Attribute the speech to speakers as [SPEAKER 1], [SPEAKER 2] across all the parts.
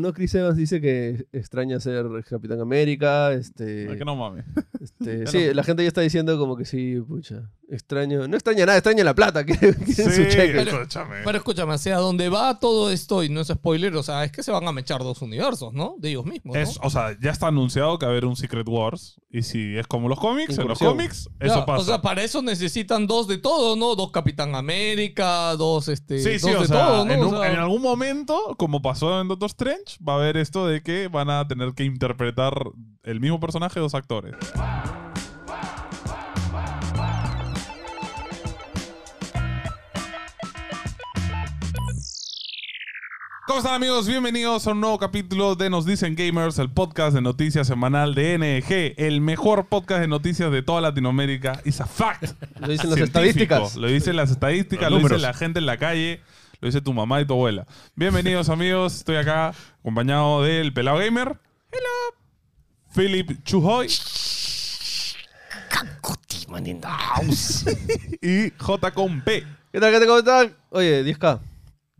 [SPEAKER 1] ¿no? Chris Evans dice que extraña ser Capitán América, este...
[SPEAKER 2] Ah, que no mames.
[SPEAKER 1] Este,
[SPEAKER 2] Ya
[SPEAKER 1] sí,
[SPEAKER 2] no-
[SPEAKER 1] la gente ya está diciendo como que sí, pucha. Extraño. No extraña nada, extraña la plata que, que en su cheque.
[SPEAKER 3] pero-
[SPEAKER 2] escúchame.
[SPEAKER 3] Pero escúchame, o sea, donde va todo esto, y no es spoiler, o sea, es que se van a mechar dos universos, ¿no? De ellos mismos, ¿no?
[SPEAKER 2] Es, o sea, ya está anunciado que va a haber un Secret Wars. Y si es como los cómics, en los
[SPEAKER 1] Incursión.
[SPEAKER 2] cómics, eso
[SPEAKER 3] Ya,
[SPEAKER 2] pasa.
[SPEAKER 3] O sea, para eso necesitan dos de todo, ¿no? Dos Capitán América, dos este.
[SPEAKER 2] Sí, sí,
[SPEAKER 3] dos
[SPEAKER 2] o
[SPEAKER 3] de
[SPEAKER 2] sea,
[SPEAKER 3] todo, ¿no?
[SPEAKER 2] en,
[SPEAKER 3] O
[SPEAKER 2] un-
[SPEAKER 3] sea,
[SPEAKER 2] en algún momento, como pasó en Doctor Strange, va a haber esto de que van a tener que interpretar el mismo personaje dos actores. ¿Cómo están amigos? Bienvenidos a un nuevo capítulo de Nos Dicen Gamers, el podcast de noticias semanal de NG, el mejor podcast de noticias de toda Latinoamérica. It's a fact.
[SPEAKER 1] Lo dicen las
[SPEAKER 2] Científico.
[SPEAKER 1] estadísticas.
[SPEAKER 2] Lo dicen las estadísticas,
[SPEAKER 4] Los
[SPEAKER 2] lo dice
[SPEAKER 4] números.
[SPEAKER 2] la gente en la calle, lo dice tu mamá y tu abuela. Bienvenidos amigos, estoy acá acompañado del Pelado Gamer. Hello. Philip Chujoy. y J con P.
[SPEAKER 1] ¿Qué tal, gente? ¿Cómo están? Oye, 10K.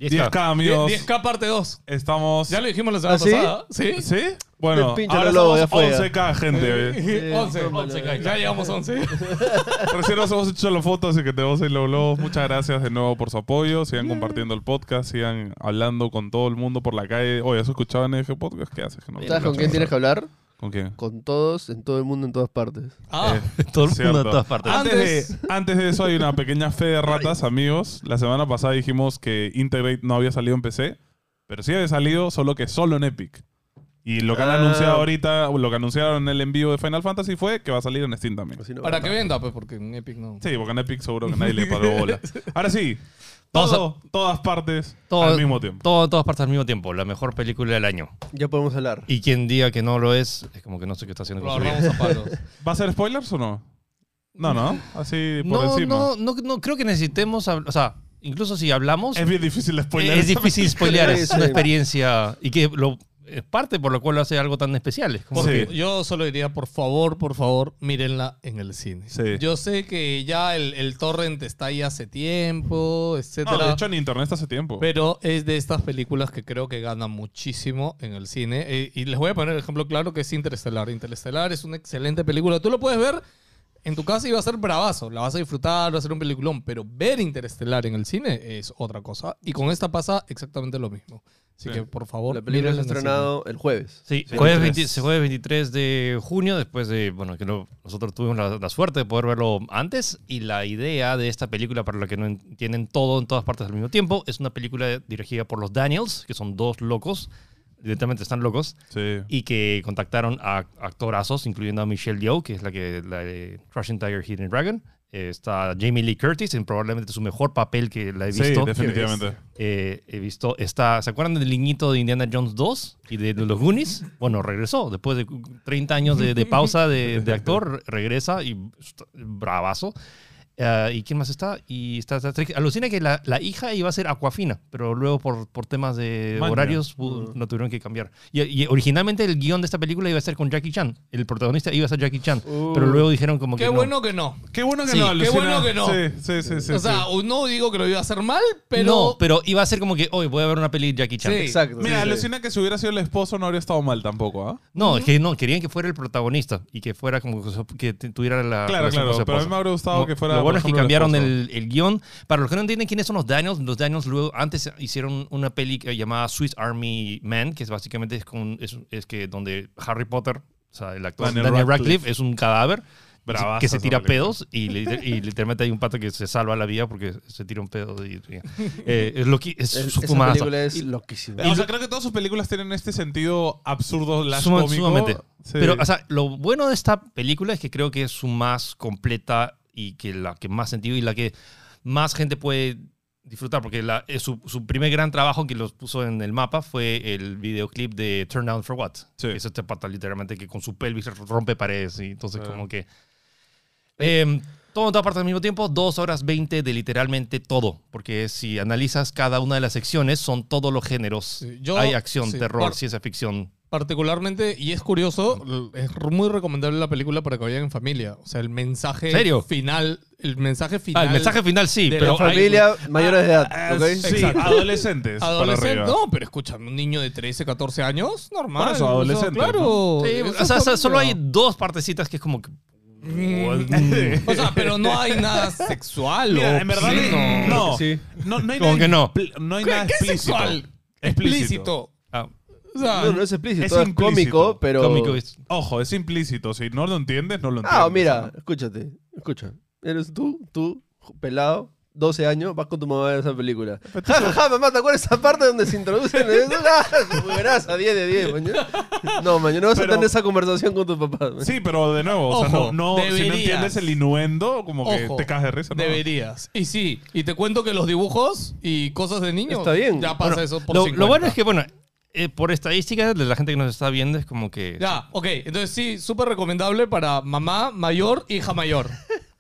[SPEAKER 2] 10K amigos.
[SPEAKER 3] 10K parte 2.
[SPEAKER 2] Estamos...
[SPEAKER 3] Ya lo dijimos la semana
[SPEAKER 1] ¿Ah, sí?
[SPEAKER 3] pasada. Sí.
[SPEAKER 2] ¿Sí? Bueno,
[SPEAKER 1] Me pincha
[SPEAKER 2] ahora
[SPEAKER 1] el logo,
[SPEAKER 2] somos
[SPEAKER 1] ya fue, ya.
[SPEAKER 2] 11K, gente.
[SPEAKER 1] Eh,
[SPEAKER 3] 11,
[SPEAKER 1] tómala.
[SPEAKER 3] 11K. Ya llegamos a 11.
[SPEAKER 2] Recién nos hemos hecho las fotos, así que tenemos ahí los globos. Muchas gracias de nuevo por su apoyo. Sigan compartiendo el podcast, sigan hablando con todo el mundo por la calle. Oye, ¿has escuchado en NG Podcast? ¿Qué haces? Que no-
[SPEAKER 1] ¿Sabes con quién tienes que hablar?
[SPEAKER 2] ¿Con quién?
[SPEAKER 1] Con todos, en todo el mundo, en todas partes.
[SPEAKER 3] Ah,
[SPEAKER 4] Todo el
[SPEAKER 2] Cierto.
[SPEAKER 4] mundo en todas partes.
[SPEAKER 3] Ah,
[SPEAKER 2] Antes de, antes de eso hay una pequeña fe de ratas, amigos. La semana pasada dijimos que Integrate no había salido en PC, pero sí había salido, solo que solo en Epic. Y lo que han
[SPEAKER 1] Ah.
[SPEAKER 2] anunciado ahorita, lo que anunciaron en el envío de Final Fantasy fue que va a salir en Steam también.
[SPEAKER 1] Así no
[SPEAKER 3] para
[SPEAKER 1] va.
[SPEAKER 3] que venda, pues, porque en Epic no.
[SPEAKER 2] Sí, porque en Epic seguro que nadie le paró bola. Ahora sí,
[SPEAKER 4] Todos
[SPEAKER 2] todo, todas partes
[SPEAKER 4] Todo-
[SPEAKER 2] al mismo tiempo.
[SPEAKER 4] Todo en todas partes al mismo tiempo. La mejor película del año.
[SPEAKER 1] Ya podemos hablar.
[SPEAKER 4] Y quien diga que no lo es, es como que no sé qué está haciendo
[SPEAKER 3] Lo
[SPEAKER 4] con su vida.
[SPEAKER 3] agarramos a palos.
[SPEAKER 2] ¿Va a ser spoilers o no? No, no, así por
[SPEAKER 4] No,
[SPEAKER 2] encima.
[SPEAKER 4] no, no, no, creo que necesitemos. hab- O sea, incluso si hablamos, eh,
[SPEAKER 2] Es
[SPEAKER 4] es,
[SPEAKER 2] bien difícil spoiler.
[SPEAKER 4] difícil spoilear. es
[SPEAKER 1] Sí,
[SPEAKER 4] una
[SPEAKER 1] sí.
[SPEAKER 4] experiencia y que lo, es parte por lo cual lo hace algo tan especial. Es como
[SPEAKER 2] Sí.
[SPEAKER 4] que-
[SPEAKER 3] Porque Yo solo diría, por favor, por favor, mírenla en el cine.
[SPEAKER 2] Sí.
[SPEAKER 3] Yo sé que ya el, el torrent está ahí hace tiempo, etcétera.
[SPEAKER 2] No, de hecho en internet está hace tiempo.
[SPEAKER 3] pero es de estas películas que creo que gana muchísimo en el cine. Eh, y les voy a poner el ejemplo claro que es Interestelar. Interestelar es una excelente película. Tú lo puedes ver en tu casa y va a ser bravazo. La vas a disfrutar, va a ser un peliculón. Pero ver Interestelar en el cine es otra cosa. Y con esta pasa exactamente lo mismo. Así
[SPEAKER 2] Sí.
[SPEAKER 3] que, por favor,
[SPEAKER 1] La película se ha
[SPEAKER 3] mírenla en el
[SPEAKER 1] estrenado el jueves.
[SPEAKER 4] Sí,
[SPEAKER 2] Sí,
[SPEAKER 4] jueves,
[SPEAKER 2] 23.
[SPEAKER 4] 20 jueves 23 de junio, después de, bueno, que lo- nosotros tuvimos la, la suerte de poder verlo antes y la idea de esta película, para la que no entienden todo en todas partes al mismo tiempo, es una película dirigida por los Daniels, que son dos locos, directamente están locos,
[SPEAKER 2] sí.
[SPEAKER 4] y que contactaron a actorazos, incluyendo a Michelle Yeoh, que es la que la de Crushing Tiger, Hidden Dragon, Eh, está Jamie Lee Curtis, en probablemente su mejor papel que la he
[SPEAKER 2] Sí,
[SPEAKER 4] visto.
[SPEAKER 2] definitivamente.
[SPEAKER 4] Eh, he visto, está, ¿se acuerdan del niñito de Indiana Jones 2 y de los Goonies? Bueno, regresó, después de 30 años de, de pausa de, de actor, regresa y está bravazo. Eh, ¿Y quién más está? Y está, está- alucina que la, la hija iba a ser Aquafina, pero luego por, por temas de
[SPEAKER 2] Manja.
[SPEAKER 4] horarios pu- no tuvieron que cambiar. Y, y originalmente el guión de esta película iba a ser con Jackie Chan, el protagonista iba a ser Jackie Chan, pero luego dijeron como
[SPEAKER 3] cine. Uh. Qué
[SPEAKER 4] que no.
[SPEAKER 3] bueno que no.
[SPEAKER 2] Qué bueno que
[SPEAKER 4] Sí,
[SPEAKER 2] no,
[SPEAKER 4] qué
[SPEAKER 2] alucina.
[SPEAKER 3] bueno que no.
[SPEAKER 2] Sí, sí, sí. sí,
[SPEAKER 3] o
[SPEAKER 2] sí.
[SPEAKER 3] sea, no digo que lo iba a hacer mal, pero.
[SPEAKER 4] no, pero iba a ser como que hoy voy a ver una peli de Jackie Chan.
[SPEAKER 3] Sí.
[SPEAKER 1] Exacto.
[SPEAKER 2] Mira,
[SPEAKER 1] sí, sí.
[SPEAKER 2] alucina que si hubiera sido el esposo no habría estado mal tampoco, ¿ah?
[SPEAKER 4] No, es que no, querían que fuera el protagonista y que fuera como que, su- que te- tuviera la.
[SPEAKER 2] Claro,
[SPEAKER 4] relación con
[SPEAKER 2] claro.
[SPEAKER 4] su
[SPEAKER 2] Pero a mí
[SPEAKER 4] esposa.
[SPEAKER 2] me habría gustado
[SPEAKER 4] Lo-
[SPEAKER 2] que fuera.
[SPEAKER 4] Lo bueno
[SPEAKER 2] por
[SPEAKER 4] es que
[SPEAKER 2] ejemplo,
[SPEAKER 4] cambiaron
[SPEAKER 2] esposo.
[SPEAKER 4] el, el guión. Para los que no entienden quiénes son los Daniels, los Daniels luego antes hicieron una peli que- llamada Swiss Army Man, que es básicamente es, con, es, es que donde Harry Potter, o sea, el actor
[SPEAKER 2] Daniel
[SPEAKER 4] Daniel, Radcliffe.
[SPEAKER 2] Radcliffe
[SPEAKER 4] es un cadáver.
[SPEAKER 2] Bravazo
[SPEAKER 4] que se
[SPEAKER 2] esa
[SPEAKER 4] tira
[SPEAKER 2] película.
[SPEAKER 4] pedos y, liter- y literalmente hay un pato que se salva la vida porque se tira un pedo y, y- eh, es lo que es,
[SPEAKER 1] Es-
[SPEAKER 4] su
[SPEAKER 1] esa
[SPEAKER 4] fumada.
[SPEAKER 1] película es loquísima.
[SPEAKER 2] O sea, creo que todas sus películas tienen este sentido absurdo, las
[SPEAKER 4] Suma-
[SPEAKER 2] cómico.
[SPEAKER 4] Sumamente.
[SPEAKER 2] Sí.
[SPEAKER 4] Pero, o sea, lo bueno de esta película es que creo que es su más completa y que la que más sentido y la que más gente puede disfrutar, porque la- eh, su, su primer gran trabajo que los puso en el mapa fue el videoclip de Turn Down for What.
[SPEAKER 2] Sí.
[SPEAKER 4] Que es este pata literalmente que con su pelvis rompe paredes y entonces
[SPEAKER 2] Claro.
[SPEAKER 4] como que... Em, todo en todas partes al mismo tiempo, dos horas 20 de literalmente todo, porque si analizas cada una de las secciones, son todos los géneros.
[SPEAKER 3] Sí, yo-
[SPEAKER 4] Hay acción,
[SPEAKER 3] sí,
[SPEAKER 4] terror,
[SPEAKER 3] par-
[SPEAKER 4] ciencia ficción,
[SPEAKER 3] Particularmente, y es curioso,
[SPEAKER 2] Mm.
[SPEAKER 3] l- es muy recomendable la película para que vayan en familia. O sea, el mensaje
[SPEAKER 4] ¿Serio?
[SPEAKER 3] final. El mensaje final.
[SPEAKER 4] Ah, el mensaje final sí,
[SPEAKER 3] de la
[SPEAKER 4] pero hay-
[SPEAKER 1] Familia mayores de edad, ¿ok?
[SPEAKER 2] ah, Sí,
[SPEAKER 3] Exacto.
[SPEAKER 2] adolescentes. para
[SPEAKER 3] Adolescente,
[SPEAKER 2] arriba.
[SPEAKER 3] no, pero escúchame, un niño de 13, 14 años, normal.
[SPEAKER 2] Por eso,
[SPEAKER 3] o sea,
[SPEAKER 2] adolescente,
[SPEAKER 3] Claro.
[SPEAKER 4] Sí, pues,
[SPEAKER 3] eso
[SPEAKER 4] o
[SPEAKER 3] es
[SPEAKER 4] sea, o sea, solo hay
[SPEAKER 3] pues, familia.
[SPEAKER 4] dos partecitas que es como que...
[SPEAKER 3] O sea, pero no hay nada sexual.
[SPEAKER 2] Mm. Mira,
[SPEAKER 3] o
[SPEAKER 2] en verdad,
[SPEAKER 3] obsceno.
[SPEAKER 2] no.
[SPEAKER 1] Sí.
[SPEAKER 2] No, no hay
[SPEAKER 4] Como
[SPEAKER 2] nada
[SPEAKER 4] que no.
[SPEAKER 2] expli- No hay
[SPEAKER 3] ¿Qué,
[SPEAKER 2] nada
[SPEAKER 3] qué es
[SPEAKER 2] explícito.
[SPEAKER 3] sexual?
[SPEAKER 2] Explícito.
[SPEAKER 3] Explícito.
[SPEAKER 4] Ah,
[SPEAKER 3] O sea,
[SPEAKER 1] No, no es explícito,
[SPEAKER 2] Es
[SPEAKER 1] es,
[SPEAKER 2] implícito.
[SPEAKER 1] cómico, pero.
[SPEAKER 4] cómico, es-
[SPEAKER 2] Ojo, es implícito. Si no lo entiendes, no lo entiendes.
[SPEAKER 1] Ah, mira, escúchate, escucha. Eres tú, tú, pelado, 12 años, vas con tu mamá a ver esa película. Ja, ja, ja, mamá, ¿te acuerdas esa parte donde se introducen? en eso? Ah, Buenaza, 10 de 10, mañana. No, mañana no vas
[SPEAKER 2] Pero-
[SPEAKER 1] a tener esa conversación con tu papá. maña.
[SPEAKER 2] Sí, pero de nuevo, o sea,
[SPEAKER 3] Ojo,
[SPEAKER 2] no, no- si no
[SPEAKER 3] deberías.
[SPEAKER 2] entiendes el innuendo, como que
[SPEAKER 3] Ojo,
[SPEAKER 2] te caes de risa. ¿no?
[SPEAKER 3] Deberías. Y sí, y te cuento que los dibujos y cosas de niños.
[SPEAKER 1] Está bien.
[SPEAKER 3] Ya pasa
[SPEAKER 4] Bueno,
[SPEAKER 3] eso por
[SPEAKER 4] lo, lo
[SPEAKER 3] 50.
[SPEAKER 4] bueno es que, bueno, eh, por estadísticas de la gente que nos está viendo es como que...
[SPEAKER 3] Ya, ok. Entonces sí, súper recomendable para mamá mayor, hija mayor.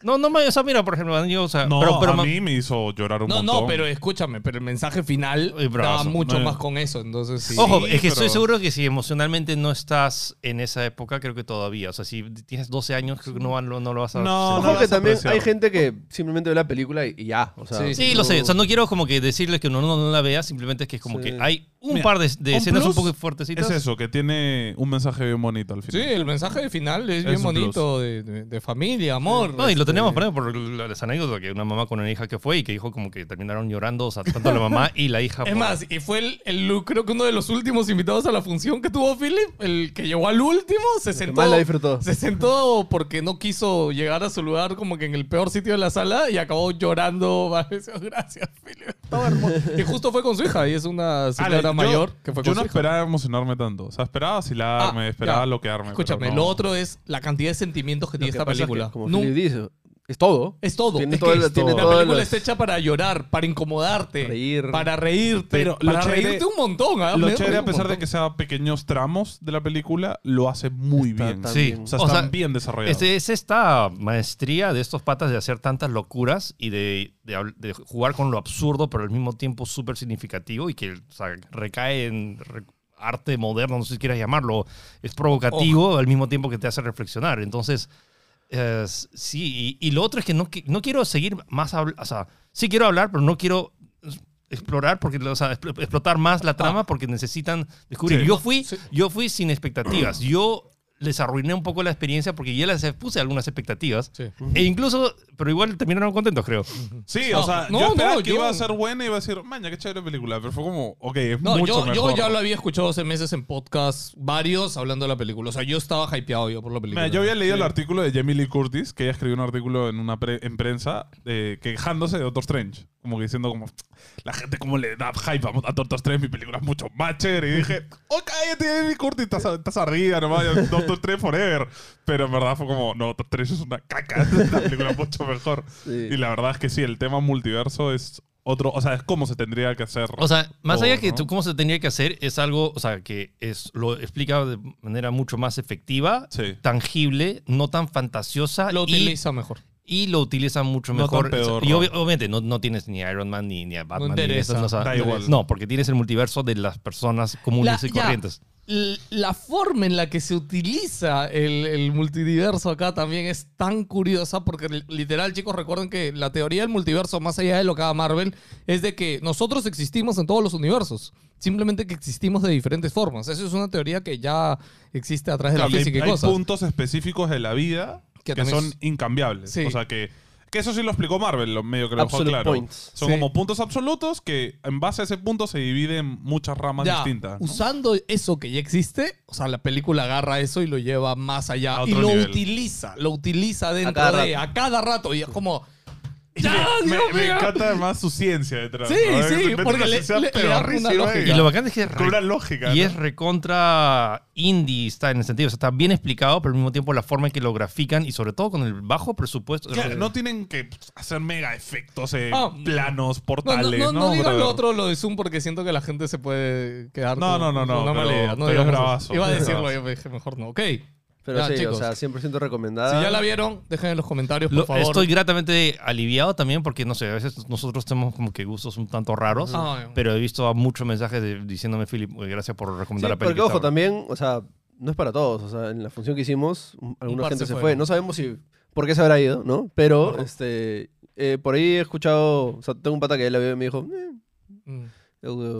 [SPEAKER 4] No, no, me- o sea, mira, por ejemplo, yo, o sea,
[SPEAKER 2] No,
[SPEAKER 4] pero, pero
[SPEAKER 2] a
[SPEAKER 4] ma-
[SPEAKER 2] mí me hizo llorar un
[SPEAKER 3] No,
[SPEAKER 2] montón. Eh.
[SPEAKER 3] no, pero escúchame, pero el mensaje final
[SPEAKER 4] Uy, bravazo.
[SPEAKER 3] da mucho
[SPEAKER 2] No,
[SPEAKER 3] más con eso. Entonces sí.
[SPEAKER 4] Ojo, es que estoy
[SPEAKER 2] pero-
[SPEAKER 4] seguro que si emocionalmente no estás en esa época, creo que todavía. O sea, si tienes 12 años, creo que no, va- no, no lo vas a...
[SPEAKER 2] No,
[SPEAKER 4] sentir.
[SPEAKER 1] Ojo
[SPEAKER 2] vas
[SPEAKER 1] que
[SPEAKER 2] a
[SPEAKER 1] también
[SPEAKER 2] apreciar.
[SPEAKER 1] hay gente que simplemente ve la película y, y ya. O sea,
[SPEAKER 3] Sí,
[SPEAKER 4] Sí, lo sé. O sea, no quiero como que decirles que no, no, no la veas, simplemente es que es como
[SPEAKER 1] Sí.
[SPEAKER 4] que hay un
[SPEAKER 2] Mira,
[SPEAKER 4] par de, de
[SPEAKER 2] un
[SPEAKER 4] escenas un
[SPEAKER 2] plus
[SPEAKER 4] poco fuertecitas.
[SPEAKER 2] Es eso, que tiene un mensaje bien bonito al
[SPEAKER 3] Sí,
[SPEAKER 2] final. Ah,
[SPEAKER 3] el mensaje final es,
[SPEAKER 2] Es
[SPEAKER 3] bien
[SPEAKER 2] un
[SPEAKER 3] bonito de, de- de familia, amor.
[SPEAKER 4] No, y lo
[SPEAKER 3] este,
[SPEAKER 4] teníamos por ejemplo, por la- las anécdotas que una mamá con una hija que fue y que dijo como que terminaron llorando, o sea, tanto la mamá y la hija.
[SPEAKER 3] Es
[SPEAKER 4] por-
[SPEAKER 3] más, y fue el, el- creo que uno de los últimos invitados a la función que tuvo Philip, el que llegó al último, se
[SPEAKER 1] que
[SPEAKER 3] sentó.
[SPEAKER 1] más la disfrutó.
[SPEAKER 3] Se sentó porque no quiso llegar a su lugar como que en el peor sitio de la sala y acabó llorando. varias veces. Gracias, Philip. Estaba hermoso. Y justo fue con su hija y es una
[SPEAKER 2] Ale,
[SPEAKER 3] señora
[SPEAKER 2] yo-
[SPEAKER 3] mayor que fue
[SPEAKER 2] Yo
[SPEAKER 3] con
[SPEAKER 2] no
[SPEAKER 3] su hija.
[SPEAKER 2] esperaba emocionarme tanto. O sea, esperaba vacilarme,
[SPEAKER 3] Ah,
[SPEAKER 2] esperaba
[SPEAKER 3] ya.
[SPEAKER 2] loquearme.
[SPEAKER 3] Escúchame,
[SPEAKER 2] pero no.
[SPEAKER 3] lo otro es la cantidad de sentimientos que
[SPEAKER 1] Lo
[SPEAKER 3] tiene
[SPEAKER 1] que
[SPEAKER 3] esta
[SPEAKER 1] pasa es que,
[SPEAKER 3] película.
[SPEAKER 1] como
[SPEAKER 3] No-
[SPEAKER 1] Philip dice, es todo.
[SPEAKER 3] es todo.
[SPEAKER 1] Tiene
[SPEAKER 3] es
[SPEAKER 1] todo
[SPEAKER 3] que
[SPEAKER 1] el-
[SPEAKER 3] es-
[SPEAKER 1] tiene
[SPEAKER 3] la
[SPEAKER 1] todas
[SPEAKER 3] película
[SPEAKER 1] las-
[SPEAKER 3] está hecha para llorar, para incomodarte,
[SPEAKER 1] Reír.
[SPEAKER 3] para reírte,
[SPEAKER 2] Pero lo
[SPEAKER 3] para
[SPEAKER 2] chévere-
[SPEAKER 3] reírte un montón. ¿ah? Me
[SPEAKER 2] Lo
[SPEAKER 3] he
[SPEAKER 2] chévere,
[SPEAKER 3] reído
[SPEAKER 2] a
[SPEAKER 3] un
[SPEAKER 2] pesar de
[SPEAKER 3] montón.
[SPEAKER 2] que sea pequeños tramos de la película, lo hace muy
[SPEAKER 1] Está
[SPEAKER 2] bien.
[SPEAKER 1] tan
[SPEAKER 4] Sí.
[SPEAKER 1] bien.
[SPEAKER 2] O sea,
[SPEAKER 4] O
[SPEAKER 2] están
[SPEAKER 4] sea,
[SPEAKER 2] bien desarrollados.
[SPEAKER 4] Este, es esta maestría de estos patas de hacer tantas locuras y de, de habl- de jugar con lo absurdo, pero al mismo tiempo súper significativo y que o sea, recae en re- arte moderno, no sé si quieras llamarlo. Es provocativo al mismo tiempo que te hace reflexionar. Entonces, eh, sí, y, y lo otro es que no, qui- no quiero seguir más habl- O sea, sí quiero hablar, pero no quiero es- explorar porque o sea, expl- explotar más la trama porque necesitan descubrir
[SPEAKER 2] Sí.
[SPEAKER 4] yo fui yo fui sin expectativas yo les arruiné un poco la experiencia porque ya les puse algunas expectativas
[SPEAKER 3] Sí.
[SPEAKER 4] e incluso pero igual terminaron contentos creo
[SPEAKER 2] Sí,
[SPEAKER 3] No,
[SPEAKER 2] o sea,
[SPEAKER 3] no,
[SPEAKER 2] yo esperaba
[SPEAKER 3] no,
[SPEAKER 2] que
[SPEAKER 3] yo-
[SPEAKER 2] iba a ser buena y iba a decir, maña, qué chévere película. Pero fue como, ok, es
[SPEAKER 3] No,
[SPEAKER 2] mucho
[SPEAKER 3] yo, yo
[SPEAKER 2] mejor.
[SPEAKER 3] ya lo había escuchado hace meses en podcast, varios hablando de la película. O sea, yo estaba hypeado yo por la película.
[SPEAKER 2] Mira, yo había leído el artículo de Jamie Lee Curtis, que ella escribió un artículo en una pre- en prensa eh, quejándose de Doctor Strange. Como que diciendo como, la gente como le da hype a, a Doctor Strange, mi película es mucho más chévere. Y dije, oh, cállate, Jamie Lee Curtis, estás, estás arriba nomás, ya, Doctor Strange forever. Pero en verdad fue como, no, Doctor Strange es una caca, esta película es mucho mejor.
[SPEAKER 1] Sí.
[SPEAKER 2] Y la verdad es que sí, el tema multiverso es otro, o sea, es como se tendría que hacer.
[SPEAKER 4] o sea más
[SPEAKER 2] todo,
[SPEAKER 4] allá que
[SPEAKER 2] ¿no?
[SPEAKER 4] tú- cómo se tendría que hacer es algo o sea que es lo explica de manera mucho más efectiva
[SPEAKER 2] Sí.
[SPEAKER 4] tangible no tan fantasiosa
[SPEAKER 3] Lo
[SPEAKER 4] y
[SPEAKER 3] utiliza mejor.
[SPEAKER 4] y lo utilizan mucho
[SPEAKER 2] No
[SPEAKER 4] mejor.
[SPEAKER 2] tan pedorro.
[SPEAKER 4] Y obvi- obviamente no, no tienes ni a Iron Man ni, ni a Batman. ni
[SPEAKER 3] interesa,
[SPEAKER 4] esas, no,
[SPEAKER 2] da igual.
[SPEAKER 4] No, porque tienes el multiverso de las personas comunes y
[SPEAKER 3] ya,
[SPEAKER 4] corrientes.
[SPEAKER 3] l- la forma en la que se utiliza el, el multiverso acá también es tan curiosa porque li- literal, chicos, recuerden que la teoría del multiverso, más allá de lo que haga Marvel, es de que nosotros existimos en todos los universos. Simplemente que existimos de diferentes formas. Eso es una teoría que ya existe a través de
[SPEAKER 2] Claro,
[SPEAKER 3] la
[SPEAKER 2] hay-
[SPEAKER 3] física y
[SPEAKER 2] hay,
[SPEAKER 3] cosas.
[SPEAKER 2] puntos específicos de la vida
[SPEAKER 3] Que
[SPEAKER 2] que,
[SPEAKER 3] también
[SPEAKER 2] son
[SPEAKER 3] es-
[SPEAKER 2] incambiables.
[SPEAKER 3] Sí.
[SPEAKER 2] O sea que, que eso sí lo explicó Marvel, lo medio que lo dejó
[SPEAKER 1] Absolute
[SPEAKER 2] claro.
[SPEAKER 1] points.
[SPEAKER 2] Son
[SPEAKER 3] Sí.
[SPEAKER 2] como puntos absolutos que en base a ese punto se dividen en muchas ramas
[SPEAKER 3] Ya,
[SPEAKER 2] distintas. ¿no?
[SPEAKER 3] Usando eso que ya existe, o sea, la película agarra eso y lo lleva más allá.
[SPEAKER 2] A
[SPEAKER 3] y
[SPEAKER 2] otro
[SPEAKER 3] lo
[SPEAKER 2] nivel.
[SPEAKER 3] utiliza, lo utiliza dentro
[SPEAKER 1] cada
[SPEAKER 3] de,
[SPEAKER 1] rato.
[SPEAKER 3] a cada rato. Y es como. ¡Ya,
[SPEAKER 2] me,
[SPEAKER 3] Dios
[SPEAKER 2] me
[SPEAKER 3] mío!
[SPEAKER 2] encanta además su ciencia detrás.
[SPEAKER 3] Sí,
[SPEAKER 2] ¿no?
[SPEAKER 3] sí,
[SPEAKER 2] Se mete
[SPEAKER 3] porque
[SPEAKER 2] una
[SPEAKER 3] le-
[SPEAKER 2] ciencia
[SPEAKER 3] le- le da
[SPEAKER 2] pedorrísima
[SPEAKER 3] una lógica.
[SPEAKER 2] y-
[SPEAKER 4] Y lo bacán es que es
[SPEAKER 2] Con una lógica.
[SPEAKER 4] y
[SPEAKER 2] ¿no?
[SPEAKER 4] es recontra indie, está en el sentido. O sea, está bien explicado, pero al mismo tiempo la forma en que lo grafican y sobre todo con el bajo presupuesto. eh,
[SPEAKER 2] Claro, no tienen que hacer mega efectos, eh,
[SPEAKER 3] Ah.
[SPEAKER 2] planos,
[SPEAKER 3] No, no,
[SPEAKER 2] portales.
[SPEAKER 3] no,
[SPEAKER 2] No,
[SPEAKER 3] no digas
[SPEAKER 2] Brother.
[SPEAKER 3] lo otro, lo de Zoom, porque siento que la gente se puede quedar
[SPEAKER 2] No,
[SPEAKER 3] con-
[SPEAKER 2] no, no,
[SPEAKER 3] con
[SPEAKER 2] no,
[SPEAKER 3] una mala
[SPEAKER 2] pero-
[SPEAKER 3] idea.
[SPEAKER 2] pero
[SPEAKER 3] No
[SPEAKER 2] es
[SPEAKER 3] digamos eso.
[SPEAKER 2] bravazo,
[SPEAKER 3] Iba a
[SPEAKER 2] es
[SPEAKER 3] decirlo,
[SPEAKER 2] bravazo.
[SPEAKER 3] yo dije, mejor no. Ok.
[SPEAKER 1] Pero
[SPEAKER 3] Ya,
[SPEAKER 1] sí,
[SPEAKER 3] chicos.
[SPEAKER 1] o sea, 100% recomendada.
[SPEAKER 3] Si ya la vieron, dejen en los comentarios, por
[SPEAKER 4] Lo-
[SPEAKER 3] favor.
[SPEAKER 4] Estoy gratamente aliviado también porque, no sé, a veces nosotros tenemos como que gustos un tanto raros,
[SPEAKER 3] Ah,
[SPEAKER 4] pero he visto muchos mensajes de- diciéndome, Philip, oye, gracias por
[SPEAKER 1] Sí,
[SPEAKER 4] recomendar la
[SPEAKER 1] porque
[SPEAKER 4] película.
[SPEAKER 1] ojo, también, o sea, no es para todos. O sea, en la función que hicimos, m- alguna
[SPEAKER 3] par
[SPEAKER 1] gente
[SPEAKER 3] se
[SPEAKER 1] se
[SPEAKER 3] fue.
[SPEAKER 1] fue. No sabemos si por qué se habrá ido, ¿no? Pero, este, eh, por ahí he escuchado, o sea, tengo un pata que él la vio y me dijo, eh,
[SPEAKER 3] Mm.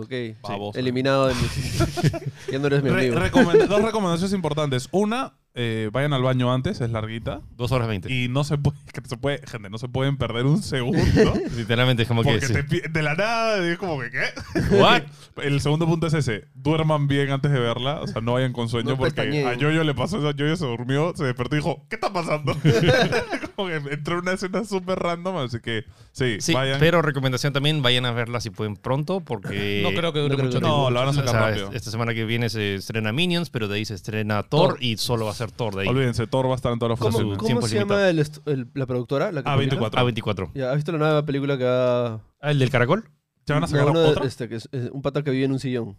[SPEAKER 1] ok, sí,
[SPEAKER 2] Baboso. ¿eh?
[SPEAKER 1] eliminado de mi... ya no eres mi
[SPEAKER 2] Re-
[SPEAKER 1] amigo.
[SPEAKER 2] recomenda- dos recomendaciones importantes. Una, eh, vayan al baño antes, es larguita.
[SPEAKER 4] Dos horas veinte.
[SPEAKER 2] Y no se puede, que se puede, gente, no se pueden perder un segundo.
[SPEAKER 4] Literalmente es como que...
[SPEAKER 2] Porque
[SPEAKER 4] sí.
[SPEAKER 2] te pi- de la nada, y es como que, ¿qué?
[SPEAKER 4] What?
[SPEAKER 2] El segundo punto es ese. Duerman bien antes de verla. O sea, no vayan con sueño
[SPEAKER 1] No
[SPEAKER 2] porque
[SPEAKER 1] pestañeen.
[SPEAKER 2] a Yoyo le pasó eso. Yoyo se durmió, se despertó y dijo, ¿qué está pasando? como que entró en una escena súper random. Así que, sí,
[SPEAKER 4] Sí,
[SPEAKER 2] vayan.
[SPEAKER 4] pero recomendación también, vayan a verla si pueden pronto porque...
[SPEAKER 3] no creo que dure
[SPEAKER 1] eh, no creo
[SPEAKER 3] mucho
[SPEAKER 1] que-
[SPEAKER 3] tiempo.
[SPEAKER 2] no, la van a
[SPEAKER 4] O
[SPEAKER 2] sacar
[SPEAKER 4] sea,
[SPEAKER 2] rápido.
[SPEAKER 4] esta semana que viene se estrena Minions, pero de ahí se estrena Thor, y solo va a ser Thor de ahí.
[SPEAKER 2] Olvídense, Thor va a estar en todas las
[SPEAKER 1] ¿Cómo,
[SPEAKER 2] funciones.
[SPEAKER 1] cómo
[SPEAKER 4] Tiempo
[SPEAKER 1] se llama el est- el- la productora?
[SPEAKER 2] Ah,
[SPEAKER 1] La que publica?
[SPEAKER 2] A24.
[SPEAKER 4] A24.
[SPEAKER 1] ¿Ya has visto la nueva película que va...
[SPEAKER 4] ¿Ah, ¿El del caracol?
[SPEAKER 2] ¿Ya van a sacar
[SPEAKER 1] no, uno de-
[SPEAKER 2] otra?
[SPEAKER 1] este, que es- es un pata que vive en un sillón.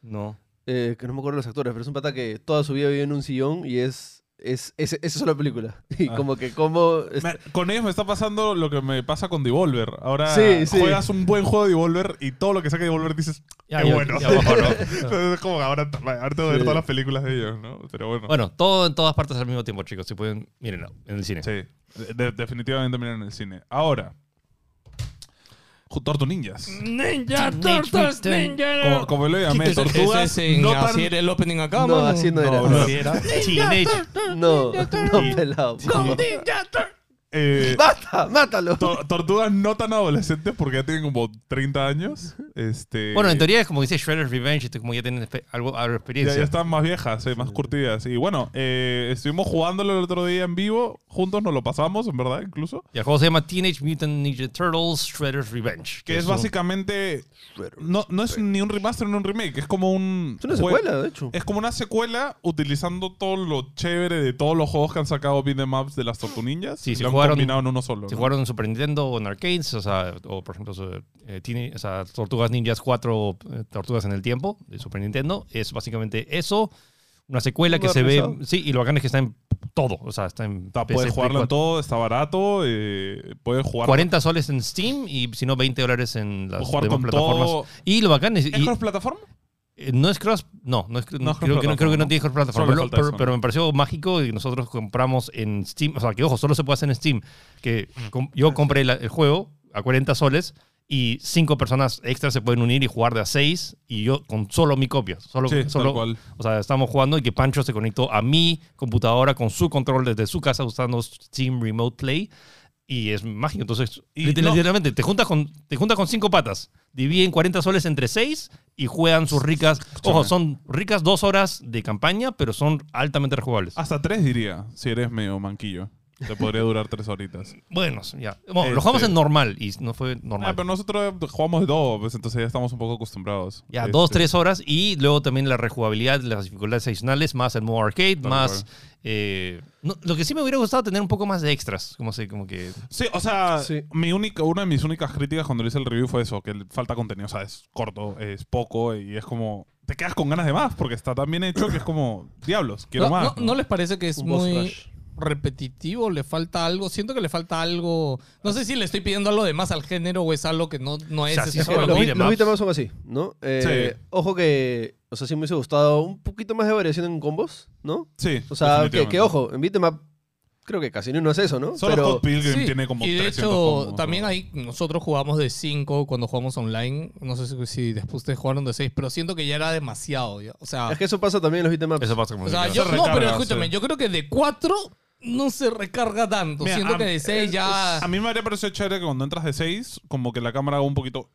[SPEAKER 4] No.
[SPEAKER 1] Eh, que no me acuerdo los actores, pero es un pata que toda su vida vive en un sillón y es... Es, es, es eso la película. Y
[SPEAKER 2] Ah.
[SPEAKER 1] como que como...
[SPEAKER 2] Me- con ellos me está pasando lo que me pasa con Devolver. Ahora
[SPEAKER 1] Sí, sí.
[SPEAKER 2] juegas un buen juego de Devolver y todo lo que saca Devolver dices,
[SPEAKER 4] Ya,
[SPEAKER 2] qué
[SPEAKER 4] ya-
[SPEAKER 2] bueno.
[SPEAKER 4] ya bajó, ¿no?
[SPEAKER 2] Entonces es como que ahora, ahora tengo que ver
[SPEAKER 1] Sí.
[SPEAKER 2] todas las películas de ellos, ¿no? Pero bueno.
[SPEAKER 4] Bueno, todo en todas partes al mismo tiempo, chicos. Si pueden, mírenlo en el cine.
[SPEAKER 2] Sí, de- de- definitivamente miren en el cine. Ahora, Ju- Tortu Ninjas.
[SPEAKER 3] Ninja Turtles, Ninja.
[SPEAKER 2] Como, como lo llamé,
[SPEAKER 3] Ese-
[SPEAKER 2] tortugas.
[SPEAKER 3] ese es en-
[SPEAKER 2] no tan-
[SPEAKER 3] así era el opening acá,
[SPEAKER 1] No,
[SPEAKER 3] mano.
[SPEAKER 1] así no era.
[SPEAKER 2] no.
[SPEAKER 4] Así era. Teenage-
[SPEAKER 1] No, no pelado. por favor.
[SPEAKER 2] eh,
[SPEAKER 1] ¡Basta! ¡Mátalo!
[SPEAKER 2] to- tortugas no tan adolescentes porque ya tienen como 30 años. Este,
[SPEAKER 4] Bueno, en teoría es como dice Shredder's Revenge, esto como ya tienen espe- algo, algo de
[SPEAKER 2] Ya,
[SPEAKER 4] experiencia.
[SPEAKER 2] ya están más viejas, eh, más curtidas. Y bueno, eh, estuvimos jugándolo el otro día en vivo. Juntos nos lo pasamos, en verdad, incluso.
[SPEAKER 4] Y el juego se llama Teenage Mutant Ninja Turtles Shredder's Revenge.
[SPEAKER 2] Que es
[SPEAKER 4] un-
[SPEAKER 2] básicamente. No, no es ni un remaster ni un remake, es como un.
[SPEAKER 1] Es una
[SPEAKER 2] jue-
[SPEAKER 1] secuela, de hecho.
[SPEAKER 2] Es como una secuela utilizando todo lo chévere de todos los juegos que han sacado beat'em ups de las Tortu Ninjas.
[SPEAKER 4] Sí,
[SPEAKER 2] y
[SPEAKER 4] si
[SPEAKER 2] lo han
[SPEAKER 4] jugaron-
[SPEAKER 2] combinado en uno solo.
[SPEAKER 4] Si
[SPEAKER 2] ¿no?
[SPEAKER 4] jugaron en Super Nintendo o en arcades, o sea, o por ejemplo, so- eh, tiene- o sea, Tortugas Ninjas 4, eh, Tortugas en el Tiempo, de Super Nintendo, es básicamente eso, una secuela que
[SPEAKER 2] Una
[SPEAKER 4] se ve,
[SPEAKER 2] risa.
[SPEAKER 4] sí, y lo bacán es que está en todo, o sea, está en
[SPEAKER 2] O sea,
[SPEAKER 4] PC,
[SPEAKER 2] puedes
[SPEAKER 4] Play
[SPEAKER 2] jugarlo en
[SPEAKER 4] 4.
[SPEAKER 2] todo, está barato. eh, puedes jugar.
[SPEAKER 4] 40 soles en Steam y si no 20 dólares en las
[SPEAKER 2] Puedes jugar
[SPEAKER 4] demás
[SPEAKER 2] con
[SPEAKER 4] plataformas.
[SPEAKER 2] todo.
[SPEAKER 4] Y lo bacán es,
[SPEAKER 2] ¿Es
[SPEAKER 4] y-
[SPEAKER 2] cross-plataforma?
[SPEAKER 4] eh, no es cross, no, no es,
[SPEAKER 2] No es
[SPEAKER 4] creo, que no, creo
[SPEAKER 2] cross-plataforma,
[SPEAKER 4] que no tiene cross
[SPEAKER 2] Solo
[SPEAKER 4] plataforma,
[SPEAKER 2] le
[SPEAKER 4] pero,
[SPEAKER 2] falta
[SPEAKER 4] pero-
[SPEAKER 2] eso, ¿no?
[SPEAKER 4] pero me pareció mágico y nosotros compramos en Steam, o sea, que ojo, solo se puede hacer en Steam, que com- yo compré la- el juego a 40 soles y cinco personas extras se pueden unir y jugar de a seis y yo con solo mi copia, solo,
[SPEAKER 2] Sí, tal
[SPEAKER 4] solo
[SPEAKER 2] cual.
[SPEAKER 4] o sea, estamos jugando y que Pancho se conectó a mi computadora con su control desde su casa usando Steam Remote Play. Y es mágico. Entonces,
[SPEAKER 2] Y
[SPEAKER 4] liter-
[SPEAKER 2] no-
[SPEAKER 4] literalmente, te, juntas con, te juntas con cinco patas, dividen 40 soles entre seis y juegan sus ricas. Ojo, son ricas dos horas de campaña, pero son altamente rejugables.
[SPEAKER 2] Hasta tres, diría, si eres medio manquillo. Te podría durar tres horitas.
[SPEAKER 4] Buenos, ya. Bueno,
[SPEAKER 2] Este-
[SPEAKER 4] lo jugamos en normal y no fue
[SPEAKER 2] Ah,
[SPEAKER 4] normal.
[SPEAKER 2] pero nosotros jugamos de todo, pues entonces ya estamos un poco acostumbrados.
[SPEAKER 4] Ya,
[SPEAKER 2] Este,
[SPEAKER 4] dos, tres horas y luego también la rejugabilidad, las dificultades adicionales, más el modo arcade,
[SPEAKER 2] Tal
[SPEAKER 4] más... eh, no, lo que sí me hubiera gustado tener un poco más de extras, como sé, como que...
[SPEAKER 2] Sí, o sea,
[SPEAKER 1] Sí.
[SPEAKER 2] Mi única, una de mis únicas críticas cuando le hice el review fue eso, que le falta contenido, o sea, es corto, es poco y es como... Te quedas con ganas de más porque está tan bien hecho que es como, diablos, quiero
[SPEAKER 3] no,
[SPEAKER 2] más.
[SPEAKER 3] no- ¿no les parece que es
[SPEAKER 1] Un boss
[SPEAKER 3] muy
[SPEAKER 1] rush.
[SPEAKER 3] repetitivo? ¿Le falta algo? Siento que le falta algo. No sé si le estoy pidiendo algo de más al género o es algo que no, no es.
[SPEAKER 4] sea, sí
[SPEAKER 3] ese
[SPEAKER 4] se
[SPEAKER 3] juego.
[SPEAKER 4] lo
[SPEAKER 1] Los,
[SPEAKER 4] beat 'em
[SPEAKER 1] los
[SPEAKER 4] ups.
[SPEAKER 1] beat 'em ups son así, ¿no? Eh,
[SPEAKER 2] Sí.
[SPEAKER 1] Ojo que, o sea, sí me hubiese gustado un poquito más de variación en combos, ¿no?
[SPEAKER 2] Sí,
[SPEAKER 1] O sea, que,
[SPEAKER 2] definitivamente.
[SPEAKER 1] que, ojo, en beat'em up creo que casi no es eso, ¿no?
[SPEAKER 2] Solo Scott Pilgrim
[SPEAKER 3] Sí,
[SPEAKER 2] tiene como
[SPEAKER 3] y de
[SPEAKER 2] 300
[SPEAKER 3] hecho,
[SPEAKER 2] combos,
[SPEAKER 3] también
[SPEAKER 2] ¿no?
[SPEAKER 3] ahí nosotros jugamos de 5 cuando jugamos online. No sé si, si después ustedes jugaron de 6, pero siento que ya era demasiado. ya. O sea,
[SPEAKER 1] es que eso pasa también en los beat'em ups.
[SPEAKER 4] Eso pasa como...
[SPEAKER 3] o sea,
[SPEAKER 4] que-
[SPEAKER 3] yo,
[SPEAKER 2] se
[SPEAKER 3] no, pero
[SPEAKER 2] recarga,
[SPEAKER 3] escúchame,
[SPEAKER 2] sí.
[SPEAKER 3] yo creo que de 4 no se recarga tanto.
[SPEAKER 2] Mira,
[SPEAKER 3] siento
[SPEAKER 2] a-
[SPEAKER 3] que de 6 ya.
[SPEAKER 2] A mí me habría parecido chévere que cuando entras de 6, como que la cámara haga un poquito...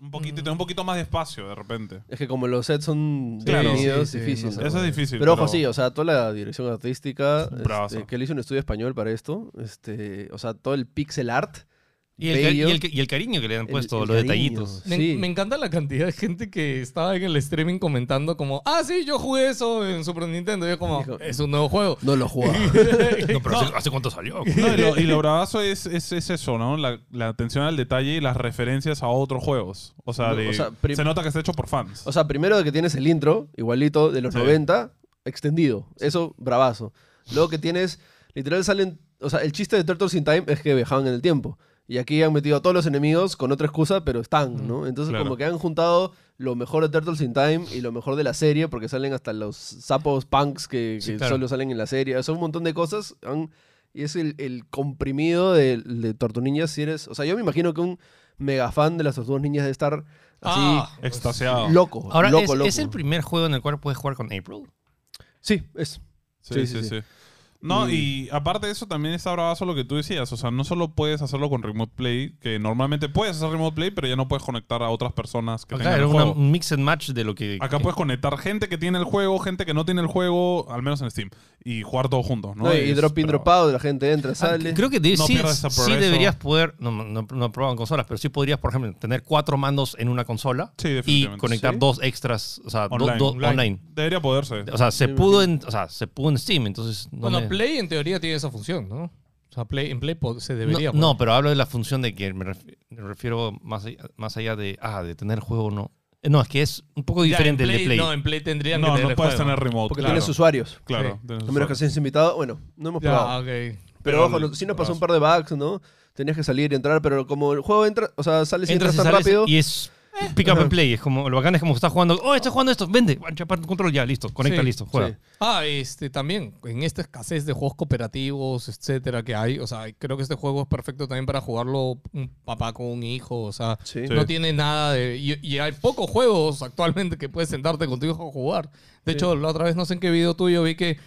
[SPEAKER 2] Un poquito,
[SPEAKER 3] Mm.
[SPEAKER 2] y tenga un poquito más de espacio de repente.
[SPEAKER 1] Es que como los sets son
[SPEAKER 2] Claro.
[SPEAKER 1] definidos,
[SPEAKER 3] Sí, sí, sí,
[SPEAKER 1] difícil.
[SPEAKER 3] no
[SPEAKER 1] ¿no?
[SPEAKER 2] Eso es difícil.
[SPEAKER 1] Pero ojo, sí, o sea, toda la dirección artística
[SPEAKER 2] un
[SPEAKER 1] este,
[SPEAKER 2] bravazo.
[SPEAKER 1] que le hizo un estudio español para esto, este, o sea, todo el pixel art.
[SPEAKER 4] Y el, cari-
[SPEAKER 1] bello,
[SPEAKER 4] y el ca- y el cariño que le han
[SPEAKER 1] el-
[SPEAKER 4] puesto,
[SPEAKER 1] el
[SPEAKER 4] los
[SPEAKER 1] cariño.
[SPEAKER 4] detallitos.
[SPEAKER 3] Me,
[SPEAKER 1] Sí.
[SPEAKER 3] me encanta la cantidad de gente que estaba en el streaming comentando como, ah, sí, yo jugué eso en Super Nintendo. Y yo como,
[SPEAKER 1] Hijo.
[SPEAKER 3] es un nuevo juego.
[SPEAKER 1] No lo jugaba.
[SPEAKER 4] No, pero ¿hace, hace cuánto salió?
[SPEAKER 2] No, y lo, y lo bravazo es, es, es eso, ¿no? La, la atención al detalle y las referencias a otros juegos. O sea,
[SPEAKER 1] No,
[SPEAKER 2] de-
[SPEAKER 1] o sea, prim-
[SPEAKER 2] se nota que está hecho por fans.
[SPEAKER 1] O sea, primero que tienes el intro, igualito de los
[SPEAKER 2] Sí.
[SPEAKER 1] 90, extendido. Eso, bravazo. Luego que tienes, literal salen, o sea, el chiste de Turtles in Time es que viajaban en el tiempo. Y aquí han metido a todos los enemigos con otra excusa, pero están, ¿no? Entonces
[SPEAKER 2] Claro.
[SPEAKER 1] como que han juntado lo mejor de Turtles in Time y lo mejor de la serie, porque salen hasta los sapos punks que,
[SPEAKER 4] Sí,
[SPEAKER 1] que
[SPEAKER 4] claro.
[SPEAKER 1] solo salen en la serie. Son un montón de cosas. han- y es el, el comprimido de, de Tortugas Ninjas si eres... O sea, yo me imagino que un mega fan de las Tortugas Ninjas debe estar así...
[SPEAKER 3] Ah,
[SPEAKER 2] Extasiado.
[SPEAKER 1] Loco,
[SPEAKER 4] Ahora,
[SPEAKER 1] loco,
[SPEAKER 4] es,
[SPEAKER 1] loco.
[SPEAKER 4] ¿es el primer juego en el cual puedes jugar con April?
[SPEAKER 1] Sí, es.
[SPEAKER 2] Sí, sí, sí.
[SPEAKER 1] sí, sí.
[SPEAKER 2] No,
[SPEAKER 1] Y-
[SPEAKER 2] y aparte de eso también está bravazo lo que tú decías. O sea, no solo puedes hacerlo con Remote Play, que normalmente puedes hacer Remote Play, pero ya no puedes conectar a otras personas que
[SPEAKER 4] Acá
[SPEAKER 2] tengan
[SPEAKER 4] era
[SPEAKER 2] el
[SPEAKER 4] una-
[SPEAKER 2] juego.
[SPEAKER 4] un mix and match de lo que...
[SPEAKER 2] Acá
[SPEAKER 4] que-
[SPEAKER 2] puedes conectar gente que tiene el juego, gente que no tiene el juego, al menos en Steam, y jugar todos juntos, ¿no?
[SPEAKER 1] No, y
[SPEAKER 2] Es
[SPEAKER 1] drop in,
[SPEAKER 2] bravo.
[SPEAKER 1] drop out, la gente entra,
[SPEAKER 4] Ah,
[SPEAKER 1] sale.
[SPEAKER 4] Creo que de-
[SPEAKER 2] No
[SPEAKER 4] sí,
[SPEAKER 2] pierdas esa
[SPEAKER 4] sí
[SPEAKER 2] progreso.
[SPEAKER 4] deberías poder, no, no, no he probado en consolas, pero sí podrías, por ejemplo, tener cuatro mandos en una consola
[SPEAKER 2] Sí,
[SPEAKER 4] y
[SPEAKER 2] definitivamente.
[SPEAKER 4] conectar
[SPEAKER 1] Sí.
[SPEAKER 4] dos extras, o sea,
[SPEAKER 2] Ah,
[SPEAKER 4] do-
[SPEAKER 2] Online.
[SPEAKER 4] do-
[SPEAKER 2] Online.
[SPEAKER 4] online.
[SPEAKER 2] Debería poderse.
[SPEAKER 4] O sea, se
[SPEAKER 1] Sí,
[SPEAKER 4] pudo en, o sea, se pudo en Steam, entonces no
[SPEAKER 3] bueno,
[SPEAKER 4] me-
[SPEAKER 3] Play en teoría tiene esa función, ¿no? O sea, Play, en Play po- se
[SPEAKER 4] No,
[SPEAKER 3] debería.
[SPEAKER 4] no, pero hablo de la función de que me refi- me refiero más allá, más allá de, ah, de tener juego o no. Eh, No, es que es un poco diferente el de Play.
[SPEAKER 3] No, en Play tendrían
[SPEAKER 2] No,
[SPEAKER 3] que tener
[SPEAKER 2] no puedes
[SPEAKER 3] juego.
[SPEAKER 2] tener remote.
[SPEAKER 1] Porque
[SPEAKER 2] claro,
[SPEAKER 1] tienes usuarios.
[SPEAKER 2] claro,
[SPEAKER 3] Sí.
[SPEAKER 2] tienes
[SPEAKER 1] A menos que
[SPEAKER 2] usuarios.
[SPEAKER 1] seas invitado. Bueno, no hemos
[SPEAKER 3] Ya,
[SPEAKER 1] probado.
[SPEAKER 4] Ah,
[SPEAKER 3] ok.
[SPEAKER 1] Pero ojo,
[SPEAKER 2] Pero-
[SPEAKER 1] no- sí nos pasó un par de bugs, ¿no? Tenías que salir y entrar, pero como el juego entra, o sea, sales y
[SPEAKER 4] Entras
[SPEAKER 1] entras
[SPEAKER 4] y
[SPEAKER 1] tan
[SPEAKER 4] sales
[SPEAKER 1] rápido.
[SPEAKER 4] y es
[SPEAKER 2] Eh.
[SPEAKER 4] pick up
[SPEAKER 1] Ajá.
[SPEAKER 4] and play. Es como, lo bacán es como estás jugando, oh, estás jugando esto, vende, chapar tu control, ya, listo, conecta,
[SPEAKER 3] Sí,
[SPEAKER 4] listo, juega.
[SPEAKER 1] sí.
[SPEAKER 3] Ah, este también, en esta escasez de juegos cooperativos, etcétera, que hay, o sea, creo que este juego es perfecto también para jugarlo un papá con un hijo, o sea,
[SPEAKER 1] Sí.
[SPEAKER 3] no tiene nada de... Y, y hay pocos juegos actualmente que puedes sentarte con tu hijo a jugar. De hecho, la otra vez, no sé en qué video tuyo, vi que,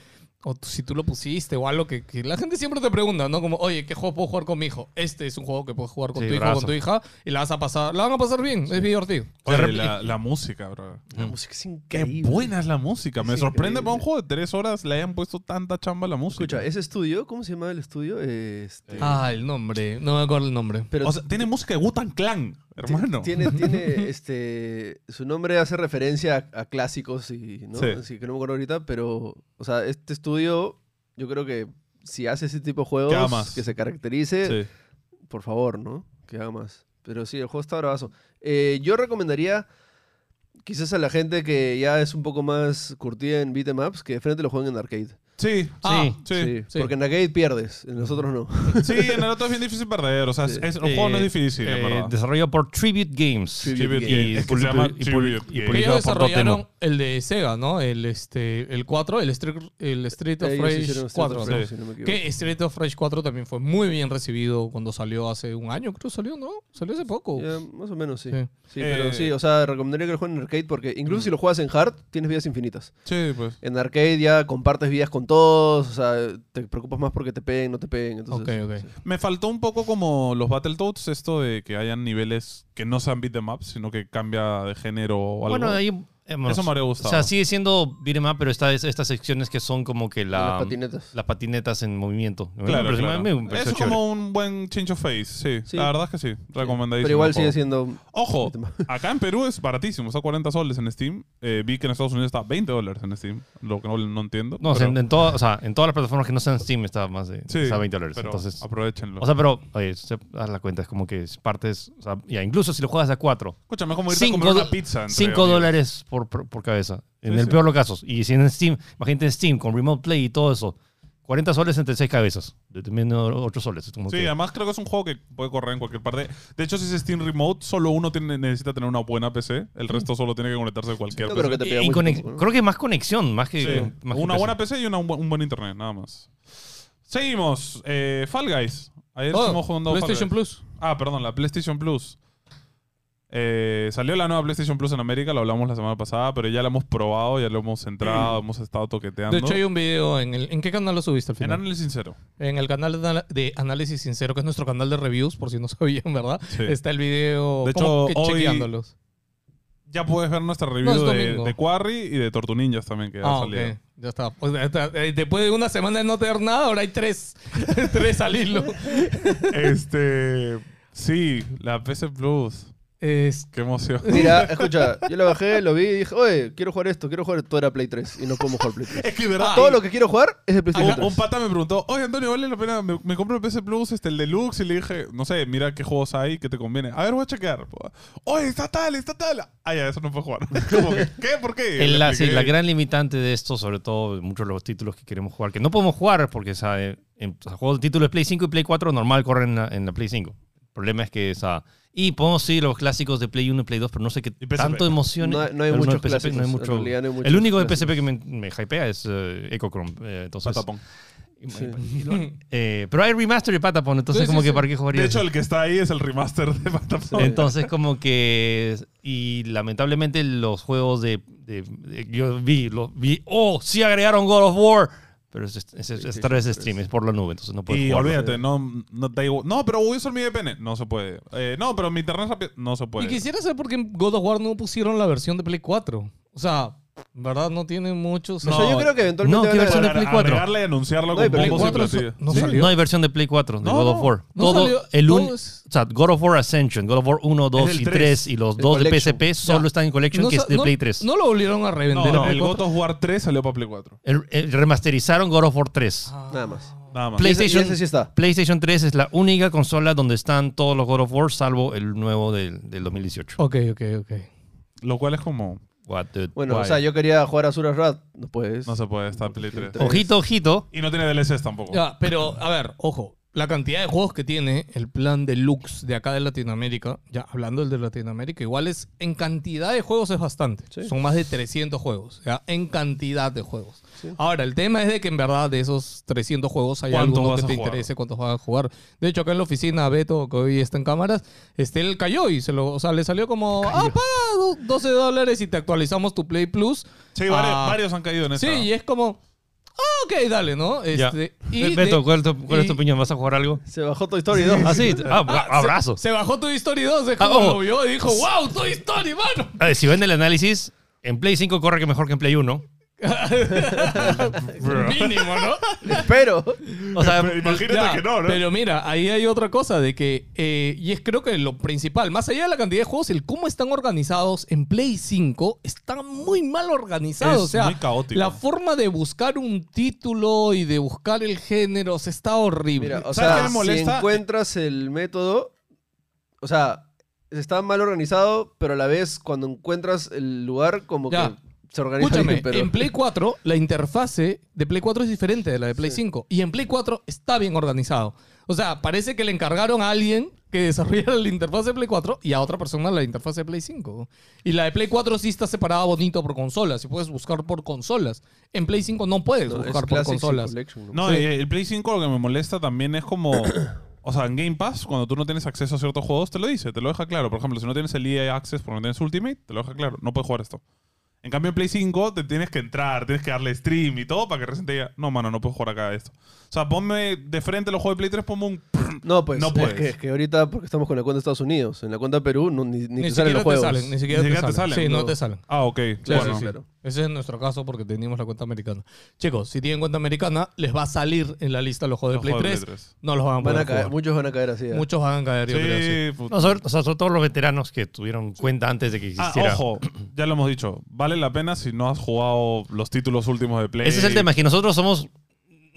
[SPEAKER 3] o t- si tú lo pusiste o algo, que, que la gente siempre te pregunta, ¿no? Como, oye, ¿qué juego puedo jugar con mi hijo? Este es un juego que puedes jugar con
[SPEAKER 4] Sí,
[SPEAKER 3] tu hijo
[SPEAKER 4] brazo.
[SPEAKER 3] con tu hija y la vas a pasar, la van a pasar bien, es divertido.
[SPEAKER 2] Oye, la, la música, bro.
[SPEAKER 1] La música es
[SPEAKER 2] Qué
[SPEAKER 1] increíble.
[SPEAKER 2] buena es la música. Me
[SPEAKER 1] Es
[SPEAKER 2] sorprende para un
[SPEAKER 1] increíble.
[SPEAKER 2] juego de tres horas le hayan puesto tanta chamba a la música.
[SPEAKER 1] Escucha, ese estudio, ¿cómo se llama el estudio? Este,
[SPEAKER 3] Ah, el nombre, no me acuerdo el nombre.
[SPEAKER 1] pero
[SPEAKER 2] o sea, tiene música de Wutan Clan,
[SPEAKER 1] ti-
[SPEAKER 2] hermano.
[SPEAKER 1] Tiene, tiene, este, su nombre hace referencia a, a clásicos y, ¿no?
[SPEAKER 2] Sí.
[SPEAKER 1] Así que no me acuerdo ahorita, pero, o sea, este estudio, yo creo que si hace ese tipo de
[SPEAKER 2] Que haga
[SPEAKER 1] juegos
[SPEAKER 2] más.
[SPEAKER 1] que se caracterice,
[SPEAKER 2] Sí.
[SPEAKER 1] por favor, ¿no? Que haga más. Pero sí, el juego está bravazo. Eh, yo recomendaría, quizás a la gente que ya es un poco más curtida en beat 'em ups, que de frente lo jueguen en arcade.
[SPEAKER 2] Sí,
[SPEAKER 3] Ah,
[SPEAKER 2] sí.
[SPEAKER 3] sí.
[SPEAKER 1] Porque en arcade pierdes, en nosotros no.
[SPEAKER 2] Sí, en el otro es bien difícil perder. O sea, es- es- el juego no es
[SPEAKER 4] Eh,
[SPEAKER 2] difícil, en
[SPEAKER 4] eh,
[SPEAKER 2] verdad.
[SPEAKER 4] Desarrollado por Tribute Games.
[SPEAKER 1] Tribute
[SPEAKER 2] Tribute
[SPEAKER 1] Games.
[SPEAKER 2] Games. Es que
[SPEAKER 4] pul-
[SPEAKER 2] se llama
[SPEAKER 4] y pul-
[SPEAKER 2] Tribute
[SPEAKER 4] y
[SPEAKER 2] Games.
[SPEAKER 4] publicado
[SPEAKER 3] Ellos
[SPEAKER 4] por Dotemu.
[SPEAKER 3] desarrollaron el de Sega, ¿no? El, este, el 4, el Street, el Street of
[SPEAKER 1] Ellos
[SPEAKER 3] Rage
[SPEAKER 1] hicieron Street
[SPEAKER 3] 4.
[SPEAKER 1] of
[SPEAKER 3] ¿no?
[SPEAKER 1] Rage, si no me equivoco.
[SPEAKER 3] Que Street of Rage 4 también fue muy bien recibido cuando salió hace un año, creo salió, ¿no? Salió hace poco.
[SPEAKER 1] Ya, más o menos, sí.
[SPEAKER 3] Sí.
[SPEAKER 1] Sí,
[SPEAKER 2] Eh,
[SPEAKER 1] pero sí, o sea, recomendaría que lo jueguen en arcade porque
[SPEAKER 4] Mm.
[SPEAKER 1] incluso si lo juegas en hard, tienes vidas infinitas.
[SPEAKER 2] Sí, pues.
[SPEAKER 1] En arcade ya compartes vidas con todos, o sea, te preocupas más porque te peguen, no te peguen.
[SPEAKER 3] ok,
[SPEAKER 1] Entonces,
[SPEAKER 3] ok.
[SPEAKER 1] sí.
[SPEAKER 2] Me faltó un poco como los Battletoads, esto de que hayan niveles que no sean beat 'em up, sino que cambia de género o algo.
[SPEAKER 4] Bueno, ahí... hemos-
[SPEAKER 2] Eso me habría
[SPEAKER 4] Em, O
[SPEAKER 2] gustado.
[SPEAKER 4] sea, sigue siendo beat 'em up, pero está, es- estas secciones que son como que la,
[SPEAKER 1] Las patinetas.
[SPEAKER 4] las patinetas en movimiento. Me
[SPEAKER 2] Claro,
[SPEAKER 4] pareció-
[SPEAKER 2] claro.
[SPEAKER 4] me pareció
[SPEAKER 2] Es
[SPEAKER 4] chévere.
[SPEAKER 2] como un buen change of face, sí.
[SPEAKER 1] Sí.
[SPEAKER 2] La verdad es que sí, recomendadísimo.
[SPEAKER 1] Pero igual
[SPEAKER 2] el
[SPEAKER 1] sigue
[SPEAKER 2] juego.
[SPEAKER 1] siendo...
[SPEAKER 2] Ojo,
[SPEAKER 1] Beat 'em
[SPEAKER 2] acá en Perú es baratísimo, está 40 soles en Steam. Eh, vi que en Estados Unidos está 20 dólares en Steam, lo que no, no entiendo.
[SPEAKER 4] No, o sea,
[SPEAKER 2] pero-
[SPEAKER 4] en, en todas- o sea, en todas las plataformas que no sean Steam está más de
[SPEAKER 2] Sí,
[SPEAKER 4] está 20 dólares.
[SPEAKER 2] pero
[SPEAKER 4] Entonces,
[SPEAKER 2] aprovechenlo.
[SPEAKER 4] o sea, pero, oye, se, haz la cuenta, es como que es partes, o sea, ya, incluso si lo juegas a 4,
[SPEAKER 2] Escúchame, es como irte a comer
[SPEAKER 4] 5
[SPEAKER 2] una pizza. entre amigos.
[SPEAKER 4] dólares por, por, por cabeza. En
[SPEAKER 2] Sí,
[SPEAKER 4] el
[SPEAKER 2] sí.
[SPEAKER 4] peor de los casos. Y si en Steam, imagínate en Steam con Remote Play y todo eso, 40 soles entre 6 cabezas. Determinando 8 soles. es como
[SPEAKER 2] Sí,
[SPEAKER 4] que-
[SPEAKER 2] además creo que es un juego que puede correr en cualquier parte. De hecho, si es Steam Remote, solo uno tiene, necesita tener una buena PC. El
[SPEAKER 3] Mm.
[SPEAKER 2] resto solo tiene que conectarse a cualquier
[SPEAKER 1] Yo
[SPEAKER 2] PC.
[SPEAKER 1] creo que te
[SPEAKER 4] Y-
[SPEAKER 1] pega
[SPEAKER 4] y
[SPEAKER 1] mucho
[SPEAKER 4] conex-
[SPEAKER 1] poco, ¿no?
[SPEAKER 4] Creo que más conexión, más que.
[SPEAKER 2] Sí,
[SPEAKER 4] más que
[SPEAKER 2] una
[SPEAKER 4] PC.
[SPEAKER 2] buena PC y una bu- un buen internet, nada más. Seguimos. Eh, Fall Guys. Ayer
[SPEAKER 3] Oh,
[SPEAKER 2] estuvimos jugando Fall
[SPEAKER 3] PlayStation
[SPEAKER 2] Guys.
[SPEAKER 3] Plus.
[SPEAKER 2] Ah, perdón, la PlayStation Plus. Eh, salió la nueva PlayStation Plus en América, lo hablamos la semana pasada, pero ya la hemos probado, ya lo hemos entrado, hemos estado toqueteando.
[SPEAKER 3] Mm. De hecho, hay un video en el... ¿En qué canal lo subiste al
[SPEAKER 2] en
[SPEAKER 3] final?
[SPEAKER 2] análisis sincero.
[SPEAKER 3] En, el canal de ana- de Análisis Sincero, que es nuestro canal de reviews, por si no sabían, ¿verdad?
[SPEAKER 2] Sí.
[SPEAKER 3] Está el video...
[SPEAKER 2] De
[SPEAKER 3] como
[SPEAKER 2] hecho,
[SPEAKER 3] que
[SPEAKER 2] hoy-
[SPEAKER 3] chequeándolos.
[SPEAKER 2] Ya puedes ver nuestra
[SPEAKER 3] No,
[SPEAKER 2] review
[SPEAKER 3] es
[SPEAKER 2] de,
[SPEAKER 3] domingo.
[SPEAKER 2] de Quarry y de Tortu Ninjas también, que ha
[SPEAKER 3] Ah, ok.
[SPEAKER 2] salido.
[SPEAKER 3] Ya está. O sea, está- eh, Después de una semana de no tener nada, ahora hay tres. tres al hilo.
[SPEAKER 2] Este. Sí, la PC Plus.
[SPEAKER 3] Es-
[SPEAKER 2] Qué emoción.
[SPEAKER 1] Mira, escucha, yo lo bajé, lo vi y dije, oye, quiero jugar esto, quiero jugar esto. Todo era Play 3 y no podemos jugar Play 3.
[SPEAKER 2] Es que, verdad.
[SPEAKER 1] Todo lo que quiero jugar es de PlayStation
[SPEAKER 2] Acá
[SPEAKER 1] 3.
[SPEAKER 2] Ah, un pata me preguntó, oye Antonio, ¿vale la pena? Me, me compro el PC Plus, este, el Deluxe, y le dije, no sé, mira qué juegos hay que te conviene. A ver, voy a chequear. Oye, está tal, está tal. Ah, ya, eso no puedo jugar. Como que, ¿Qué? ¿Por qué?
[SPEAKER 4] El-
[SPEAKER 2] Le
[SPEAKER 4] la, sí,
[SPEAKER 2] expliqué.
[SPEAKER 4] la gran limitante de esto, sobre todo muchos de los títulos que queremos jugar, que no podemos jugar porque o sea, eh, en, o sea, juegos títulos de Play 5 y Play 4 normal corren en la, en la Play 5. El problema es que, o sea, y podemos sí los clásicos de Play 1 y Play 2, pero no sé qué
[SPEAKER 2] Y PSP.
[SPEAKER 4] tanto emoción.
[SPEAKER 1] No hay- no hay
[SPEAKER 4] Algunos
[SPEAKER 1] muchos
[SPEAKER 4] de PSP, no hay
[SPEAKER 1] clásicos, en
[SPEAKER 4] mucho-
[SPEAKER 1] realidad no hay muchos
[SPEAKER 4] el único de
[SPEAKER 1] clásicos.
[SPEAKER 4] PSP que me, me hypea es eh, Ecochrome. eh, entonces,
[SPEAKER 2] Patapón.
[SPEAKER 4] eh, pero hay remaster y Patapon, entonces
[SPEAKER 3] Sí, sí,
[SPEAKER 4] como que
[SPEAKER 3] sí.
[SPEAKER 4] para qué jugaría
[SPEAKER 2] De
[SPEAKER 4] eso?
[SPEAKER 2] hecho, el que está ahí es el remaster de Patapón.
[SPEAKER 4] Entonces, como que. Y lamentablemente, los juegos de. de- de- yo vi, lo, vi. ¡Oh! Sí agregaron God of War. Pero es, es, es- es a través de stream, es por la nube, entonces no puedo
[SPEAKER 2] Y
[SPEAKER 4] jugarlo.
[SPEAKER 2] olvídate, no, no te digo. No, pero voy a usar mi VPN. No se puede. Eh, no, pero mi internet rápido. No se puede.
[SPEAKER 3] Y quisiera saber por qué en God of War no pusieron la versión de Play 4. O sea, ¿verdad? No tiene mucho.
[SPEAKER 1] O sea, yo creo que
[SPEAKER 4] No,
[SPEAKER 1] eventualmente
[SPEAKER 4] ¿qué
[SPEAKER 1] van a
[SPEAKER 4] versión
[SPEAKER 2] Para
[SPEAKER 4] de
[SPEAKER 1] ganar.
[SPEAKER 4] Play 4.
[SPEAKER 2] agregarle y anunciarlo
[SPEAKER 1] No,
[SPEAKER 2] con
[SPEAKER 1] y pero
[SPEAKER 3] Play
[SPEAKER 2] bombos y
[SPEAKER 3] 4
[SPEAKER 2] platillos.
[SPEAKER 3] no
[SPEAKER 2] Sí.
[SPEAKER 3] salió.
[SPEAKER 4] No hay versión de Play 4, de
[SPEAKER 2] No,
[SPEAKER 4] God
[SPEAKER 2] no.
[SPEAKER 4] of War.
[SPEAKER 3] No
[SPEAKER 4] todo
[SPEAKER 3] salió,
[SPEAKER 4] el
[SPEAKER 3] todo
[SPEAKER 4] un- O
[SPEAKER 3] es-
[SPEAKER 4] sea, God of War Ascension, God of War 1, 2
[SPEAKER 2] el
[SPEAKER 4] y
[SPEAKER 2] 3,
[SPEAKER 4] 3 y los
[SPEAKER 1] el
[SPEAKER 4] 2 de
[SPEAKER 1] Collection.
[SPEAKER 4] PSP solo
[SPEAKER 3] Ya.
[SPEAKER 4] están en Collection,
[SPEAKER 3] No
[SPEAKER 4] que es
[SPEAKER 3] sa-
[SPEAKER 4] de
[SPEAKER 3] no-
[SPEAKER 4] Play 3.
[SPEAKER 3] No lo volvieron a revender.
[SPEAKER 2] No,
[SPEAKER 3] en
[SPEAKER 2] el
[SPEAKER 3] Play
[SPEAKER 2] God
[SPEAKER 3] 4.
[SPEAKER 2] of War 3 salió para Play 4.
[SPEAKER 4] El- el- remasterizaron God of War 3.
[SPEAKER 3] Ah.
[SPEAKER 1] Nada más.
[SPEAKER 2] Nada más.
[SPEAKER 1] Y ese- y
[SPEAKER 4] PlayStation,
[SPEAKER 1] ese sí está.
[SPEAKER 4] PlayStation 3 es la única consola donde están todos los God of War, salvo el nuevo del, del 2018.
[SPEAKER 3] Ok, ok, ok.
[SPEAKER 2] Lo cual es como.
[SPEAKER 4] What the-
[SPEAKER 1] Bueno, o
[SPEAKER 4] why?
[SPEAKER 1] sea, yo quería jugar a Sura's Wrath, no puedes.
[SPEAKER 2] No se puede estar Play 3.
[SPEAKER 1] Tres.
[SPEAKER 4] Ojito, ojito.
[SPEAKER 2] Y no tiene DLCs tampoco.
[SPEAKER 3] Ya, pero, a ver, ojo. La cantidad de juegos que tiene el plan deluxe de acá de Latinoamérica, ya hablando del de Latinoamérica, igual es en cantidad de juegos es bastante.
[SPEAKER 1] Sí.
[SPEAKER 3] Son más de 300 juegos, ya, en cantidad de juegos.
[SPEAKER 1] Sí.
[SPEAKER 3] Ahora, el tema es de que en verdad de esos 300 juegos hay
[SPEAKER 2] ¿Cuántos
[SPEAKER 3] alguno
[SPEAKER 2] vas
[SPEAKER 3] que
[SPEAKER 2] a
[SPEAKER 3] te
[SPEAKER 2] jugar?
[SPEAKER 3] interese cuántos vas a jugar. De hecho, acá en la oficina, Beto, que hoy está en cámaras, este, él cayó y se lo, o sea, le salió como, ah, paga do- 12 dólares y te actualizamos tu Play Plus.
[SPEAKER 2] Sí, varios,
[SPEAKER 3] Ah.
[SPEAKER 2] varios han caído en esa.
[SPEAKER 3] Sí, y es como, ah, ok, dale, ¿no?
[SPEAKER 4] Ya.
[SPEAKER 3] Este, y
[SPEAKER 4] Be-
[SPEAKER 3] de-
[SPEAKER 4] Beto, ¿cuál, es tu- cuál es tu
[SPEAKER 3] y-
[SPEAKER 4] opinión? ¿Vas a jugar algo?
[SPEAKER 1] Se bajó Toy Story 2.
[SPEAKER 4] Ah, sí. Ah, bra- abrazo.
[SPEAKER 3] Se bajó Toy Story 2, es
[SPEAKER 4] Ah,
[SPEAKER 3] como
[SPEAKER 4] ojo.
[SPEAKER 3] lo vio y dijo, wow, Toy Story, mano.
[SPEAKER 4] A ver, Ah, si ven el análisis, en Play 5 corre que mejor que en Play 1.
[SPEAKER 3] Mínimo, ¿no?
[SPEAKER 1] Espero.
[SPEAKER 4] O sea,
[SPEAKER 2] Pero imagínate
[SPEAKER 3] Ya,
[SPEAKER 2] que no, ¿no?
[SPEAKER 3] Pero mira, ahí hay otra cosa de que, eh, y es creo que lo principal, más allá de la cantidad de juegos, el cómo están organizados en Play 5 está muy mal organizado.
[SPEAKER 2] Es
[SPEAKER 3] o sea,
[SPEAKER 2] muy caótico.
[SPEAKER 3] la forma de buscar un título y de buscar el género se está horrible.
[SPEAKER 1] Mira, o
[SPEAKER 2] ¿Sabes qué
[SPEAKER 1] sea,
[SPEAKER 2] me
[SPEAKER 1] si
[SPEAKER 2] molesta?
[SPEAKER 1] encuentras el método, o sea, está mal organizado, pero a la vez cuando encuentras el lugar, como
[SPEAKER 3] Ya.
[SPEAKER 1] que se organiza
[SPEAKER 3] Escúchame,
[SPEAKER 1] bien, pero...
[SPEAKER 3] en Play 4 la interfase de Play 4 es diferente de la de Play 5 y en Play 4 está bien organizado. O sea, parece que le encargaron a alguien que desarrollara la interfaz de Play 4 y a otra persona la interfaz de Play 5. Y la de Play 4 sí está separada bonito por consolas y puedes buscar por consolas. En Play 5 no puedes
[SPEAKER 1] No, es
[SPEAKER 3] buscar por
[SPEAKER 1] Classics y
[SPEAKER 3] consolas.
[SPEAKER 1] Collection, ¿no?
[SPEAKER 2] No,
[SPEAKER 3] Sí.
[SPEAKER 2] y el Play 5 lo que me molesta también es como. O sea, en Game Pass, cuando tú no tienes acceso a ciertos juegos, te lo dice, te lo deja claro. Por ejemplo, si no tienes el EA Access porque no tienes Ultimate, te lo deja claro. No puedes jugar esto. En cambio, en Play 5 te tienes que entrar, tienes que darle stream y todo para que recién te diga, no, mano, no puedes jugar acá esto. O sea, ponme de frente los juegos de Play 3, ponme un.
[SPEAKER 1] No, pues,
[SPEAKER 2] No
[SPEAKER 1] es
[SPEAKER 2] puedes.
[SPEAKER 1] que, es que ahorita, porque estamos con la cuenta de Estados Unidos, en la cuenta de Perú no, ni, ni te salen los
[SPEAKER 3] te
[SPEAKER 1] juegos.
[SPEAKER 3] salen, ni siquiera, te, salen. Sí, no, te salen.
[SPEAKER 2] Ah, ok.
[SPEAKER 1] Claro,
[SPEAKER 2] bueno.
[SPEAKER 1] claro.
[SPEAKER 3] Ese es nuestro caso porque teníamos la cuenta americana. Chicos, si tienen cuenta americana, les va a salir en la lista los juegos de
[SPEAKER 2] Los
[SPEAKER 3] Play
[SPEAKER 2] juegos de
[SPEAKER 3] 3.
[SPEAKER 2] Play 3.
[SPEAKER 3] No los van a
[SPEAKER 1] Van
[SPEAKER 3] poder
[SPEAKER 1] a caer,
[SPEAKER 3] jugar.
[SPEAKER 1] muchos van a caer así. ¿eh?
[SPEAKER 3] Muchos van a caer, yo creo. sí.
[SPEAKER 2] Sí, puta.
[SPEAKER 4] no, sobre- o sea, sobre todo los veteranos que tuvieron cuenta antes de que
[SPEAKER 2] Ah,
[SPEAKER 4] existiera.
[SPEAKER 2] ojo, ya lo hemos dicho. Vale la pena si no has jugado los títulos últimos de Play.
[SPEAKER 4] Ese es el tema, que nosotros somos.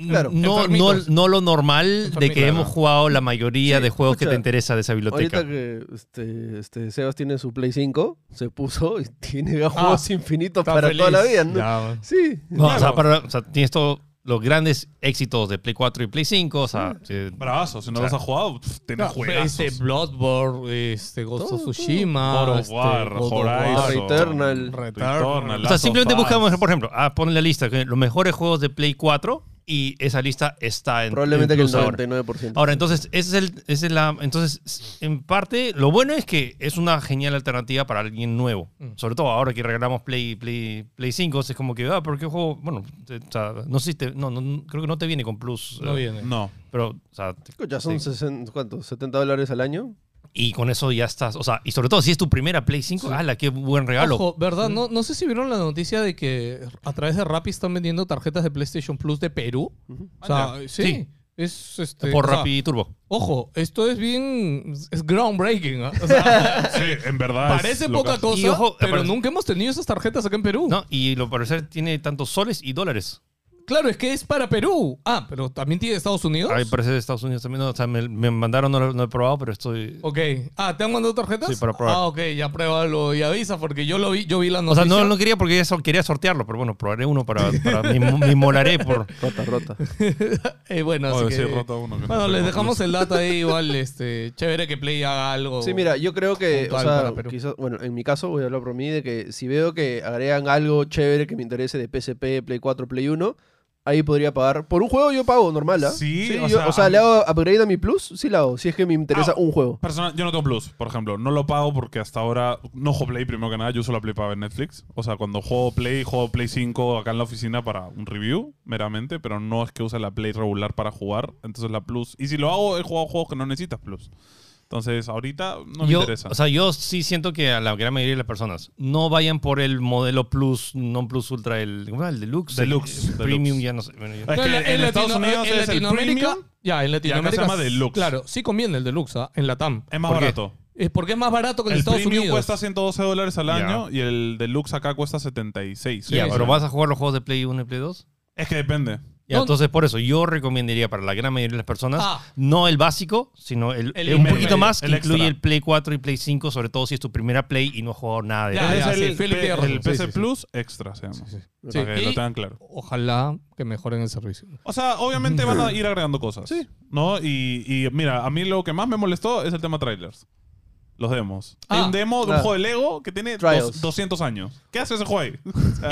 [SPEAKER 1] Claro.
[SPEAKER 4] No, no,
[SPEAKER 3] Enfermitos.
[SPEAKER 4] no lo normal de que
[SPEAKER 3] Enfermitos.
[SPEAKER 4] hemos jugado la mayoría
[SPEAKER 1] Sí,
[SPEAKER 4] de juegos que
[SPEAKER 1] escucha,
[SPEAKER 4] te interesa de esa biblioteca.
[SPEAKER 1] Ahorita que este, este, Sebas tiene su Play 5, se puso y tiene
[SPEAKER 3] Ah,
[SPEAKER 1] juegos infinitos
[SPEAKER 3] Está
[SPEAKER 1] para
[SPEAKER 3] feliz.
[SPEAKER 1] toda la vida. ¿no?
[SPEAKER 3] Ya, man.
[SPEAKER 1] Sí.
[SPEAKER 4] No, o, sea,
[SPEAKER 2] Claro.
[SPEAKER 4] para- o sea, tienes todos los grandes éxitos de Play 4 y Play 5. O sea, eh,
[SPEAKER 2] Bravazo, si no los has jugado, pff, tienes
[SPEAKER 3] No,
[SPEAKER 2] juegazos.
[SPEAKER 3] Este Bloodborne, este Ghost
[SPEAKER 1] Todo,
[SPEAKER 3] of
[SPEAKER 1] todo.
[SPEAKER 3] Tsushima,
[SPEAKER 2] God of
[SPEAKER 3] este,
[SPEAKER 2] War,
[SPEAKER 3] God of
[SPEAKER 2] Horizon,
[SPEAKER 3] War,
[SPEAKER 1] Returnal.
[SPEAKER 2] Returnal,
[SPEAKER 4] o sea,
[SPEAKER 2] Last
[SPEAKER 4] simplemente
[SPEAKER 2] of Us.
[SPEAKER 4] buscamos, por ejemplo, ah, pon en la lista que los mejores juegos de Play 4 y esa lista está en
[SPEAKER 1] Probablemente que el
[SPEAKER 4] incluso ahora.
[SPEAKER 1] 99%.
[SPEAKER 4] Ahora, entonces, ese es el, esa es la, entonces, en parte, lo bueno es que es una genial alternativa para alguien nuevo.
[SPEAKER 3] Mm.
[SPEAKER 4] Sobre todo ahora que regalamos Play, Play, Play 5, es como que, ah, pero qué juego, bueno, te- o sea, no sé si te- no, no, creo que no te viene con Plus.
[SPEAKER 3] No
[SPEAKER 4] eh,
[SPEAKER 3] viene.
[SPEAKER 2] No.
[SPEAKER 4] Pero, o sea, te-
[SPEAKER 1] Escucha, Pues son
[SPEAKER 4] sí.
[SPEAKER 1] 60, ¿cuánto? ¿70 dólares al año?
[SPEAKER 4] y con eso ya estás, o sea, y sobre todo si es tu primera Play 5, ala, qué buen regalo.
[SPEAKER 3] Ojo, ¿verdad? No, no sé si vieron la noticia de que a través de Rappi están vendiendo tarjetas de PlayStation Plus de Perú. O sea, sí.
[SPEAKER 4] Sí.
[SPEAKER 3] Es este.
[SPEAKER 4] por
[SPEAKER 3] o sea,
[SPEAKER 4] Rappi Turbo.
[SPEAKER 3] Ojo, esto es bien. Es groundbreaking. ¿ah? O sea,
[SPEAKER 2] Sí, en verdad. es
[SPEAKER 3] parece
[SPEAKER 2] lo que
[SPEAKER 3] poca
[SPEAKER 2] hace.
[SPEAKER 3] cosa,
[SPEAKER 4] Y ojo,
[SPEAKER 3] pero
[SPEAKER 4] parece-
[SPEAKER 3] nunca hemos tenido esas tarjetas acá en Perú.
[SPEAKER 4] No, y lo parecer tiene tantos soles y dólares.
[SPEAKER 3] Claro, es que es para Perú. Ah, pero también tiene Estados Unidos.
[SPEAKER 4] Al parecer de Estados Unidos también. No, o sea, me, me mandaron, no, lo- no he probado, pero estoy.
[SPEAKER 3] Ok. Ah, ¿te han mandado tarjetas?
[SPEAKER 4] Sí, para probar.
[SPEAKER 3] Ah, ok, ya pruébalo y avisa porque yo lo vi, yo vi la
[SPEAKER 4] O
[SPEAKER 3] noticia.
[SPEAKER 4] sea, no, no quería porque eso quería sortearlo, pero bueno, probaré uno para. para me, me molaré por.
[SPEAKER 1] Rota, rota.
[SPEAKER 3] Eh, bueno, así
[SPEAKER 2] Oye, sí,
[SPEAKER 3] que...
[SPEAKER 2] he roto uno que no
[SPEAKER 3] Bueno,
[SPEAKER 2] sé
[SPEAKER 3] les
[SPEAKER 2] cómo
[SPEAKER 3] dejamos el dato ahí igual, este, chévere que Play haga algo.
[SPEAKER 1] Sí, mira, yo creo que, o
[SPEAKER 3] puntual Oh. para
[SPEAKER 1] sea,
[SPEAKER 3] Perú.
[SPEAKER 1] quizás, bueno, en mi caso voy a hablar por mí de que si veo que agregan algo chévere que me interese de PSP, Play 4, Play 1, ahí podría pagar. Por un juego yo pago normal, ¿ah?
[SPEAKER 2] Sí,
[SPEAKER 1] yo-
[SPEAKER 2] o
[SPEAKER 1] o
[SPEAKER 2] sea,
[SPEAKER 1] sea,
[SPEAKER 2] a- Ah,
[SPEAKER 1] le hago upgrade a mi plus, sí la hago, si es que me interesa un juego.
[SPEAKER 2] Personal, yo no tengo Plus, por ejemplo. No lo pago porque hasta ahora no juego Play, primero que nada. Yo uso la Play para ver Netflix. O sea, cuando juego Play, juego Play 5 acá en la oficina para un review, meramente. Pero no es que use la Play regular para jugar. Entonces la Plus... Y si lo hago, he jugado juegos que no necesitas Plus. Entonces, ahorita no me
[SPEAKER 4] yo,
[SPEAKER 2] interesa.
[SPEAKER 4] O sea, yo sí siento que a la gran mayoría de las personas no vayan por el modelo Plus, non Plus Ultra, el, ¿cómo era? el Deluxe.
[SPEAKER 2] Deluxe,
[SPEAKER 4] el Premium,
[SPEAKER 2] Deluxe.
[SPEAKER 4] ya no sé. bueno, ya-
[SPEAKER 2] Es que en, Estados
[SPEAKER 3] Latino-
[SPEAKER 2] Unidos es
[SPEAKER 3] en
[SPEAKER 2] el
[SPEAKER 3] Latinoamérica,
[SPEAKER 2] premium,
[SPEAKER 3] ya, en Latinoamérica
[SPEAKER 2] llama Deluxe.
[SPEAKER 3] Claro, sí conviene el deluxe ¿ah? en la TAM.
[SPEAKER 2] es más
[SPEAKER 4] ¿Por qué?
[SPEAKER 2] barato.
[SPEAKER 3] Es porque es más barato que en
[SPEAKER 2] El
[SPEAKER 3] Estados
[SPEAKER 2] premium
[SPEAKER 3] Unidos.
[SPEAKER 2] cuesta 112 dólares al
[SPEAKER 4] Ya.
[SPEAKER 2] año y el deluxe acá cuesta 76.
[SPEAKER 4] Ya,
[SPEAKER 3] sí,
[SPEAKER 4] pero
[SPEAKER 3] sí.
[SPEAKER 4] ¿vas a jugar los juegos de Play 1 y Play 2?
[SPEAKER 2] Es que depende.
[SPEAKER 4] Ya,
[SPEAKER 3] No.
[SPEAKER 4] entonces, por eso, yo recomendaría para la gran mayoría de las personas
[SPEAKER 3] Ah.
[SPEAKER 4] no el básico, sino el,
[SPEAKER 3] El
[SPEAKER 4] el un
[SPEAKER 3] intermedio,
[SPEAKER 4] poquito más que
[SPEAKER 2] el
[SPEAKER 4] incluye
[SPEAKER 2] extra.
[SPEAKER 4] el Play 4 y Play 5, sobre todo si es tu primera Play y no has jugado nada de
[SPEAKER 3] Ya,
[SPEAKER 2] Ese
[SPEAKER 3] Ah, ya,
[SPEAKER 2] es
[SPEAKER 3] sí,
[SPEAKER 2] el,
[SPEAKER 3] Philip
[SPEAKER 2] P-
[SPEAKER 3] tiene
[SPEAKER 2] el
[SPEAKER 3] razón, sí,
[SPEAKER 2] PC
[SPEAKER 3] sí, sí.
[SPEAKER 2] Plus Extra, se llama.
[SPEAKER 3] Sí,
[SPEAKER 2] Para que lo
[SPEAKER 3] y-
[SPEAKER 2] tengan claro.
[SPEAKER 3] Ojalá que mejoren el servicio.
[SPEAKER 2] O sea, obviamente van a ir agregando cosas. Sí. ¿No? Y, y mira, a mí lo que más me molestó es el tema trailers. Los demos. Hay
[SPEAKER 3] Ah,
[SPEAKER 2] un demo de un
[SPEAKER 1] claro.
[SPEAKER 2] juego de Lego que tiene
[SPEAKER 1] Trials.
[SPEAKER 2] dos- 200 años. ¿Qué hace ese juego ahí?